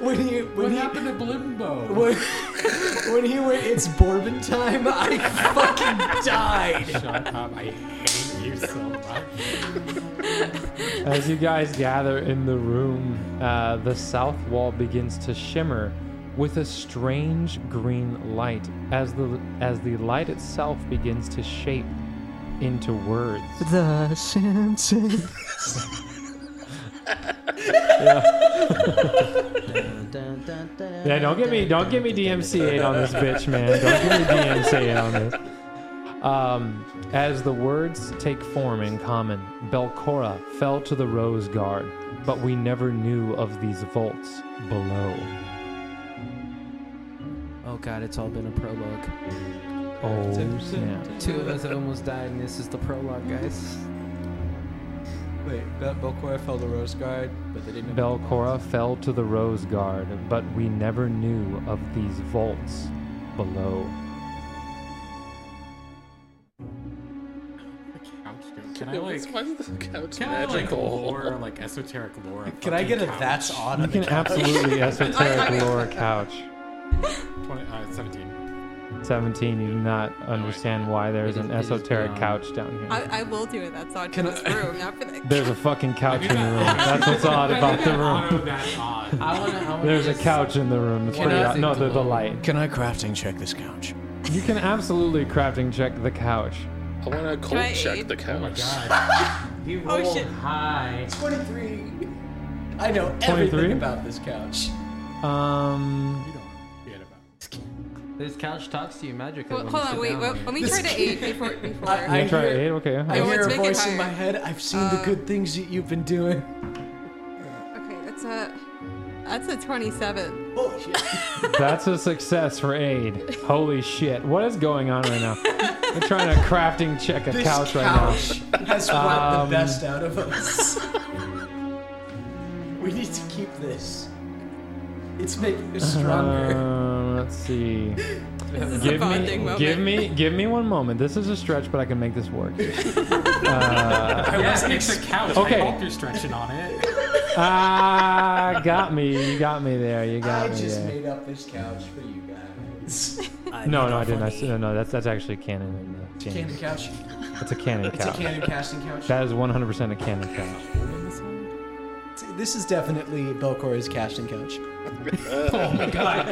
[SPEAKER 2] when you when he
[SPEAKER 3] happened to Blimbo?
[SPEAKER 2] when, when he went, it's Bourbon time. I (laughs)
[SPEAKER 10] (laughs)
[SPEAKER 2] fucking died.
[SPEAKER 5] Shut up. I hate you so much.
[SPEAKER 1] As you guys gather in the room, uh, the south wall begins to shimmer with a strange green light as the as the light itself begins to shape into words. (laughs)
[SPEAKER 10] The Simpsons.
[SPEAKER 1] Yeah, don't get me don't get me DMCA on this bitch, man. Don't get me DMCA on this. Um, as the words take form in common, Belcora fell to the Rose Guard, but we never knew of these vaults below.
[SPEAKER 3] Oh god, it's all been a prologue.
[SPEAKER 1] Oh snap!
[SPEAKER 3] Two of us have almost died, and this is the prologue, guys.
[SPEAKER 2] Wait, Belcora fell the Rose Guard, but they didn't.
[SPEAKER 1] Belcora fell to the Rose Guard, but we never knew of these vaults below.
[SPEAKER 5] The couch, dude. Can I
[SPEAKER 6] Yeah,
[SPEAKER 5] like?
[SPEAKER 6] why is the couch
[SPEAKER 5] Can I like
[SPEAKER 6] magical?
[SPEAKER 5] lore, like esoteric lore?
[SPEAKER 10] Can I get a that's odd?
[SPEAKER 1] You
[SPEAKER 10] on the
[SPEAKER 1] can
[SPEAKER 10] couch?
[SPEAKER 1] absolutely esoteric lore couch.
[SPEAKER 5] 20, uh, Seventeen.
[SPEAKER 1] 17, you do not understand why there's
[SPEAKER 3] It is-
[SPEAKER 1] an
[SPEAKER 3] it is um,
[SPEAKER 1] esoteric
[SPEAKER 3] beyond-
[SPEAKER 1] couch down here.
[SPEAKER 8] I, I will do it. That's odd.
[SPEAKER 2] Can
[SPEAKER 8] for this room, not for that.
[SPEAKER 1] There's a fucking couch in the room. That's what's odd about the room.
[SPEAKER 5] Auto Oh, that's odd.
[SPEAKER 3] I wanna- I wanna
[SPEAKER 1] There's a
[SPEAKER 3] just-
[SPEAKER 1] couch in the room. It's
[SPEAKER 3] Can
[SPEAKER 1] pretty
[SPEAKER 3] I-
[SPEAKER 1] o- no, the, the light.
[SPEAKER 2] Can I crafting check this couch?
[SPEAKER 1] You can absolutely crafting check the couch.
[SPEAKER 6] I want to
[SPEAKER 1] Can I
[SPEAKER 6] cold check the couch.
[SPEAKER 9] He
[SPEAKER 10] Oh,
[SPEAKER 9] rolled
[SPEAKER 10] shit.
[SPEAKER 9] high.
[SPEAKER 10] 23. I know everything
[SPEAKER 1] 23?
[SPEAKER 10] about this couch.
[SPEAKER 1] Um,
[SPEAKER 3] This couch talks to you magically.
[SPEAKER 4] Well,
[SPEAKER 3] when
[SPEAKER 4] hold
[SPEAKER 3] you
[SPEAKER 4] on,
[SPEAKER 3] sit
[SPEAKER 4] wait,
[SPEAKER 3] down
[SPEAKER 4] what,
[SPEAKER 3] on it.
[SPEAKER 4] let me try to aid before. before.
[SPEAKER 1] I- You try to aid? Okay,
[SPEAKER 10] I
[SPEAKER 1] okay.
[SPEAKER 10] hear
[SPEAKER 4] Let's
[SPEAKER 10] a
[SPEAKER 4] make it
[SPEAKER 10] voice in
[SPEAKER 4] higher.
[SPEAKER 10] my head. I've seen the
[SPEAKER 4] Uh,
[SPEAKER 10] good things that you've been doing.
[SPEAKER 4] Okay, that's a that's a twenty-seven. (laughs)
[SPEAKER 1] That's a success for aid. Holy shit. What is going on right now? We're trying to crafting check a
[SPEAKER 10] this
[SPEAKER 1] couch,
[SPEAKER 10] couch
[SPEAKER 1] right now.
[SPEAKER 10] has brought
[SPEAKER 1] Um,
[SPEAKER 10] the best out of us. (laughs) we need to keep this. It's making us stronger.
[SPEAKER 1] Um, let's see.
[SPEAKER 10] is a
[SPEAKER 1] give me,
[SPEAKER 10] bonding moment.
[SPEAKER 1] give me, give me one moment. This is a stretch, but I can make this work. Uh,
[SPEAKER 5] I wasn't it's a couch.
[SPEAKER 1] Okay.
[SPEAKER 5] I hope you're stretching on it.
[SPEAKER 1] ah, got me. You got me there. You got
[SPEAKER 10] I
[SPEAKER 1] me.
[SPEAKER 10] just
[SPEAKER 1] there.
[SPEAKER 10] made up this couch for you guys.
[SPEAKER 4] (laughs)
[SPEAKER 1] no, no, I didn't. I s- no, no, that's that's actually canon. In the game.
[SPEAKER 10] Cannon couch.
[SPEAKER 1] It's a canon
[SPEAKER 10] It's a
[SPEAKER 1] couch.
[SPEAKER 10] canon casting couch.
[SPEAKER 1] That is 100% a canon couch.
[SPEAKER 10] This is definitely Belcora's casting couch.
[SPEAKER 6] oh my god.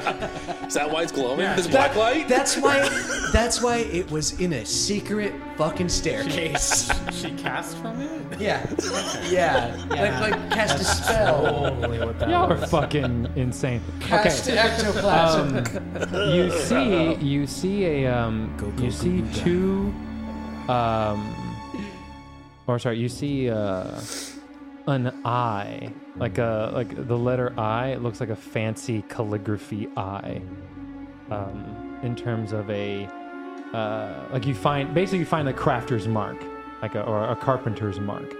[SPEAKER 6] Is that why it's glowing? It's black
[SPEAKER 10] That-
[SPEAKER 6] light?
[SPEAKER 10] That's why. That's why it was in a secret fucking staircase.
[SPEAKER 5] she cast from it?
[SPEAKER 10] yeah. yeah, Like, like cast a spell.
[SPEAKER 1] Y'all are fucking insane.
[SPEAKER 10] Cast
[SPEAKER 1] okay.
[SPEAKER 10] ectoplasm.
[SPEAKER 1] Um, you see, you see a, um, you see two, um, or sorry, you see uh, an I, like a like the letter I. It looks like a fancy calligraphy I. Um, in terms of a, uh, like you find basically you find a crafter's mark, like a, or a carpenter's mark.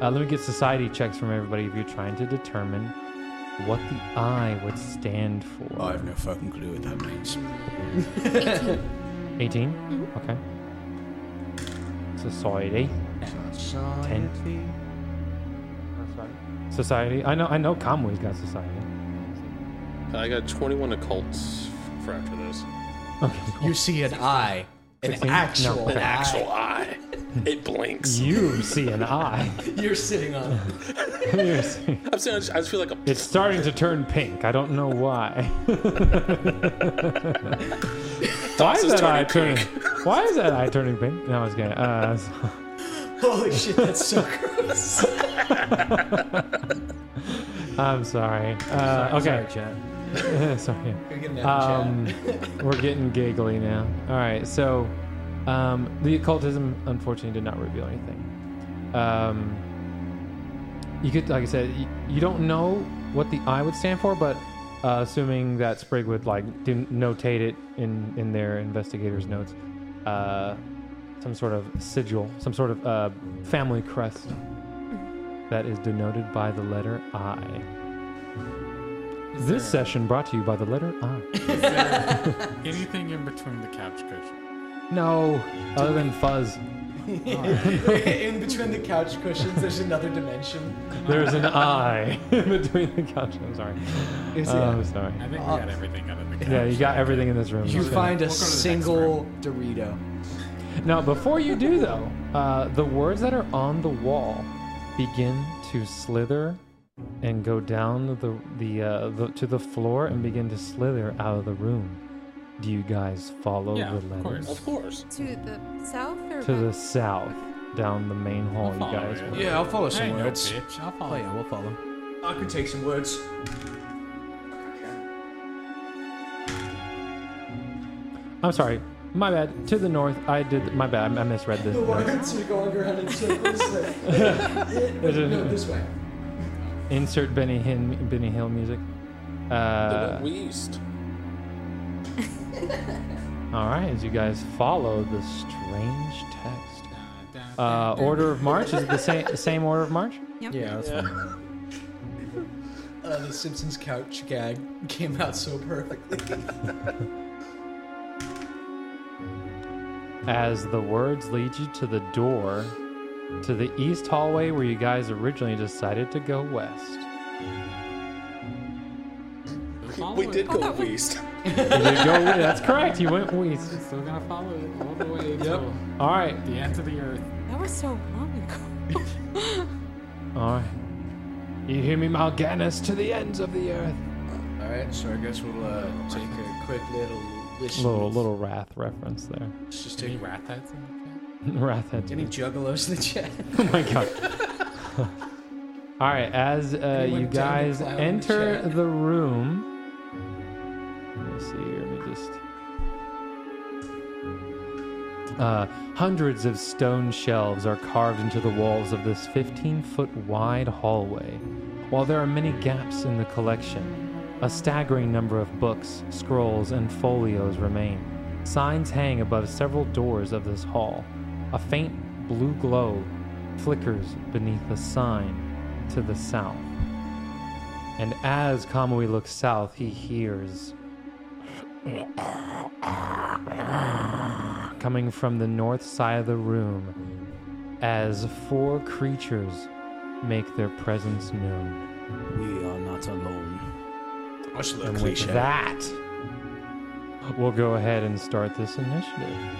[SPEAKER 1] Uh, let me get society checks from everybody if you're trying to determine what the I would stand for.
[SPEAKER 2] I have no fucking clue what that means.
[SPEAKER 1] 18? Okay. Society. Ten. Society. I know. I know. Conway's got society.
[SPEAKER 6] I got 21 occults for after this.
[SPEAKER 10] You see an eye, an
[SPEAKER 1] 16?
[SPEAKER 10] actual,
[SPEAKER 1] No.
[SPEAKER 6] An actual eye. It
[SPEAKER 1] (laughs)
[SPEAKER 6] blinks.
[SPEAKER 1] You see an eye.
[SPEAKER 10] You're sitting on. it.
[SPEAKER 1] (laughs) You're seeing-
[SPEAKER 6] I'm saying I just, I just feel like a.
[SPEAKER 1] it's starting to turn pink. I don't know why. (laughs) why
[SPEAKER 6] Thoughts
[SPEAKER 1] is
[SPEAKER 6] is
[SPEAKER 1] that eye
[SPEAKER 6] turning
[SPEAKER 1] turning? (laughs) Why is that eye turning pink? No, I was gonna. Uh,
[SPEAKER 10] (laughs)
[SPEAKER 1] so-
[SPEAKER 10] Holy shit, that's so gross.
[SPEAKER 1] (laughs) I'm sorry. Uh, okay.
[SPEAKER 9] Sorry, chat.
[SPEAKER 1] (laughs) sorry.
[SPEAKER 10] We're getting out
[SPEAKER 1] Um, we're getting giggly now. All right. So, um, the occultism unfortunately did not reveal anything. Um, you could, like I said, you, you don't know what the I would stand for, but uh, assuming that Sprig would like do, notate it in in their investigators' notes, uh, some sort of sigil, some sort of uh, family crest that is denoted by the letter I. This session brought to you by the letter I.
[SPEAKER 5] Anything in between the couch cushion.
[SPEAKER 1] No, other than fuzz.
[SPEAKER 10] (laughs) In between the couch cushions, there's another dimension.
[SPEAKER 1] There's an I (laughs) in between the couch. I'm sorry. Oh,
[SPEAKER 10] Is it-
[SPEAKER 1] I'm sorry.
[SPEAKER 5] I think we
[SPEAKER 10] Uh,
[SPEAKER 5] got everything out of the couch.
[SPEAKER 1] Yeah, you got everything in this room.
[SPEAKER 10] You
[SPEAKER 1] Okay.
[SPEAKER 10] find a
[SPEAKER 5] We'll go to the next
[SPEAKER 10] single Dorito.
[SPEAKER 1] Now, before you do though, uh, the words that are on the wall begin to slither and go down the the, uh, the to the floor and begin to slither out of the room. Do you guys follow
[SPEAKER 5] Yeah,
[SPEAKER 1] the
[SPEAKER 5] of
[SPEAKER 1] letters
[SPEAKER 5] course.
[SPEAKER 6] Of course.
[SPEAKER 4] To the south or
[SPEAKER 1] (laughs) to the
[SPEAKER 4] west?
[SPEAKER 1] south down the main hall?
[SPEAKER 5] I'll
[SPEAKER 1] you
[SPEAKER 5] follow
[SPEAKER 1] guys.
[SPEAKER 5] it.
[SPEAKER 1] went.
[SPEAKER 2] Yeah, I'll follow
[SPEAKER 5] I
[SPEAKER 2] some
[SPEAKER 5] know,
[SPEAKER 2] words.
[SPEAKER 5] bitch. I'll
[SPEAKER 3] Oh
[SPEAKER 5] follow
[SPEAKER 3] yeah, we'll follow.
[SPEAKER 2] I could take some words.
[SPEAKER 1] I'm sorry. My bad. To the north. I did. My bad. I misread the.
[SPEAKER 10] The words are going around in circles.
[SPEAKER 5] (laughs)
[SPEAKER 10] like,
[SPEAKER 1] There's a-
[SPEAKER 10] no, this way.
[SPEAKER 1] Insert Benny Hill, Benny Hill music.
[SPEAKER 6] (laughs) The
[SPEAKER 1] Uh,
[SPEAKER 6] one we used.
[SPEAKER 1] all right, as you guys follow the strange text. Uh, order of march is it the same same order of march?
[SPEAKER 9] Yeah, that's fine.
[SPEAKER 10] Uh, the Simpsons couch gag came out so perfectly.
[SPEAKER 1] As the words lead you to the door to the east hallway where you guys originally decided to go west.
[SPEAKER 5] We'll follow
[SPEAKER 6] We
[SPEAKER 5] it.
[SPEAKER 6] did go east.
[SPEAKER 1] You did go- that's correct. You went west.
[SPEAKER 5] Still gonna follow it all the way till
[SPEAKER 1] All right.
[SPEAKER 5] the end of the earth.
[SPEAKER 8] That was so long ago.
[SPEAKER 1] All right. You hear me, Mal'Ganis, to the ends of the earth.
[SPEAKER 2] All right, so I guess we'll uh, take a quick little listen.
[SPEAKER 1] Little little wrath reference there.
[SPEAKER 2] Let's just take rat heads.
[SPEAKER 1] (laughs) wrath heads.
[SPEAKER 2] Any juggalos in the chat?
[SPEAKER 1] Oh my (laughs) god. All right, as uh,
[SPEAKER 2] Anyone
[SPEAKER 1] you
[SPEAKER 2] down to
[SPEAKER 1] guys
[SPEAKER 2] clown in the
[SPEAKER 1] enter
[SPEAKER 2] chat?
[SPEAKER 1] the room, let me see here. Let me just. Uh, hundreds of stone shelves are carved into the walls of this 15 foot wide hallway. While there are many gaps in the collection, a staggering number of books, scrolls, and folios remain. Signs hang above several doors of this hall. A faint blue glow flickers beneath a sign to the south. And as Kamui looks south, he hears coming from the north side of the room as four creatures make their presence known.
[SPEAKER 13] We are not alone.
[SPEAKER 6] Much
[SPEAKER 1] And with that, we'll go ahead and start this initiative.
[SPEAKER 8] (laughs)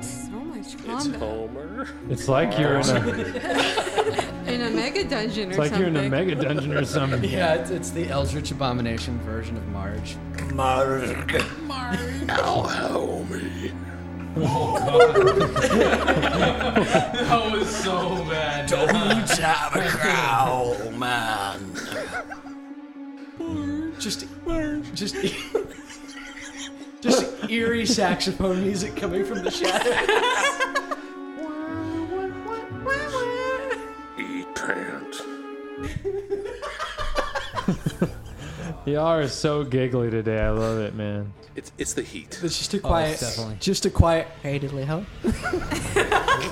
[SPEAKER 8] So much
[SPEAKER 6] It's
[SPEAKER 8] combat.
[SPEAKER 6] Homer.
[SPEAKER 1] It's like you're in a,
[SPEAKER 8] in a mega dungeon or
[SPEAKER 1] it's like you're
[SPEAKER 8] something.
[SPEAKER 1] in a mega dungeon or something.
[SPEAKER 2] Yeah, it's, it's the Eldritch Abomination version of Marge.
[SPEAKER 10] Marg.
[SPEAKER 2] Now, (laughs) homie.
[SPEAKER 9] That was so bad. Don't
[SPEAKER 10] have a growl, man.
[SPEAKER 2] Just, e- just, e- (laughs) just eerie saxophone music coming from the shadow.
[SPEAKER 6] Eat pant.
[SPEAKER 1] (laughs) Y'all are so giggly today. I love it, man.
[SPEAKER 6] It's it's the heat.
[SPEAKER 2] It's just a
[SPEAKER 3] Oh,
[SPEAKER 2] quiet,
[SPEAKER 3] it's definitely-
[SPEAKER 2] just a quiet. Hey, diddly ho.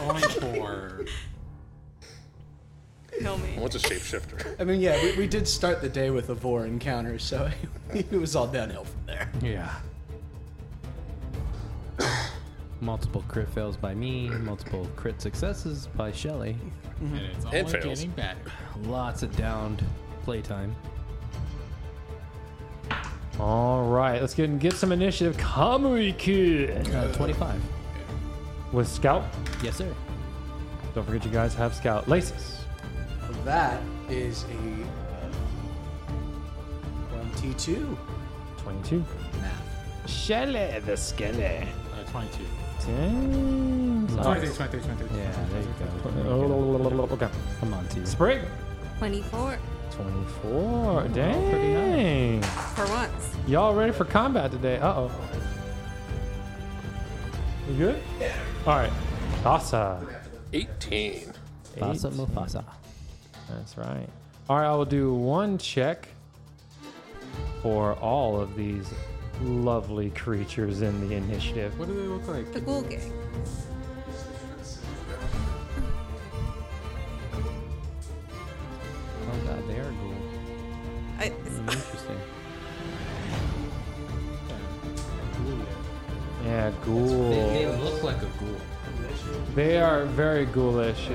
[SPEAKER 5] Only four.
[SPEAKER 8] Kill me.
[SPEAKER 6] What's a shapeshifter?
[SPEAKER 2] I mean, yeah, we, we did start the day with a Vor encounter, so (laughs) it was all downhill from there.
[SPEAKER 3] Yeah. multiple crit fails by me, multiple crit successes by Shelly.
[SPEAKER 5] And it's
[SPEAKER 6] And
[SPEAKER 5] only
[SPEAKER 6] fails.
[SPEAKER 5] getting better.
[SPEAKER 3] Lots of downed playtime.
[SPEAKER 1] All right, let's get and get some initiative. Kamui
[SPEAKER 3] Uh, 25.
[SPEAKER 1] with Scout.
[SPEAKER 3] Yes, sir.
[SPEAKER 1] Don't forget, you guys have Scout. Laces.
[SPEAKER 2] That is a uh, twenty-two
[SPEAKER 1] 22.
[SPEAKER 2] math.
[SPEAKER 1] Shelly the Skelly.
[SPEAKER 5] Uh, 22.
[SPEAKER 1] 10.
[SPEAKER 5] 23, 23, 23.
[SPEAKER 3] Yeah, there you go.
[SPEAKER 1] Oh, Okay.
[SPEAKER 3] Come on, T.
[SPEAKER 1] Sprig.
[SPEAKER 8] 24
[SPEAKER 1] 24.
[SPEAKER 3] pretty
[SPEAKER 1] Dang.
[SPEAKER 8] for once.
[SPEAKER 1] Y'all ready for combat today? Uh oh. You good? All right. Thassa.
[SPEAKER 6] 18.
[SPEAKER 3] Fasa Mufasa.
[SPEAKER 1] That's right. All right, I will do one check for all of these lovely creatures in the initiative.
[SPEAKER 5] What do they look like?
[SPEAKER 8] The ghoul gang.
[SPEAKER 3] Oh, God, they are cool. Mm-hmm.
[SPEAKER 8] I,
[SPEAKER 3] Interesting.
[SPEAKER 1] Yeah, ghoul.
[SPEAKER 3] look like a ghoul.
[SPEAKER 1] They are very ghoulish.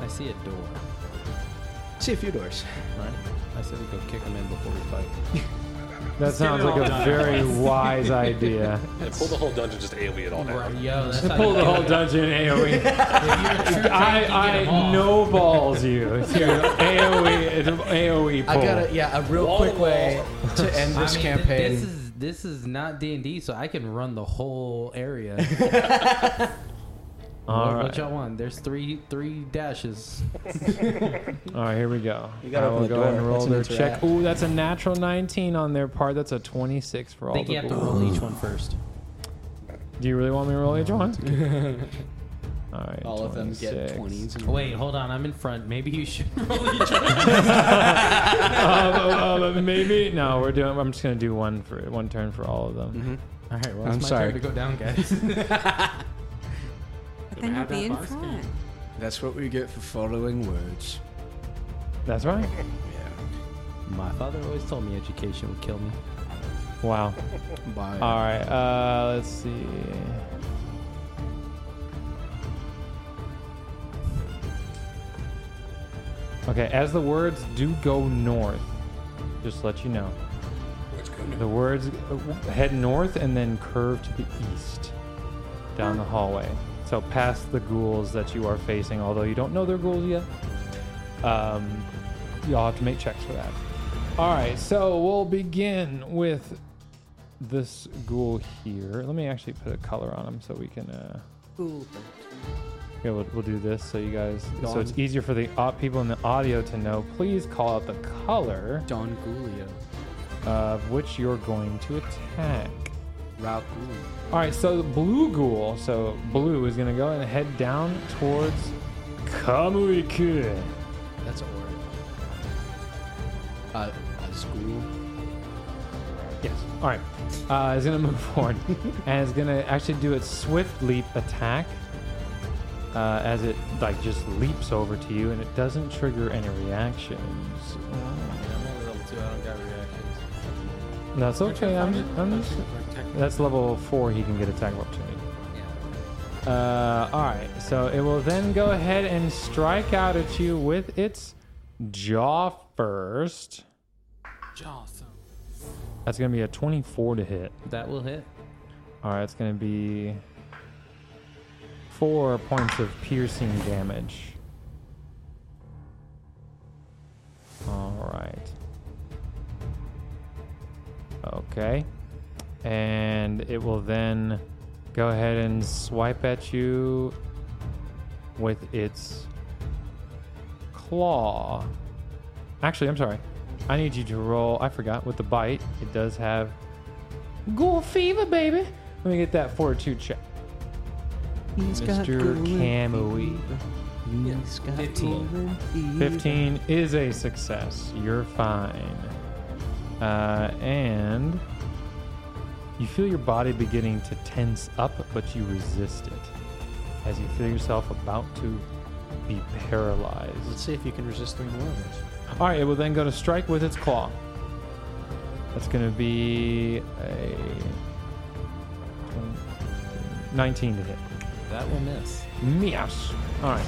[SPEAKER 3] I see a door.
[SPEAKER 2] See a few doors.
[SPEAKER 3] Right? I said we go kick them in before we fight.
[SPEAKER 1] That sounds like a very wise idea.
[SPEAKER 6] And pull the whole dungeon just AoE it all down.
[SPEAKER 3] Yo, that's
[SPEAKER 1] Pull the whole dungeon
[SPEAKER 2] (laughs)
[SPEAKER 1] AoE. E. I, I no balls you.
[SPEAKER 2] (laughs)
[SPEAKER 1] It's your AoE, it's an AoE
[SPEAKER 2] I
[SPEAKER 1] E pull.
[SPEAKER 2] got a yeah, a real quick way to end this campaign.
[SPEAKER 3] This is this is not D and D, so I can run the whole (laughs) area.
[SPEAKER 1] All
[SPEAKER 3] what,
[SPEAKER 1] right.
[SPEAKER 3] what y'all want? There's three three dashes.
[SPEAKER 1] All right, here we go. You
[SPEAKER 2] gotta
[SPEAKER 1] I will
[SPEAKER 2] open the
[SPEAKER 1] go
[SPEAKER 2] door.
[SPEAKER 1] ahead and roll
[SPEAKER 2] That's an
[SPEAKER 1] their check. Ooh,
[SPEAKER 2] interact.
[SPEAKER 1] that's a natural 19 on their part. That's a 26 for
[SPEAKER 3] I
[SPEAKER 1] all
[SPEAKER 3] think
[SPEAKER 1] the
[SPEAKER 3] you have to
[SPEAKER 1] ghouls.
[SPEAKER 3] roll each one first.
[SPEAKER 1] Do you really want me to roll each one?
[SPEAKER 2] (laughs)
[SPEAKER 1] all right.
[SPEAKER 2] All of them get
[SPEAKER 1] 26. (laughs)
[SPEAKER 2] twenties.
[SPEAKER 3] Oh, Wait, hold on. I'm in front. Maybe you should (laughs) roll each
[SPEAKER 1] Um, um, maybe no. We're doing. I'm just gonna do one for one turn for all of them.
[SPEAKER 3] All right, well,
[SPEAKER 2] Mm-hmm.
[SPEAKER 3] it's
[SPEAKER 2] I'm
[SPEAKER 3] my
[SPEAKER 2] sorry.
[SPEAKER 3] turn to go down, (laughs) guys.
[SPEAKER 8] but then you'd be in front.
[SPEAKER 2] That's what we get for following words.
[SPEAKER 1] That's right.
[SPEAKER 3] my father always told me education would kill me.
[SPEAKER 1] Wow.
[SPEAKER 2] Bye.
[SPEAKER 1] All right. Uh, let's see. Okay, as the words do go north, just to let you know. The words uh, head north and then curve to the east down the hallway. So past the ghouls that you are facing, although you don't know they're ghouls yet. Um, y'all have to make checks for that. All right, so we'll begin with this ghoul here. Let me actually put a color on him so we can. Uh,
[SPEAKER 2] Ghoul.
[SPEAKER 1] Yeah, we'll, we'll do this so you guys, so
[SPEAKER 2] Don-
[SPEAKER 1] it's easier for the au- people in the audio to know. Please call out the color
[SPEAKER 2] Don Gulio.
[SPEAKER 1] of which you're going to attack.
[SPEAKER 2] Raul.
[SPEAKER 1] All right, so the blue ghoul, so blue is gonna go and head down towards Kamuiku.
[SPEAKER 2] That's orange. Uh, a school.
[SPEAKER 1] Yes. All right. Uh, it's gonna (laughs) move forward, and it's gonna actually do its swift leap attack. Uh, as it like just leaps over to you, and it doesn't trigger any reactions.
[SPEAKER 9] I'm only level two. I don't got reactions.
[SPEAKER 1] That's okay. I'm just, I'm just. That's level four. He can get attack of opportunity. Uh, all right. So it will then go ahead and strike out at you with its jaw first.
[SPEAKER 5] Jawthorn.
[SPEAKER 1] That's gonna be a 24 to hit.
[SPEAKER 3] That will hit.
[SPEAKER 1] All right. It's gonna be four points of piercing damage. All right. Okay. And it will then go ahead and swipe at you with its claw. Actually, I'm sorry. I need you to roll. I forgot with the bite. It does have ghoul fever, baby. Let me get that fortitude check.
[SPEAKER 10] He's got
[SPEAKER 1] Mr.
[SPEAKER 10] ghoul
[SPEAKER 1] Kamui.
[SPEAKER 10] He's got 15.
[SPEAKER 1] 15 is a success. You're fine. Uh, and you feel your body beginning to tense up, but you resist it as you feel yourself about to be paralyzed.
[SPEAKER 10] Let's see if you can resist three more of those.
[SPEAKER 1] All right, it will then go to strike with its claw. That's going to be a 19 to hit.
[SPEAKER 3] That will miss.
[SPEAKER 1] Meows. All right.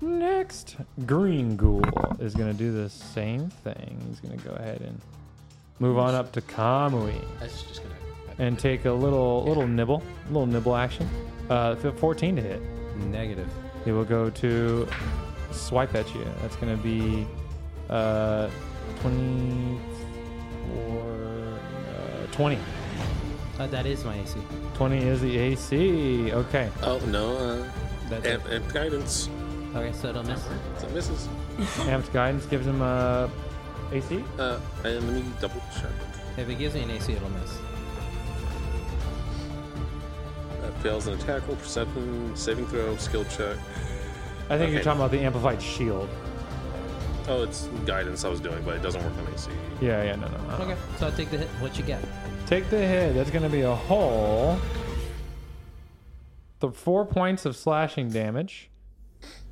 [SPEAKER 1] Next, Green Ghoul is going to do the same thing. He's going to go ahead and move on up to Kamui
[SPEAKER 2] That's just gonna.
[SPEAKER 1] and take a little little nibble, little nibble action. Uh, if it- 14 to hit.
[SPEAKER 9] Negative.
[SPEAKER 1] It will go to swipe at you. That's going to be uh, 24, uh, 20.
[SPEAKER 3] Uh, that is my AC.
[SPEAKER 1] 20 is the AC. Okay.
[SPEAKER 6] Oh no, uh,
[SPEAKER 3] That's
[SPEAKER 6] amp, amp guidance.
[SPEAKER 3] Okay, so it'll miss.
[SPEAKER 6] So it misses.
[SPEAKER 1] Amped guidance gives him a AC.
[SPEAKER 6] Uh, and let me double check.
[SPEAKER 3] If it gives me an AC, it'll miss.
[SPEAKER 6] Uh, fails an attack roll, perception, saving throw, skill check.
[SPEAKER 1] I think you're
[SPEAKER 6] Okay.
[SPEAKER 1] talking about the amplified shield.
[SPEAKER 6] Oh, it's guidance I was doing, but it doesn't work on AC.
[SPEAKER 1] Yeah, yeah, no, no, no.
[SPEAKER 3] Okay, so I take the hit. What you get?
[SPEAKER 1] Take the hit. That's going to be a hole. The four points of slashing damage,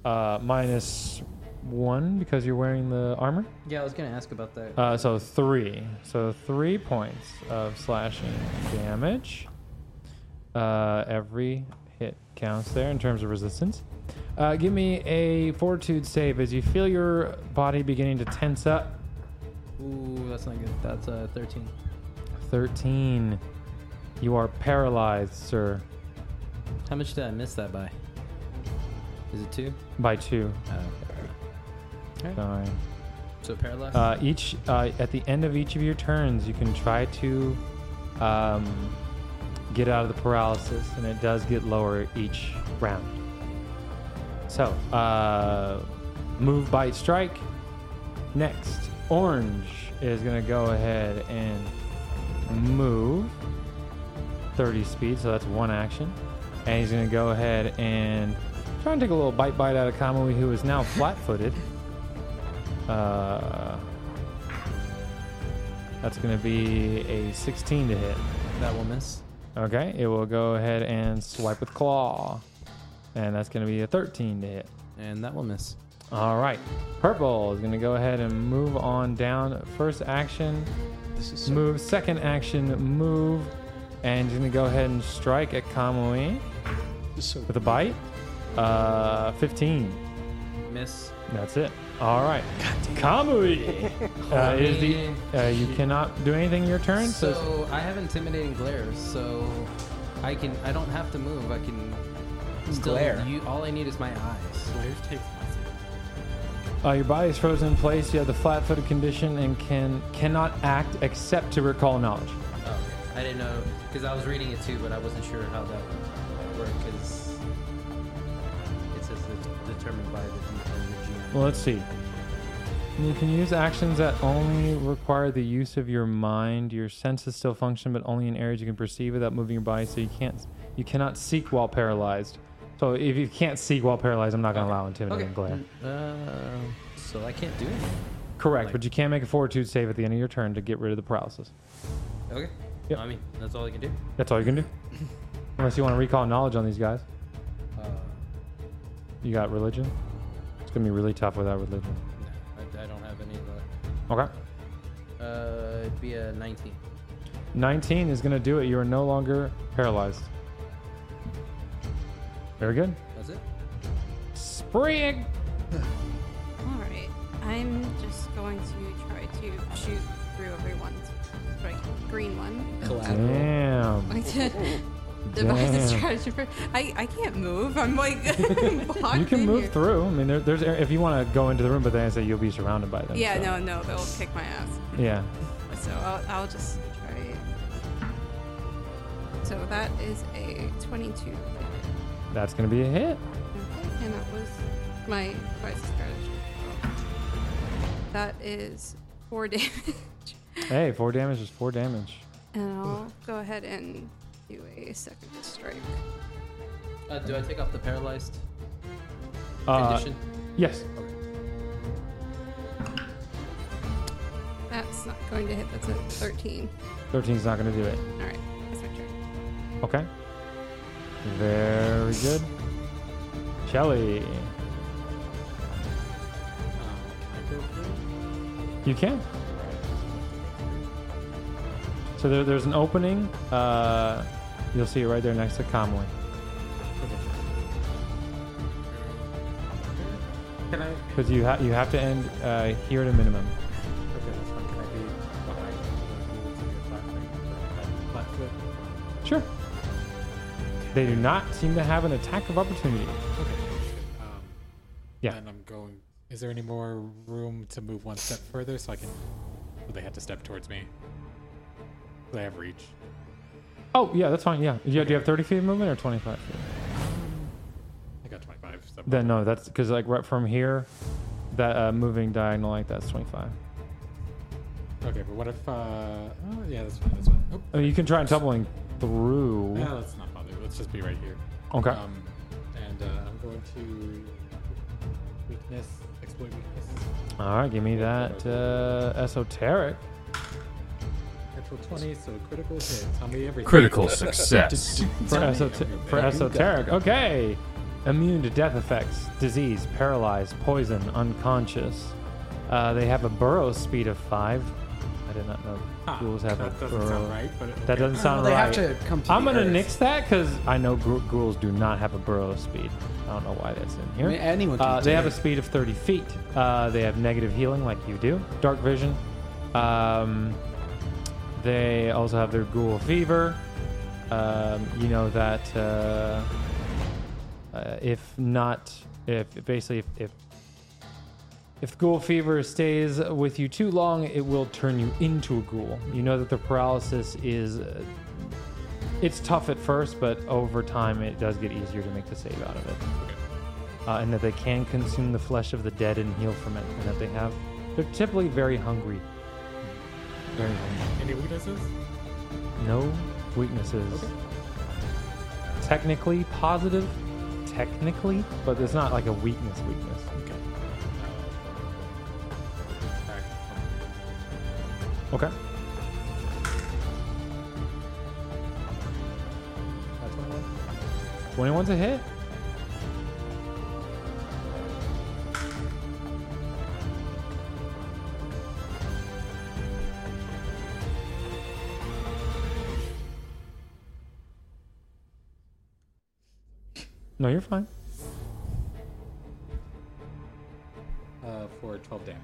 [SPEAKER 1] uh, minus one because you're wearing the armor.
[SPEAKER 3] Yeah, I was gonna ask about that.
[SPEAKER 1] Uh, so three. So three points of slashing damage. Uh, every hit counts there in terms of resistance. Uh, give me a fortitude save as you feel your body beginning to tense up.
[SPEAKER 3] Ooh, that's not good. That's uh, 13.
[SPEAKER 1] 13. You are paralyzed, sir,
[SPEAKER 3] How much did I miss that by? Is it two?
[SPEAKER 1] by two.
[SPEAKER 3] Oh, okay.
[SPEAKER 1] Sorry.
[SPEAKER 3] So paralyzed.
[SPEAKER 1] Uh, each uh, at the end of each of your turns, you can try to um, get out of the paralysis, and it does get lower each round. So, uh, move, bite, strike. Next, orange is going to go ahead and move 30 speed, so that's one action, and he's going to go ahead and try and take a little bite bite out of Kamui, who is now flat-footed. Uh, that's going to be a 16 to hit.
[SPEAKER 3] that will miss.
[SPEAKER 1] Okay, it will go ahead and swipe with claw. And that's going to be a 13 to hit.
[SPEAKER 3] And that will miss.
[SPEAKER 1] All right. Purple is going to go ahead and move on down. First action, move. Second action, move. And he's going to go ahead and strike at Kamui with a bite. Uh, 15.
[SPEAKER 3] Miss.
[SPEAKER 1] That's it. All right. Kamui uh, is the. Uh, you cannot do anything in your turn. So,
[SPEAKER 3] So I have intimidating glare, so I can. I don't have to move. I can. Still,
[SPEAKER 10] Glare?
[SPEAKER 3] You, all I need is my eyes.
[SPEAKER 5] Glare takes
[SPEAKER 1] Uh, your body is frozen in place. You have the flat-footed condition and can cannot act except to recall knowledge.
[SPEAKER 3] Oh, I didn't know because I was reading it too, but I wasn't sure how that would work because it says it's determined by the DMG.
[SPEAKER 1] Well, let's see. You can use actions that only require the use of your mind. Your senses still function, but only in areas you can perceive without moving your body. So you can't, you cannot seek while paralyzed. So if you can't seek while paralyzed, I'm not going to allow intimidate and glare.
[SPEAKER 3] Uh, so I can't do anything.
[SPEAKER 1] Correct, but you can make a fortitude save at the end of your turn to get rid of the paralysis.
[SPEAKER 3] Okay. I mean, that's all I can do.
[SPEAKER 1] That's all you can do. Unless you want to recall knowledge on these guys.
[SPEAKER 3] Uh,
[SPEAKER 1] You got religion. It's going to be really tough without religion.
[SPEAKER 3] I, I don't have any of
[SPEAKER 1] Okay.
[SPEAKER 3] that. Uh, it'd be a 19.
[SPEAKER 1] 19 is going to do it. You are no longer paralyzed. Very good.
[SPEAKER 3] That's it.
[SPEAKER 1] Spring!
[SPEAKER 8] All right. I'm just going to try to shoot through everyone's like green
[SPEAKER 3] (laughs)
[SPEAKER 8] one.
[SPEAKER 1] Damn.
[SPEAKER 8] I did. Devise a strategy for. I, I can't move. I'm like (laughs) blocked
[SPEAKER 1] you can
[SPEAKER 8] in
[SPEAKER 1] move
[SPEAKER 8] here.
[SPEAKER 1] through. I mean, there, there's if you want to go into the room, but then I say you'll be surrounded by them.
[SPEAKER 8] Yeah,
[SPEAKER 1] so-
[SPEAKER 8] no, no, they'll kick my ass.
[SPEAKER 1] Yeah.
[SPEAKER 8] So I'll, I'll just try. it.
[SPEAKER 4] So that is a 22.
[SPEAKER 1] That's gonna be a hit.
[SPEAKER 4] Okay, and that was my device strategy. That is four (laughs) damage.
[SPEAKER 1] Hey, four damage is four damage.
[SPEAKER 4] And I'll go ahead and do a second strike.
[SPEAKER 3] Uh, do I take off the paralyzed?
[SPEAKER 1] Uh,
[SPEAKER 3] Condition.
[SPEAKER 1] Yes.
[SPEAKER 4] That's not going to hit. That's a 13.
[SPEAKER 1] 13's not gonna do it.
[SPEAKER 4] All right, that's my turn.
[SPEAKER 1] Okay. Very good. Shelly. You can. So there, there's an opening. Uh, you'll see it right there next to Comley.
[SPEAKER 5] Can I?
[SPEAKER 1] Because you, ha- you have to end uh, here at a minimum.
[SPEAKER 5] Okay, that's fine. Can I be behind you to your flat foot? Flat foot.
[SPEAKER 1] Sure. They do not seem to have an attack of opportunity.
[SPEAKER 5] Okay. Um,
[SPEAKER 1] Yeah.
[SPEAKER 5] And I'm going. Is there any more room to move one step further so I can? Will they have to step towards me? They have reach.
[SPEAKER 1] Oh, yeah, that's fine. Yeah. Yeah, Do you have 30 feet of movement or 25 feet?
[SPEAKER 5] I got 25. So
[SPEAKER 1] Then no, that's because like right from here, that uh, moving diagonal like that's 25.
[SPEAKER 5] Okay, but what if? uh Oh, yeah, that's fine. That's fine. Oop.
[SPEAKER 1] I mean, Oh, you can try tumbling through.
[SPEAKER 5] Yeah, let's not bother. Let's just be right here.
[SPEAKER 1] Okay.
[SPEAKER 5] Um, and uh, I'm going to weakness, exploit weakness.
[SPEAKER 1] All right, give me that uh, esoteric.
[SPEAKER 5] Natural 20, so critical hit. Tell me everything.
[SPEAKER 7] Critical success.
[SPEAKER 1] for,
[SPEAKER 5] Tell me
[SPEAKER 1] esote- for
[SPEAKER 5] everything.
[SPEAKER 1] esoteric. Okay. Immune to death effects, disease, paralyzed, poison, unconscious. Uh, they have a burrow speed of five. I did not know
[SPEAKER 5] Huh,
[SPEAKER 1] ghouls have
[SPEAKER 5] Ah, that
[SPEAKER 1] a
[SPEAKER 5] doesn't
[SPEAKER 1] burrow.
[SPEAKER 5] sound right, but
[SPEAKER 1] That
[SPEAKER 5] okay.
[SPEAKER 1] doesn't sound
[SPEAKER 2] Well, they
[SPEAKER 1] right.
[SPEAKER 2] have to come to
[SPEAKER 1] I'm
[SPEAKER 2] the
[SPEAKER 1] gonna
[SPEAKER 2] Earth.
[SPEAKER 1] nix that because I know gr- ghouls do not have a burrow speed. I don't know why that's in here.
[SPEAKER 2] I mean, anyone can
[SPEAKER 1] uh,
[SPEAKER 2] do
[SPEAKER 1] they have
[SPEAKER 2] it.
[SPEAKER 1] a speed of 30 feet. Uh, they have negative healing like you do. Dark vision. Um, they also have their ghoul fever. Um, you know that uh, uh, if not, if basically if, if if ghoul fever stays with you too long, it will turn you into a ghoul. You know that the paralysis is uh, it's tough at first, but over time it does get easier to make the save out of it. Uh, and that they can consume the flesh of the dead and heal from it, and that they have they're typically very hungry. Very hungry.
[SPEAKER 5] Any weaknesses?
[SPEAKER 1] No weaknesses. Technically positive, technically, but it's not like a weakness weakness.
[SPEAKER 5] Okay.
[SPEAKER 1] Okay.
[SPEAKER 5] That's one more.
[SPEAKER 1] 21's a hit. No, you're fine.
[SPEAKER 5] Uh, for 12 damage.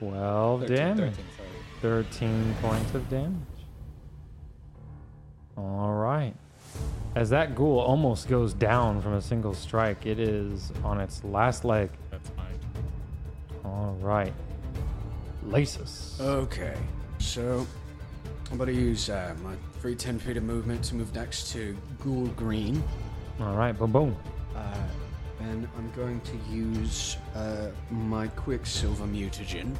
[SPEAKER 1] 12
[SPEAKER 5] 13,
[SPEAKER 1] damage.
[SPEAKER 5] 13,
[SPEAKER 1] 13 points of damage. All right. As that ghoul almost goes down from a single strike, it is on its last leg.
[SPEAKER 5] That's fine.
[SPEAKER 1] All right. Laces.
[SPEAKER 2] Okay, so I'm gonna use uh, my free 10 feet of movement to move next to Ghoul Green.
[SPEAKER 1] All right, boom, boom.
[SPEAKER 2] Uh, and I'm going to use uh, my Quicksilver mutagen.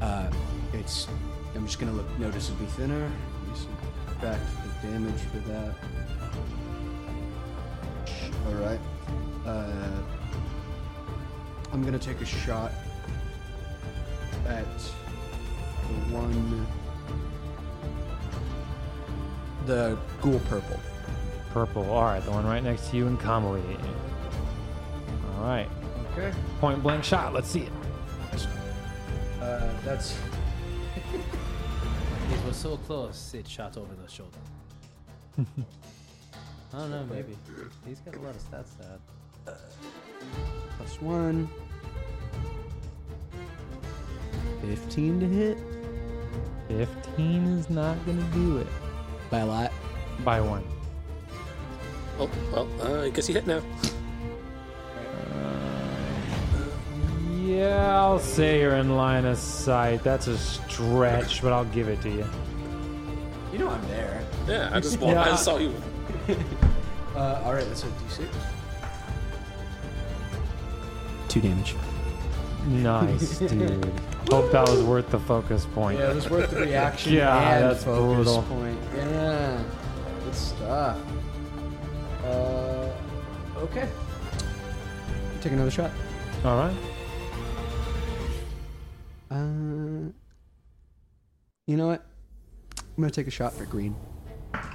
[SPEAKER 2] Uh, it's I'm just gonna look noticeably thinner. Let me see. Back the damage for that. All right. Uh, I'm gonna take a shot at the one. The ghoul purple.
[SPEAKER 1] Purple. All right, the one right next to you in Kamui. All right.
[SPEAKER 2] Okay.
[SPEAKER 1] Point blank shot. Let's see it.
[SPEAKER 2] Uh, that's.
[SPEAKER 3] It was so close, it shot over
[SPEAKER 2] (laughs)
[SPEAKER 3] the shoulder. I don't know, maybe. He's got a lot of stats to add.
[SPEAKER 2] Plus one. 15 to hit.
[SPEAKER 1] 15 is not going to do it.
[SPEAKER 2] By a lot.
[SPEAKER 1] By one.
[SPEAKER 6] Oh, well, uh, I guess he hit now.
[SPEAKER 1] Yeah, I'll say you're in line of sight. That's a stretch, but I'll give it to you.
[SPEAKER 2] You know I'm there.
[SPEAKER 6] Yeah,
[SPEAKER 1] (laughs)
[SPEAKER 6] I just, walked, I just saw you.
[SPEAKER 2] Uh, all right, let's hit D6.
[SPEAKER 10] Two damage.
[SPEAKER 2] (laughs)
[SPEAKER 1] Nice, dude. Hope that was worth the focus point.
[SPEAKER 2] Yeah, it was worth the reaction
[SPEAKER 1] yeah,
[SPEAKER 2] and
[SPEAKER 1] that's
[SPEAKER 2] focus
[SPEAKER 1] brutal.
[SPEAKER 2] point. Yeah, good stuff. Uh, okay. Take another shot.
[SPEAKER 1] All right.
[SPEAKER 2] Uh, you know what? I'm gonna take a shot for green.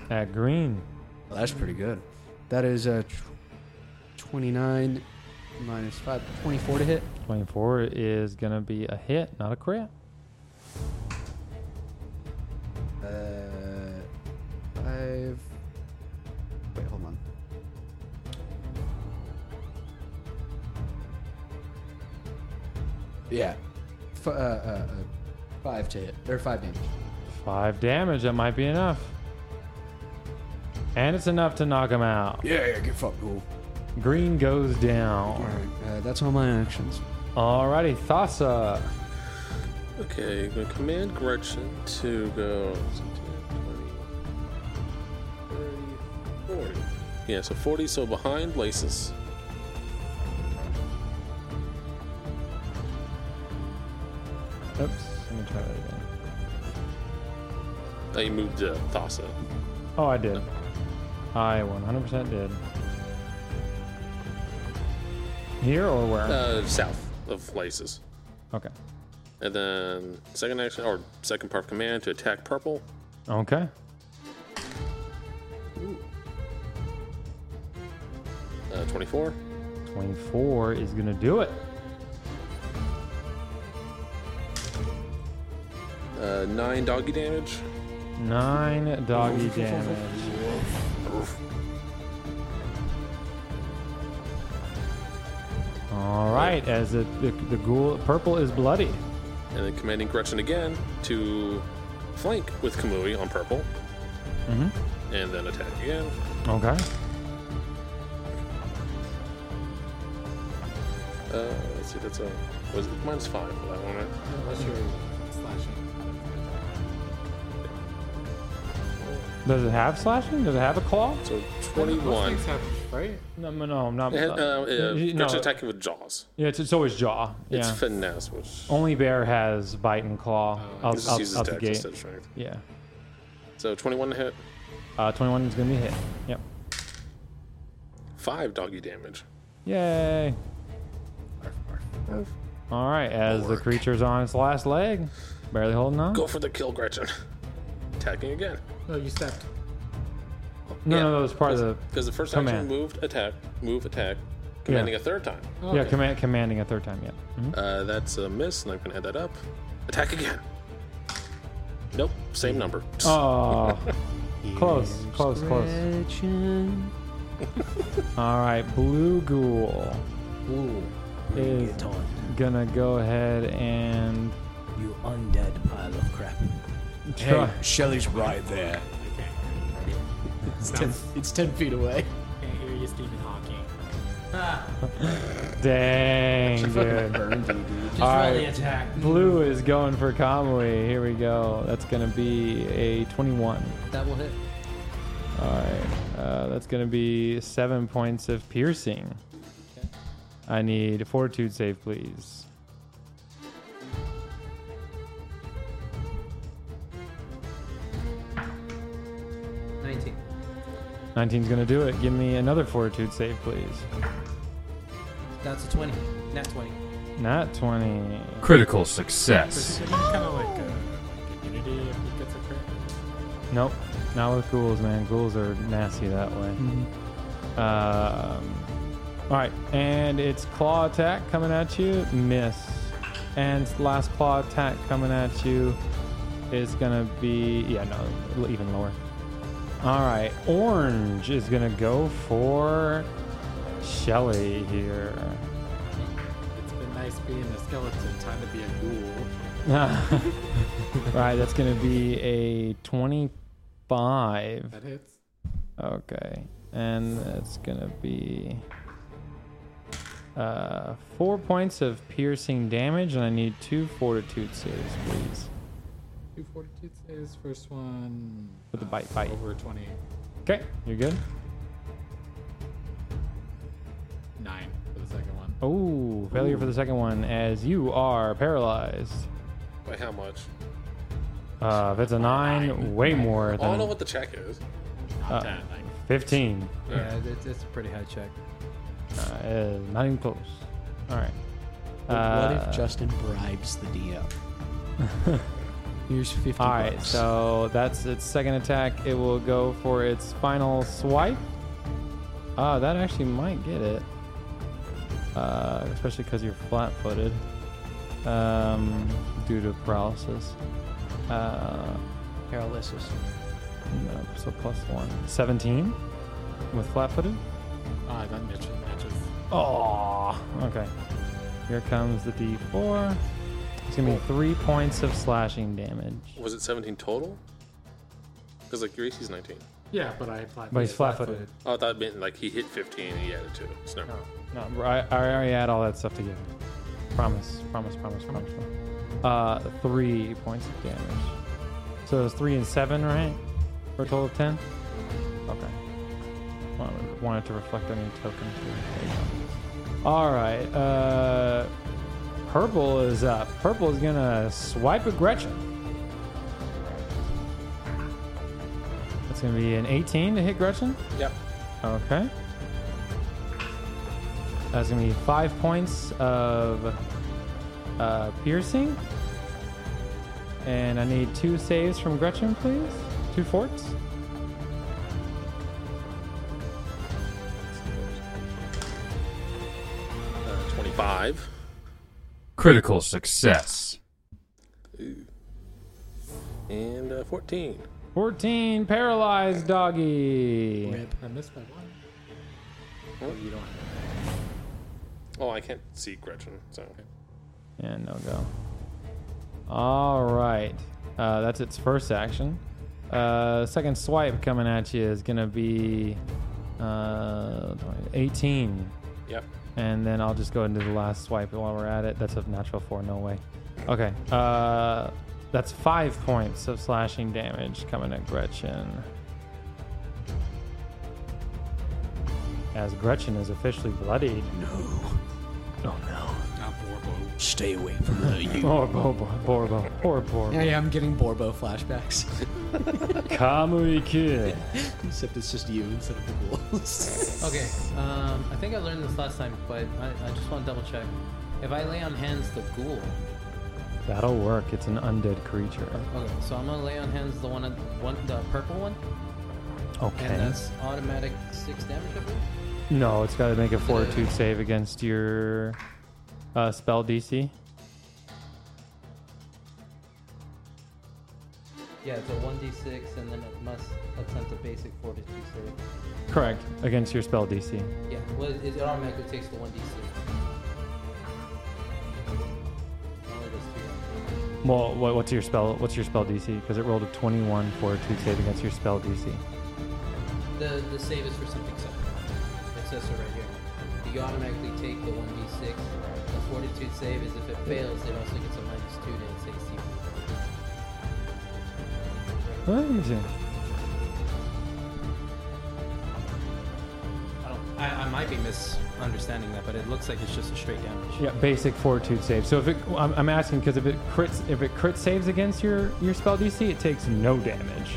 [SPEAKER 1] At green.
[SPEAKER 2] Well, that's pretty good. That is a tw- 29 minus 5, 24 to hit.
[SPEAKER 1] 24 is going to be a hit, not a crit.
[SPEAKER 2] Uh, five. Wait, hold on. Yeah, F- uh, uh, uh, five to hit or five damage.
[SPEAKER 1] Five damage. That might be enough. And it's enough to knock him out.
[SPEAKER 2] Yeah, yeah, get fucked, cool.
[SPEAKER 1] Green goes down.
[SPEAKER 2] Uh, that's all my actions.
[SPEAKER 1] Alrighty, Thassa.
[SPEAKER 6] Okay, I'm gonna command Gretchen to go. 10, 20, 30, 40. Yeah, so 40, so behind Laces.
[SPEAKER 1] Oops, let me try that again.
[SPEAKER 6] Now you moved uh, Thassa.
[SPEAKER 1] Oh, I did. I 100% did. Here or where?
[SPEAKER 6] Uh, south of Laces.
[SPEAKER 1] okay.
[SPEAKER 6] And then second action, or second part of command to attack purple.
[SPEAKER 1] Okay.
[SPEAKER 6] Uh, 24.
[SPEAKER 1] 24 is going to do it.
[SPEAKER 6] Uh, 9 doggy damage.
[SPEAKER 1] Nine doggy damage. All right, as the, the, the ghoul purple is bloody.
[SPEAKER 6] And then commanding Gretchen again to flank with Kamui on purple.
[SPEAKER 1] Mm-hmm.
[SPEAKER 6] And then attack again.
[SPEAKER 1] Okay.
[SPEAKER 6] Uh, let's see, that's a. Was it minus 5 for that one, right?
[SPEAKER 5] Unless you're slashing.
[SPEAKER 1] Does it have slashing? Does it have a claw?
[SPEAKER 6] So
[SPEAKER 5] Most
[SPEAKER 6] 21.
[SPEAKER 5] things have, right?
[SPEAKER 1] No, no, no, I'm not.
[SPEAKER 6] It had, uh, uh,
[SPEAKER 1] no.
[SPEAKER 6] Gretchen attacking with jaws.
[SPEAKER 1] Yeah, it's, it's always jaw.
[SPEAKER 6] It's
[SPEAKER 1] yeah.
[SPEAKER 6] finesse, which
[SPEAKER 1] Only bear has bite and claw
[SPEAKER 6] Oh, It
[SPEAKER 1] out,
[SPEAKER 6] just
[SPEAKER 1] out,
[SPEAKER 6] uses
[SPEAKER 1] out the
[SPEAKER 6] dex
[SPEAKER 1] gate.
[SPEAKER 6] instead of strength.
[SPEAKER 1] Yeah.
[SPEAKER 6] So 21 to hit,
[SPEAKER 1] Uh, 21 is going to be hit. Yep.
[SPEAKER 6] 5 doggy damage.
[SPEAKER 1] Yay. All right, as the creature's on its last leg, barely holding on.
[SPEAKER 6] Go for the kill, Gretchen. (laughs) Attacking again.
[SPEAKER 5] No, you stepped.
[SPEAKER 1] No, no, that was part of the
[SPEAKER 6] Because the first action
[SPEAKER 1] command.
[SPEAKER 6] moved, attack, move, attack, commanding a third time.
[SPEAKER 1] Yeah, command, commanding a third time. Yeah. Mm-hmm.
[SPEAKER 6] (laughs) Uh, that's a miss, and I'm going to head that up. Attack again. Nope, same number.
[SPEAKER 1] Oh, close, close, close. All right, blue ghoul
[SPEAKER 2] Ooh.
[SPEAKER 1] is
[SPEAKER 13] Get on.
[SPEAKER 1] gonna go ahead and
[SPEAKER 13] You undead pile of crap.
[SPEAKER 1] try.
[SPEAKER 2] Shelly's right there. It's ten, it's 10 feet away.
[SPEAKER 5] Can't hear you, Stephen Hawking.
[SPEAKER 1] Dang, dude.
[SPEAKER 2] Burned you, dude.
[SPEAKER 1] Just roll the attack. Blue is going for Kamui. Here we go. That's going to be a 21.
[SPEAKER 3] That will hit.
[SPEAKER 1] All right. Uh, that's going to be seven points of piercing. I need a fortitude save, please.
[SPEAKER 3] Nineteen.
[SPEAKER 1] 19's going to do it. Give me another fortitude save, please.
[SPEAKER 3] That's a twenty. Not twenty.
[SPEAKER 1] Not 20.
[SPEAKER 7] Critical success.
[SPEAKER 5] kind of like, uh, like immunity if he gets a crit.
[SPEAKER 1] Nope. Not with ghouls, man. Ghouls are nasty that way. Um, all right, and it's claw attack coming at you, miss. And last claw attack coming at you is gonna be yeah no l- even lower. All right, orange is gonna go for Shelly here. (laughs)
[SPEAKER 5] It's been nice being a skeleton. Time to be a ghoul.
[SPEAKER 1] all right, that's gonna be a twenty-five.
[SPEAKER 5] That hits.
[SPEAKER 1] Okay. And that's going to be uh, four points of piercing damage, and I need two fortitude saves, please.
[SPEAKER 5] Two fortitude saves. First one.
[SPEAKER 1] With the bite, bite.
[SPEAKER 5] Over 29
[SPEAKER 1] Okay, you're good?
[SPEAKER 5] for the second one.
[SPEAKER 1] Oh, failure for the second one, as you are paralyzed.
[SPEAKER 6] By how much?
[SPEAKER 1] Uh, if it's a nine, way more
[SPEAKER 6] I
[SPEAKER 1] than
[SPEAKER 6] don't know what the check is.
[SPEAKER 1] uh, 15.
[SPEAKER 3] Yeah, that's, that's a pretty high check.
[SPEAKER 1] Uh, uh, not even close. All right.
[SPEAKER 2] what
[SPEAKER 1] Uh,
[SPEAKER 2] if Justin bribes the DM? Here's 50
[SPEAKER 1] All right,
[SPEAKER 2] bucks.
[SPEAKER 1] so that's its second attack. It will go for its final swipe. Ah, that actually might get it, uh, especially because you're flat-footed um, due to paralysis. Uh,
[SPEAKER 2] Paralysis.
[SPEAKER 1] no, so plus one. Seventeen with flat-footed.
[SPEAKER 5] Ah, that matches. matches.
[SPEAKER 1] Oh, okay. Here comes the D4. It's gonna be three points of slashing damage,
[SPEAKER 6] Was it 17 total? Because like your AC's 19.
[SPEAKER 5] Yeah, but I flat.
[SPEAKER 1] but he's flat-footed.
[SPEAKER 6] Oh, I thought it meant like he hit 15 and he added two. It's never.
[SPEAKER 1] No, I, I already had all that stuff together. Promise, promise, promise, promise. promise. Uh, three points of damage. So it's three and seven, right? For a total of ten. Okay. Wanted, wanted to reflect on your token too. There you go. All right. Uh, purple is up. Purple is gonna swipe at Gretchen. That's gonna be an 18 to hit Gretchen.
[SPEAKER 6] Yep.
[SPEAKER 1] Okay. That's gonna be five points of uh, piercing, and I need two saves from Gretchen, please. Two forts.
[SPEAKER 6] Uh, 25.
[SPEAKER 7] Critical success.
[SPEAKER 6] And uh, 14.
[SPEAKER 1] Fourteen paralyzed doggy.
[SPEAKER 5] I missed by one.
[SPEAKER 6] Oh, you don't. Oh, I can't see Gretchen, so.
[SPEAKER 1] And no go. All right. Uh, that's its first action. Uh, second swipe coming at you is gonna be uh, 18.
[SPEAKER 6] Yep.
[SPEAKER 1] And then I'll just go into the last swipe while we're at it. That's a natural four, no way. Okay. Uh, that's five points of slashing damage coming at Gretchen. As Gretchen is officially bloodied.
[SPEAKER 10] No.
[SPEAKER 1] Oh no.
[SPEAKER 5] Not Borbo.
[SPEAKER 10] Stay away from
[SPEAKER 2] (laughs)
[SPEAKER 10] her, you.
[SPEAKER 1] Borbo, Borbo, Borbo, Borbo.
[SPEAKER 2] Yeah, yeah, I'm getting Borbo flashbacks. (laughs)
[SPEAKER 1] Kamui Kid.
[SPEAKER 2] Except it's just you instead of the ghouls.
[SPEAKER 3] Okay, um, I think I learned this last time, but I, I just want to double check. If I lay on hands the ghoul,
[SPEAKER 1] That'll work. It's an undead creature.
[SPEAKER 3] okay, so I'm gonna lay on hands the one, uh, one the purple one, and
[SPEAKER 1] Okay.
[SPEAKER 3] that's automatic six damage. I believe.
[SPEAKER 1] No, it's got to make a fortitude save against your uh, spell DC.
[SPEAKER 3] Yeah, it's a one d six, and then it must attempt a basic fortitude save.
[SPEAKER 1] Correct. Against your spell DC.
[SPEAKER 3] Yeah, well, it, it automatically takes the one d six.
[SPEAKER 1] Well, what, what's your spell? What's your spell DC? Because it rolled a 21 fortitude save against your spell DC.
[SPEAKER 3] The the save is for something separate. It says so right here. You you automatically take the 1d6. The fortitude save is if it fails, it also gets a minus 2 to its AC.
[SPEAKER 1] Amazing.
[SPEAKER 3] I, don't, I, I might be misunderstanding that, but it looks like it's just a straight damage.
[SPEAKER 1] Yeah, basic fortitude save. So if it, I'm, I'm asking because if it crits, if it crit saves against your your spell DC, it takes no damage.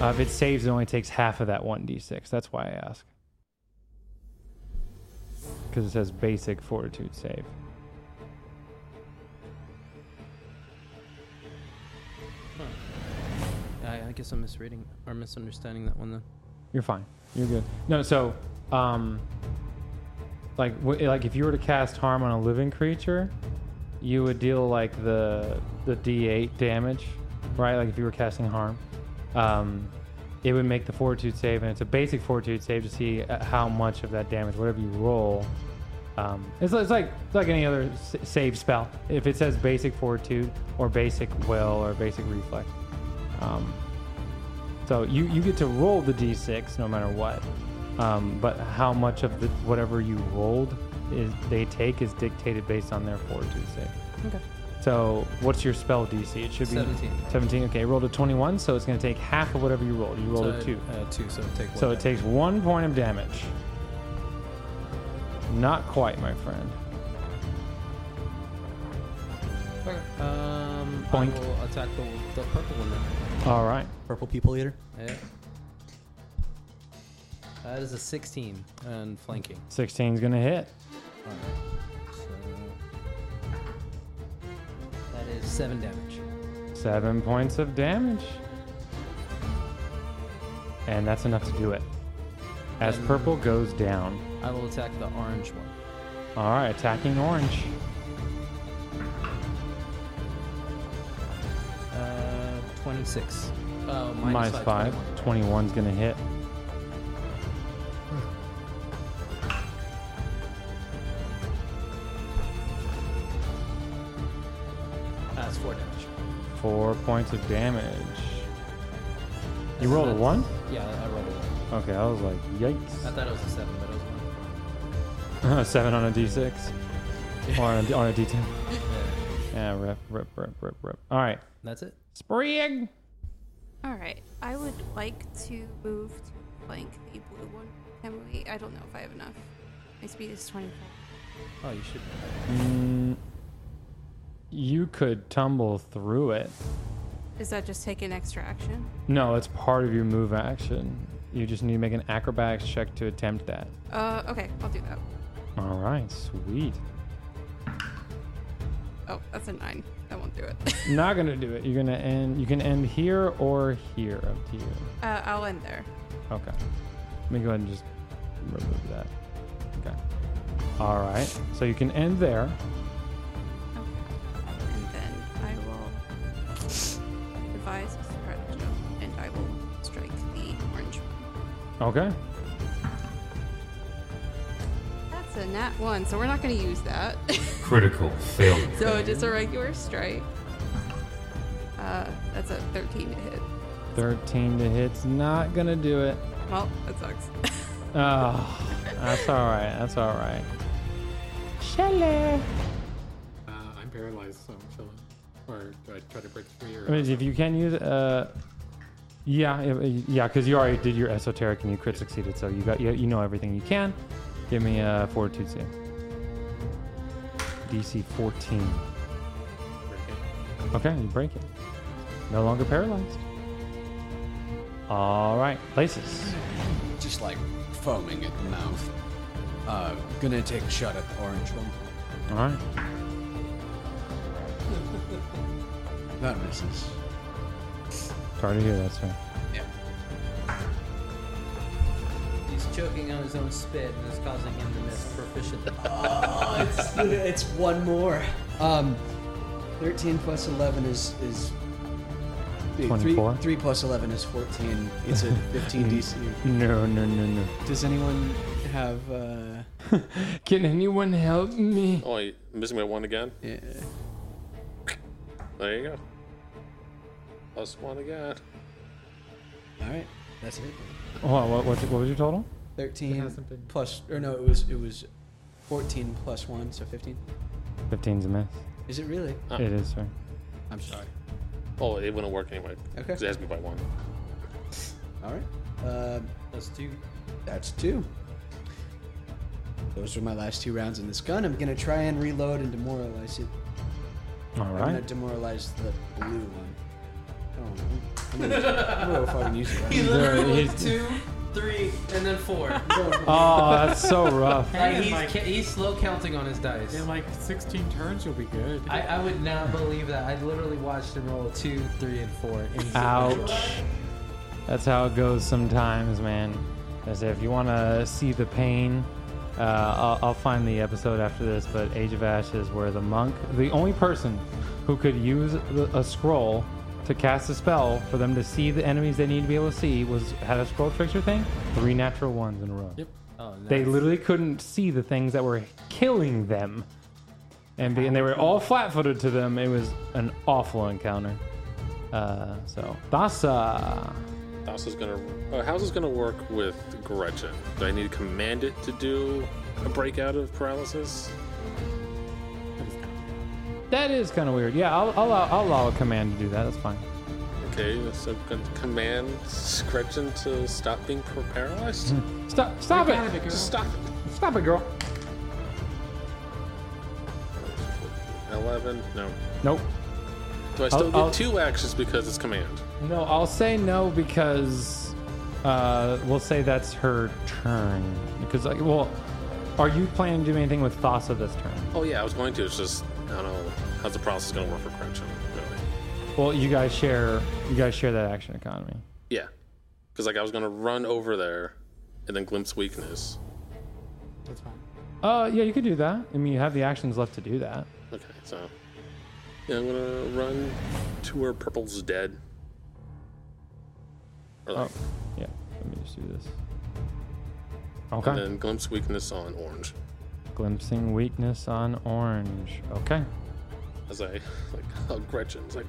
[SPEAKER 1] Uh, if it saves, it only takes half of that one d6. That's why I ask. Because it says basic fortitude save.
[SPEAKER 3] I, I guess I'm misreading or misunderstanding that one then.
[SPEAKER 1] You're fine. You're good. No, so, um, like, wh- like if you were to cast harm on a living creature, you would deal like the the D8 damage, right? Like if you were casting harm, um, it would make the Fortitude save, and it's a basic Fortitude save to see uh, how much of that damage, whatever you roll. Um, it's, it's like it's like any other s- save spell. If it says basic Fortitude or basic Will or basic Reflex, um, so you, you get to roll the d6 no matter what, um, but how much of the whatever you rolled is they take is dictated based on their fortitude save.
[SPEAKER 3] Okay.
[SPEAKER 1] So what's your spell DC? It should be
[SPEAKER 3] 17.
[SPEAKER 1] 17. Okay, rolled a 21, so it's going to take half of whatever you rolled. You rolled
[SPEAKER 3] So,
[SPEAKER 1] a two.
[SPEAKER 3] uh, two, so take one
[SPEAKER 1] So it
[SPEAKER 3] damage.
[SPEAKER 1] takes one point of damage. Not quite, my friend.
[SPEAKER 3] Um,
[SPEAKER 1] Boink.
[SPEAKER 3] I will attack the, the purple one then.
[SPEAKER 1] All right.
[SPEAKER 10] Purple people eater.
[SPEAKER 3] Yeah. That is a 16 and flanking.
[SPEAKER 1] 16 is going to hit.
[SPEAKER 3] That is 7 damage.
[SPEAKER 1] Seven points of damage. And that's enough to do it. As
[SPEAKER 3] And-
[SPEAKER 1] purple goes down.
[SPEAKER 3] I will attack the orange one.
[SPEAKER 1] All right, attacking orange.
[SPEAKER 3] Uh, 26. Oh, minus,
[SPEAKER 1] Minus,
[SPEAKER 3] five,
[SPEAKER 1] five. 21's going to hit.
[SPEAKER 3] That's 4 damage.
[SPEAKER 1] Four points of damage. You rolled a
[SPEAKER 3] That's-
[SPEAKER 1] one?
[SPEAKER 3] Yeah, I rolled a one.
[SPEAKER 1] Okay, I was like, (laughs)
[SPEAKER 3] I
[SPEAKER 1] yikes.
[SPEAKER 3] thought it was a 7, but it was 1.
[SPEAKER 1] Seven on a d6. (laughs) or on a, on a d10. Yeah, rip, rip, rip, rip, rip. All right.
[SPEAKER 3] That's it.
[SPEAKER 1] Spring!
[SPEAKER 8] All right. I would like to move to flank the blue one. Can we? I don't know if I have enough. My speed is 25.
[SPEAKER 3] Oh, you should.
[SPEAKER 1] Mm, you could tumble through it.
[SPEAKER 8] Does that just take an extra action?
[SPEAKER 1] No, it's part of your move action. You just need to make an acrobatics check to attempt that.
[SPEAKER 8] Uh, okay. I'll do that.
[SPEAKER 1] All right, sweet.
[SPEAKER 8] Oh, that's a nine. That won't do it.
[SPEAKER 1] Not gonna do it. You're gonna end. You can end here or here, up to you.
[SPEAKER 8] (laughs) Uh, I'll end there.
[SPEAKER 1] Okay. Let me go ahead and just remove that. Okay. All right. So you can end there.
[SPEAKER 8] And then I will devise a stratagem and I will strike the orange one.
[SPEAKER 1] Okay.
[SPEAKER 4] That's a nat one, so we're not going to use that.
[SPEAKER 8] (laughs)
[SPEAKER 7] Critical failure.
[SPEAKER 4] so just a regular strike. Uh, that's a 13 to hit.
[SPEAKER 1] 13 to hit's not gonna do it.
[SPEAKER 4] Well,
[SPEAKER 1] (laughs)
[SPEAKER 4] that sucks.
[SPEAKER 1] Oh, that's all right. That's all right.
[SPEAKER 4] Shelly.
[SPEAKER 5] Uh, I'm paralyzed, so I'm chilling. Or do I try to break free? Or
[SPEAKER 1] I mean, if you can use, uh, yeah, if- uh, yeah, because you already did your esoteric and you crit succeeded, so you got you, you know everything you can. Give me a fortitude save. DC 14. Okay, you break it. No longer paralyzed. All right, places.
[SPEAKER 2] (laughs) Just like foaming at the mouth. Uh, gonna take a shot at the orange one.
[SPEAKER 1] All right.
[SPEAKER 2] That misses.
[SPEAKER 1] Sorry to hear that, sir.
[SPEAKER 3] He's choking on his own spit and it's causing him to miss proficiently.
[SPEAKER 10] it's, it's one more.
[SPEAKER 2] Um, 13 plus 11 is is three-
[SPEAKER 1] 24?
[SPEAKER 2] Three, plus 11 is 14. It's a 15 DC.
[SPEAKER 1] No, no, no, no.
[SPEAKER 2] Does anyone have? Uh...
[SPEAKER 1] Can anyone help me?
[SPEAKER 6] Oh, wait, missing my one again?
[SPEAKER 2] Yeah.
[SPEAKER 6] There you go. Plus one again.
[SPEAKER 2] All right, that's it.
[SPEAKER 1] Hold on, what, what's, what was your total?
[SPEAKER 2] Thirteen plus, or no, it was it was fourteen plus one, so fifteen.
[SPEAKER 1] 15's a miss.
[SPEAKER 2] Is it really?
[SPEAKER 6] Ah.
[SPEAKER 1] It is, sir.
[SPEAKER 2] I'm sorry.
[SPEAKER 6] Oh, it wouldn't work anyway.
[SPEAKER 2] Okay.
[SPEAKER 6] 'cause It has me by one.
[SPEAKER 2] All right. Uh,
[SPEAKER 3] that's two.
[SPEAKER 2] That's two. Those were my last two rounds in this gun. I'm gonna try and reload and demoralize it.
[SPEAKER 1] All
[SPEAKER 2] I'm gonna
[SPEAKER 1] right.
[SPEAKER 2] demoralize the blue one. Oh, I'm gonna, I'm gonna fucking use it. Right
[SPEAKER 3] (laughs) He
[SPEAKER 2] now.
[SPEAKER 3] literally
[SPEAKER 1] There,
[SPEAKER 3] looked
[SPEAKER 1] he's-
[SPEAKER 3] two, three, and then (laughs) four.
[SPEAKER 1] Oh, that's so rough.
[SPEAKER 3] Like, he's, ca- he's slow counting on his dice.
[SPEAKER 5] In like 16 turns, you'll be good.
[SPEAKER 3] I, I would not believe that. I literally watched him roll two, three, and four. instantly.
[SPEAKER 1] Ah. Ouch. That's how it goes sometimes, man. As if you want to see the pain, uh, I'll, I'll find the episode after this. But Age of Ashes, where the monk, the only person who could use the, a scroll to cast a spell for them to see the enemies they need to be able to see, was had a scroll trickster thing. Three natural ones in a row. Yep.
[SPEAKER 3] Oh,
[SPEAKER 1] They
[SPEAKER 3] nice.
[SPEAKER 1] literally couldn't see the things that were killing them, and, be, and they were all flat-footed to them. It was an awful encounter. Uh, so Thassa,
[SPEAKER 6] House is gonna. Uh, how's this gonna work with Gretchen? Do I need to command it to do a breakout of paralysis?
[SPEAKER 1] that is kind of weird. Yeah, I'll, I'll, allow- I'll allow a command to do that. That's fine.
[SPEAKER 6] Okay, so I'm gonna command Gretchen to stop being par- (laughs) paralyzed.
[SPEAKER 1] Stop! Stop
[SPEAKER 6] Break out of
[SPEAKER 1] it!
[SPEAKER 6] it, girl.
[SPEAKER 1] Just stop it! Stop it, girl!
[SPEAKER 6] Eleven. No.
[SPEAKER 1] Nope.
[SPEAKER 6] Do I still
[SPEAKER 1] I'll-
[SPEAKER 6] get
[SPEAKER 1] I'll-
[SPEAKER 6] two actions because it's command?
[SPEAKER 1] No, I'll say no because uh, we'll say that's her turn. Because like, well, are you planning to do anything with Thassa this turn?
[SPEAKER 6] Oh yeah, I was going to. It's just I don't know how's the process gonna work for Gretchen. Really.
[SPEAKER 1] Well, you guys share. You guys share that action economy.
[SPEAKER 6] Yeah, because like I was gonna run over there, and then glimpse weakness.
[SPEAKER 5] That's fine.
[SPEAKER 1] Uh, yeah, you could do that. I mean, you have the actions left to do that.
[SPEAKER 6] Okay, so yeah, I'm gonna run to where purple's dead. Or like,
[SPEAKER 1] Yeah, let me just do this. Okay.
[SPEAKER 6] And then glimpse weakness on orange
[SPEAKER 1] Glimpsing weakness on orange. Okay.
[SPEAKER 6] as I like (laughs) hug Gretchen's like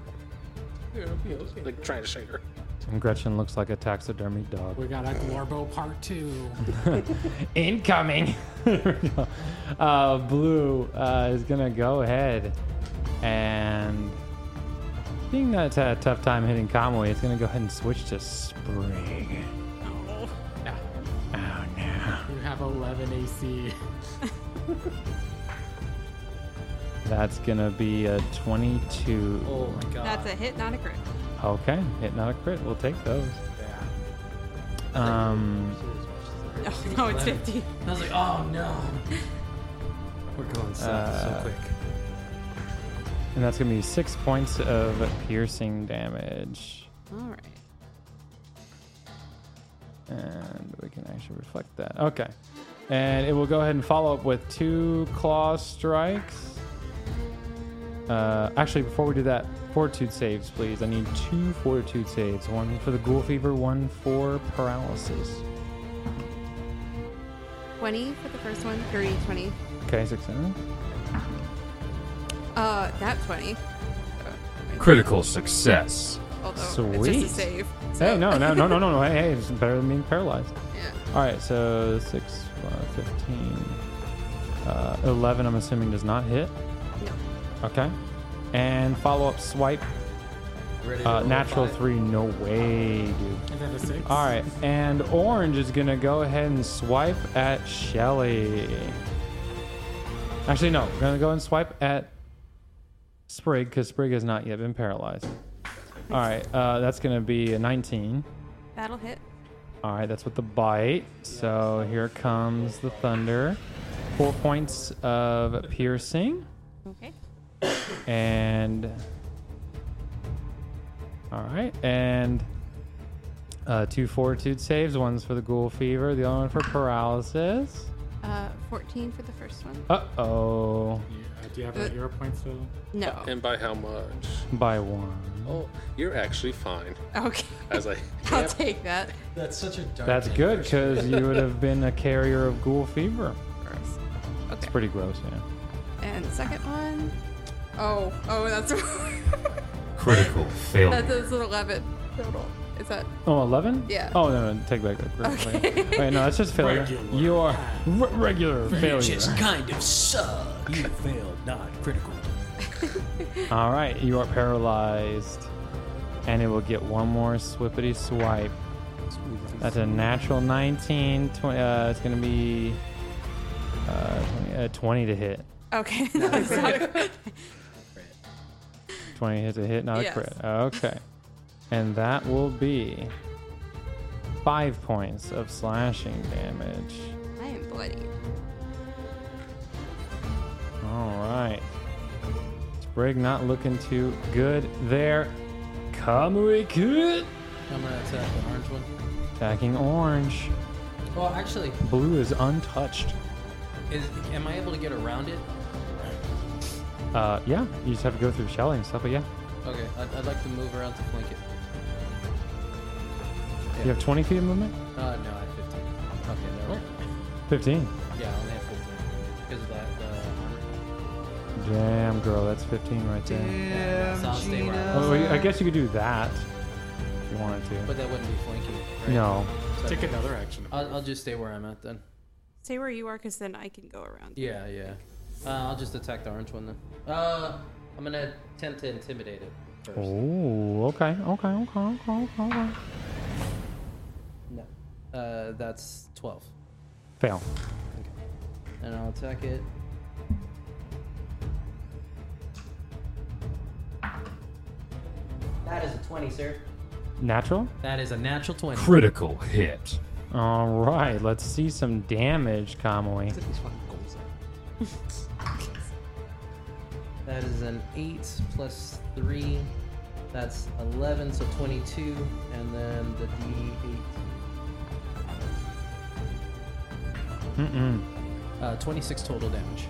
[SPEAKER 6] like trying to shake her.
[SPEAKER 1] And Gretchen looks like a taxidermy dog.
[SPEAKER 5] We got a Glorbo part two.
[SPEAKER 1] Incoming. uh, Blue uh, is gonna go ahead and being that it's had a tough time hitting Conway, it's gonna go ahead and switch to spring. Oh,
[SPEAKER 5] You have 11 AC.
[SPEAKER 1] (laughs) That's gonna be a 22.
[SPEAKER 3] Oh my god.
[SPEAKER 8] That's a hit, not a crit. (laughs)
[SPEAKER 1] Okay, hit not a crit. We'll take those. Um,
[SPEAKER 8] No, no, it's 50.
[SPEAKER 3] I was like, oh no. We're going south
[SPEAKER 1] Uh,
[SPEAKER 3] so quick.
[SPEAKER 1] and that's gonna be six points of piercing damage.
[SPEAKER 8] All right.
[SPEAKER 1] And we can actually reflect that. Okay. And it will go ahead and follow up with two claw strikes. Uh, actually, before we do that, fortitude saves, please. I need two fortitude saves one for the ghoul fever, one for paralysis.
[SPEAKER 8] 20 for the first one, 30, 20.
[SPEAKER 1] Okay, success.
[SPEAKER 8] Uh, that 20.
[SPEAKER 7] Critical success.
[SPEAKER 8] Although
[SPEAKER 1] Sweet.
[SPEAKER 8] it's just a save.
[SPEAKER 1] Hey, no, no, no, no, no, no. Hey, hey, it's better than being paralyzed.
[SPEAKER 8] Yeah.
[SPEAKER 1] All right, so 6, uh, 15, uh, 11, I'm assuming, does not hit.
[SPEAKER 8] No.
[SPEAKER 1] Okay. And follow up swipe.
[SPEAKER 3] Ready to
[SPEAKER 1] Uh,
[SPEAKER 3] roll
[SPEAKER 1] natural
[SPEAKER 3] five.
[SPEAKER 1] 3, no way, dude.
[SPEAKER 5] And then a six.
[SPEAKER 1] All right, and Orange is going to go ahead and swipe at Shelly. Actually, no, we're going to go and swipe at Sprig because Sprig has not yet been paralyzed. All right, uh, that's going to be a 19.
[SPEAKER 8] That'll hit.
[SPEAKER 1] All right, that's with the bite. So here comes the thunder. Four points of piercing.
[SPEAKER 8] Okay.
[SPEAKER 1] And. All right, and. Uh, two fortitude saves. One's for the ghoul fever, the other one for paralysis.
[SPEAKER 8] Uh, 14 for the first one.
[SPEAKER 1] Uh oh.
[SPEAKER 5] Uh, do you have a hero point still?
[SPEAKER 8] No.
[SPEAKER 6] And by how much?
[SPEAKER 1] By one.
[SPEAKER 6] Oh, you're actually fine.
[SPEAKER 8] Okay. (laughs)
[SPEAKER 6] I was like,
[SPEAKER 8] I'll
[SPEAKER 6] yep.
[SPEAKER 8] take that.
[SPEAKER 2] That's such a dark.
[SPEAKER 1] That's good because you would have been a carrier of ghoul fever.
[SPEAKER 8] Gross.
[SPEAKER 1] It's
[SPEAKER 8] Okay.
[SPEAKER 1] pretty gross, yeah.
[SPEAKER 8] And the second one. Oh, oh, that's (laughs)
[SPEAKER 7] Critical failure.
[SPEAKER 8] that's, that's an 11.
[SPEAKER 4] total. Is that
[SPEAKER 1] Oh, 11?
[SPEAKER 4] Yeah.
[SPEAKER 1] Oh, no, no, take back. that.
[SPEAKER 4] Okay.
[SPEAKER 1] Wait, wait, no, that's just failure.
[SPEAKER 13] Regular.
[SPEAKER 1] You are re- regular failure.
[SPEAKER 13] kind of suck. You failed, not critical.
[SPEAKER 1] All right, you are paralyzed, and it will get one more swippity swipe. That's a natural 19. 20, uh, it's going to be uh, 20, uh, 20 to hit.
[SPEAKER 8] Okay. (laughs) that was not-
[SPEAKER 1] 20 hit to hit, not
[SPEAKER 8] Yes.
[SPEAKER 1] a crit. Okay. And that will be five points of slashing damage.
[SPEAKER 4] I am bloody.
[SPEAKER 1] All right. Sprig not looking too good there. Kamui Kid
[SPEAKER 3] I'm gonna attack the orange one.
[SPEAKER 1] attacking orange.
[SPEAKER 3] Well, actually,
[SPEAKER 1] Blue is untouched.
[SPEAKER 3] is am I able to get around it?
[SPEAKER 1] Uh, yeah, you just have to go through shelling and stuff, but yeah.
[SPEAKER 3] Okay, I'd, I'd like to move around to flank it.
[SPEAKER 1] You have Oh. 20 feet of movement?
[SPEAKER 3] Uh, no, I have 15. Okay, never mind.
[SPEAKER 1] 15.
[SPEAKER 3] Yeah, I only have 15 because of that uh, armor.
[SPEAKER 1] Damn, girl, that's 15 right there.
[SPEAKER 3] Yeah, so I'll stay where I
[SPEAKER 1] Oh,
[SPEAKER 3] was.
[SPEAKER 1] I guess you could do that if you wanted to.
[SPEAKER 3] But that wouldn't be flanking. Right?
[SPEAKER 1] No.
[SPEAKER 5] Take another action.
[SPEAKER 3] I'll, I'll just stay where I'm at then.
[SPEAKER 8] Stay where you are, because then I can go around.
[SPEAKER 3] Yeah, yeah. Uh, I'll just attack the orange one then. Uh, I'm gonna attempt to intimidate it. First.
[SPEAKER 1] Oh, okay, okay, okay, okay, okay, okay.
[SPEAKER 3] No. Uh, that's 12.
[SPEAKER 1] Fail.
[SPEAKER 3] And I'll attack it. That is a 20, sir.
[SPEAKER 1] Natural?
[SPEAKER 3] That is a natural 20.
[SPEAKER 7] Critical hit.
[SPEAKER 1] All right, let's see some damage, Kamui.
[SPEAKER 3] (laughs) That is an 8 plus 3. That's 11, so 22. And then the d8.
[SPEAKER 1] Mm-mm.
[SPEAKER 3] Uh, 26 total damage.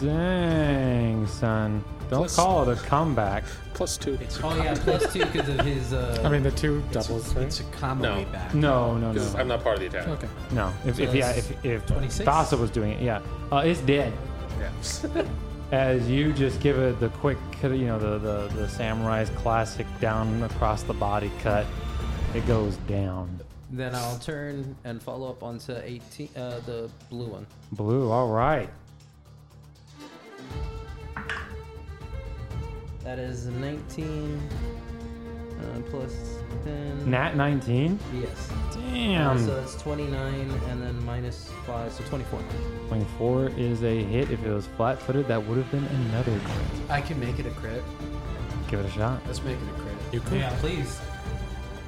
[SPEAKER 1] Dang, son. Don't
[SPEAKER 3] Plus-
[SPEAKER 1] call it a comeback.
[SPEAKER 6] Plus two.
[SPEAKER 3] Oh,
[SPEAKER 1] (laughs)
[SPEAKER 3] yeah, plus 2 because of his. Uh,
[SPEAKER 5] I mean, the two doubles. right?
[SPEAKER 2] It's a combo
[SPEAKER 6] No.
[SPEAKER 2] way back.
[SPEAKER 1] No, no,
[SPEAKER 6] 'Cause
[SPEAKER 1] no.
[SPEAKER 6] I'm not part of the attack.
[SPEAKER 5] Okay.
[SPEAKER 1] No, if,
[SPEAKER 3] So
[SPEAKER 1] if yeah,
[SPEAKER 3] that's
[SPEAKER 1] if if
[SPEAKER 3] 26?
[SPEAKER 1] Thassa was doing it, yeah, uh, it's dead.
[SPEAKER 6] Yeah.
[SPEAKER 1] As you just give it the quick, you know, the, the the samurai's classic down across the body cut, it goes down.
[SPEAKER 3] Then I'll turn and follow up onto 18, uh, the blue one.
[SPEAKER 1] Blue, all right.
[SPEAKER 3] That is a 19 uh, plus 10.
[SPEAKER 1] Nat 19.
[SPEAKER 3] Yes.
[SPEAKER 1] Damn.
[SPEAKER 3] Uh, so that's 29 and then minus 5, so 24.
[SPEAKER 1] 24 is a hit. If it was flat footed, that would have been another crit.
[SPEAKER 2] I can make it a crit.
[SPEAKER 1] Give it a shot.
[SPEAKER 2] Let's make it a crit.
[SPEAKER 5] You could.
[SPEAKER 3] please.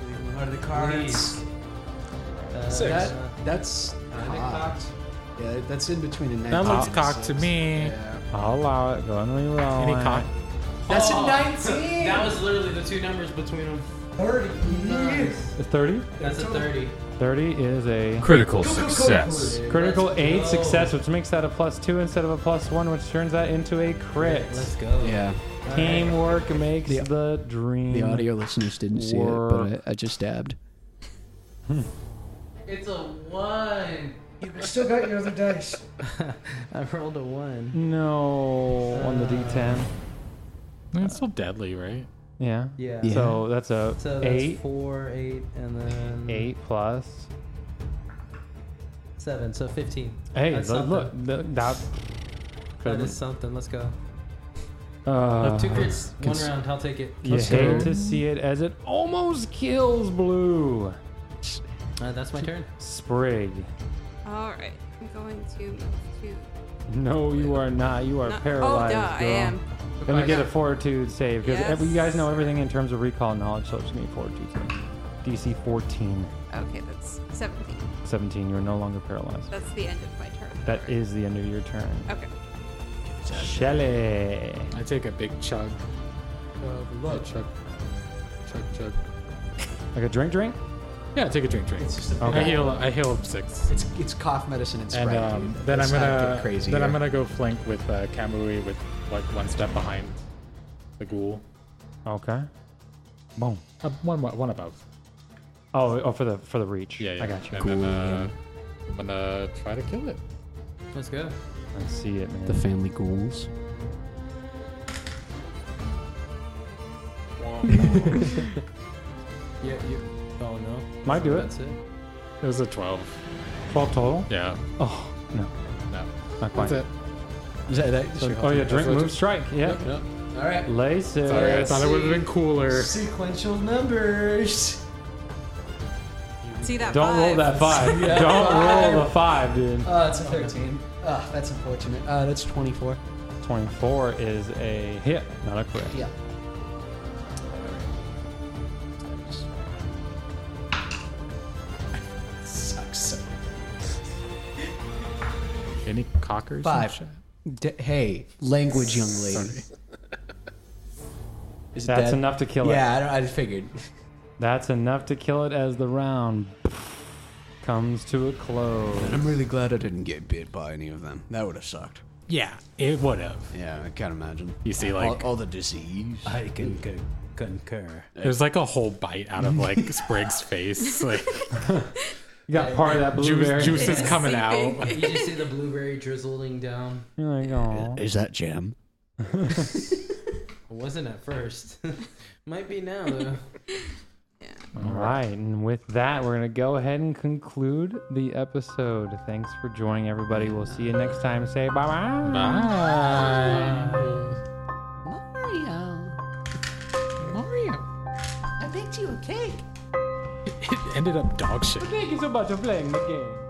[SPEAKER 2] Leave them out of the cards.
[SPEAKER 3] Uh,
[SPEAKER 6] Six.
[SPEAKER 3] that-
[SPEAKER 2] That, that's
[SPEAKER 3] think
[SPEAKER 2] cocked. Yeah, that's in between a 19
[SPEAKER 5] That looks
[SPEAKER 2] and a
[SPEAKER 5] cocked to
[SPEAKER 2] six.
[SPEAKER 5] me.
[SPEAKER 2] Yeah.
[SPEAKER 1] I'll allow it. Go and reroll.
[SPEAKER 5] Any
[SPEAKER 1] it.
[SPEAKER 5] cock?
[SPEAKER 2] That's
[SPEAKER 3] Oh,
[SPEAKER 2] a 19!
[SPEAKER 3] That was literally the two numbers between them.
[SPEAKER 2] 30.
[SPEAKER 1] A 30?
[SPEAKER 3] That's a 30.
[SPEAKER 1] 30 is a
[SPEAKER 7] Critical success.
[SPEAKER 1] critical
[SPEAKER 3] Let's
[SPEAKER 1] 8
[SPEAKER 3] go.
[SPEAKER 1] success, which makes that a plus 2 instead of a plus 1, which turns that into a crit.
[SPEAKER 3] Let's go.
[SPEAKER 2] Yeah.
[SPEAKER 1] Teamwork makes the,
[SPEAKER 2] The-
[SPEAKER 1] dream.
[SPEAKER 2] The audio listeners didn't see it, but I, I just dabbed.
[SPEAKER 3] It's a 1.
[SPEAKER 10] Still got your other dice.
[SPEAKER 3] (laughs) I rolled a 1.
[SPEAKER 1] No. on the d10.
[SPEAKER 5] It's still deadly, right?
[SPEAKER 1] Yeah.
[SPEAKER 3] Yeah.
[SPEAKER 1] So that's a
[SPEAKER 3] So that's
[SPEAKER 1] 8.
[SPEAKER 3] 4, 8, and then
[SPEAKER 1] 8 plus.
[SPEAKER 3] 7, so 15.
[SPEAKER 1] Hey,
[SPEAKER 3] That's
[SPEAKER 1] look, look
[SPEAKER 3] something.
[SPEAKER 1] th- that.
[SPEAKER 3] That is something. Let's go.
[SPEAKER 1] Uh,
[SPEAKER 3] Two crits, one
[SPEAKER 2] cons-
[SPEAKER 3] round. I'll take it.
[SPEAKER 1] You hate to see it as it almost kills Blue.
[SPEAKER 3] Uh, that's my turn.
[SPEAKER 1] Sprig.
[SPEAKER 8] All right. I'm going to move to.
[SPEAKER 1] No, you are not. You are
[SPEAKER 8] Not- oh,
[SPEAKER 1] paralyzed.
[SPEAKER 8] duh,
[SPEAKER 1] girl.
[SPEAKER 8] I am.
[SPEAKER 1] Let me get a fortitude save because
[SPEAKER 8] Yes.
[SPEAKER 1] you guys know everything in terms of recall knowledge, so it's gonna be fortitude save. DC 14,
[SPEAKER 8] Okay, that's 17.
[SPEAKER 1] 17. You are no longer paralyzed.
[SPEAKER 8] That's the end of my turn.
[SPEAKER 1] That is the end of your turn.
[SPEAKER 8] Okay.
[SPEAKER 1] Shelly.
[SPEAKER 5] I take a big chug. Of love. Chug, chug, chug.
[SPEAKER 1] Like a drink, drink.
[SPEAKER 5] Yeah, take a drink, drink.
[SPEAKER 1] Okay.
[SPEAKER 5] I heal. I heal six.
[SPEAKER 2] It's it's cough medicine and
[SPEAKER 5] And
[SPEAKER 2] Sprite.
[SPEAKER 5] um,
[SPEAKER 2] dude.
[SPEAKER 5] then I'm
[SPEAKER 2] Let's not
[SPEAKER 5] gonna
[SPEAKER 2] get crazy.
[SPEAKER 5] then I'm
[SPEAKER 2] here.
[SPEAKER 5] gonna go flank with uh, Kamui with like one step behind the ghoul.
[SPEAKER 1] Okay. Boom.
[SPEAKER 5] Uh, one one one above.
[SPEAKER 1] Oh, oh, for the for the reach.
[SPEAKER 5] Yeah, yeah.
[SPEAKER 1] I got you.
[SPEAKER 5] And then, uh, I'm gonna try to kill it.
[SPEAKER 3] Let's go.
[SPEAKER 1] Let's see it, man.
[SPEAKER 2] the family ghouls.
[SPEAKER 9] Yeah, you. Oh no.
[SPEAKER 1] Might do it.
[SPEAKER 9] That's it.
[SPEAKER 5] It was a 12.
[SPEAKER 1] 12 total?
[SPEAKER 5] Yeah.
[SPEAKER 1] Oh, no.
[SPEAKER 5] No.
[SPEAKER 1] Not quite.
[SPEAKER 5] That's it.
[SPEAKER 2] Is that- that-
[SPEAKER 1] So-
[SPEAKER 2] should
[SPEAKER 1] oh, yeah,
[SPEAKER 2] help.
[SPEAKER 1] drink,
[SPEAKER 2] That's
[SPEAKER 1] move, strike. Yeah.
[SPEAKER 2] Yep, yep. All right.
[SPEAKER 1] Laser.
[SPEAKER 5] Sorry, I thought it would have been cooler.
[SPEAKER 2] Sequential
[SPEAKER 3] (laughs)
[SPEAKER 2] numbers.
[SPEAKER 8] See that?
[SPEAKER 1] Don't roll
[SPEAKER 8] five. (laughs)
[SPEAKER 1] that five.
[SPEAKER 2] (laughs) Yeah,
[SPEAKER 1] Don't
[SPEAKER 2] five.
[SPEAKER 1] roll the five, dude.
[SPEAKER 3] Oh,
[SPEAKER 2] Uh, it's a 13. Ah, that's unfortunate. Uh, that's
[SPEAKER 3] (laughs)
[SPEAKER 2] 24.
[SPEAKER 1] 24 is a hit, not a crit.
[SPEAKER 2] Yeah. Sucks.
[SPEAKER 5] Any cockers?
[SPEAKER 2] Five. D- hey, language, young lady.
[SPEAKER 5] Sorry.
[SPEAKER 2] (laughs) Is
[SPEAKER 1] That's
[SPEAKER 2] it dead?
[SPEAKER 1] enough to kill it.
[SPEAKER 2] Yeah, I, don't, I figured.
[SPEAKER 1] That's enough to kill it as the round comes to a close.
[SPEAKER 2] I'm really glad I didn't get bit by any of them. That would have sucked.
[SPEAKER 5] Yeah, it would have.
[SPEAKER 2] Yeah, I can't imagine.
[SPEAKER 5] You see,
[SPEAKER 2] all,
[SPEAKER 5] like-
[SPEAKER 2] all the disease.
[SPEAKER 13] I can co- concur.
[SPEAKER 5] It was like a whole bite out of like (laughs) Sprig's face. Like
[SPEAKER 1] You got part of that blueberry.
[SPEAKER 5] juice, juice is coming
[SPEAKER 3] Sleeping.
[SPEAKER 5] out.
[SPEAKER 3] You just see the blueberry drizzling down.
[SPEAKER 1] You're like, "Aw."
[SPEAKER 2] Is that jam?
[SPEAKER 3] It wasn't at first. (laughs) Might be now though.
[SPEAKER 1] All right, and with that, we're gonna go ahead and conclude the episode. Thanks for joining, everybody. We'll see you next time. Say bye-bye.
[SPEAKER 10] Mario. Mario. I baked you a cake.
[SPEAKER 5] It ended up dog shit.
[SPEAKER 1] Thank you so much for playing the game.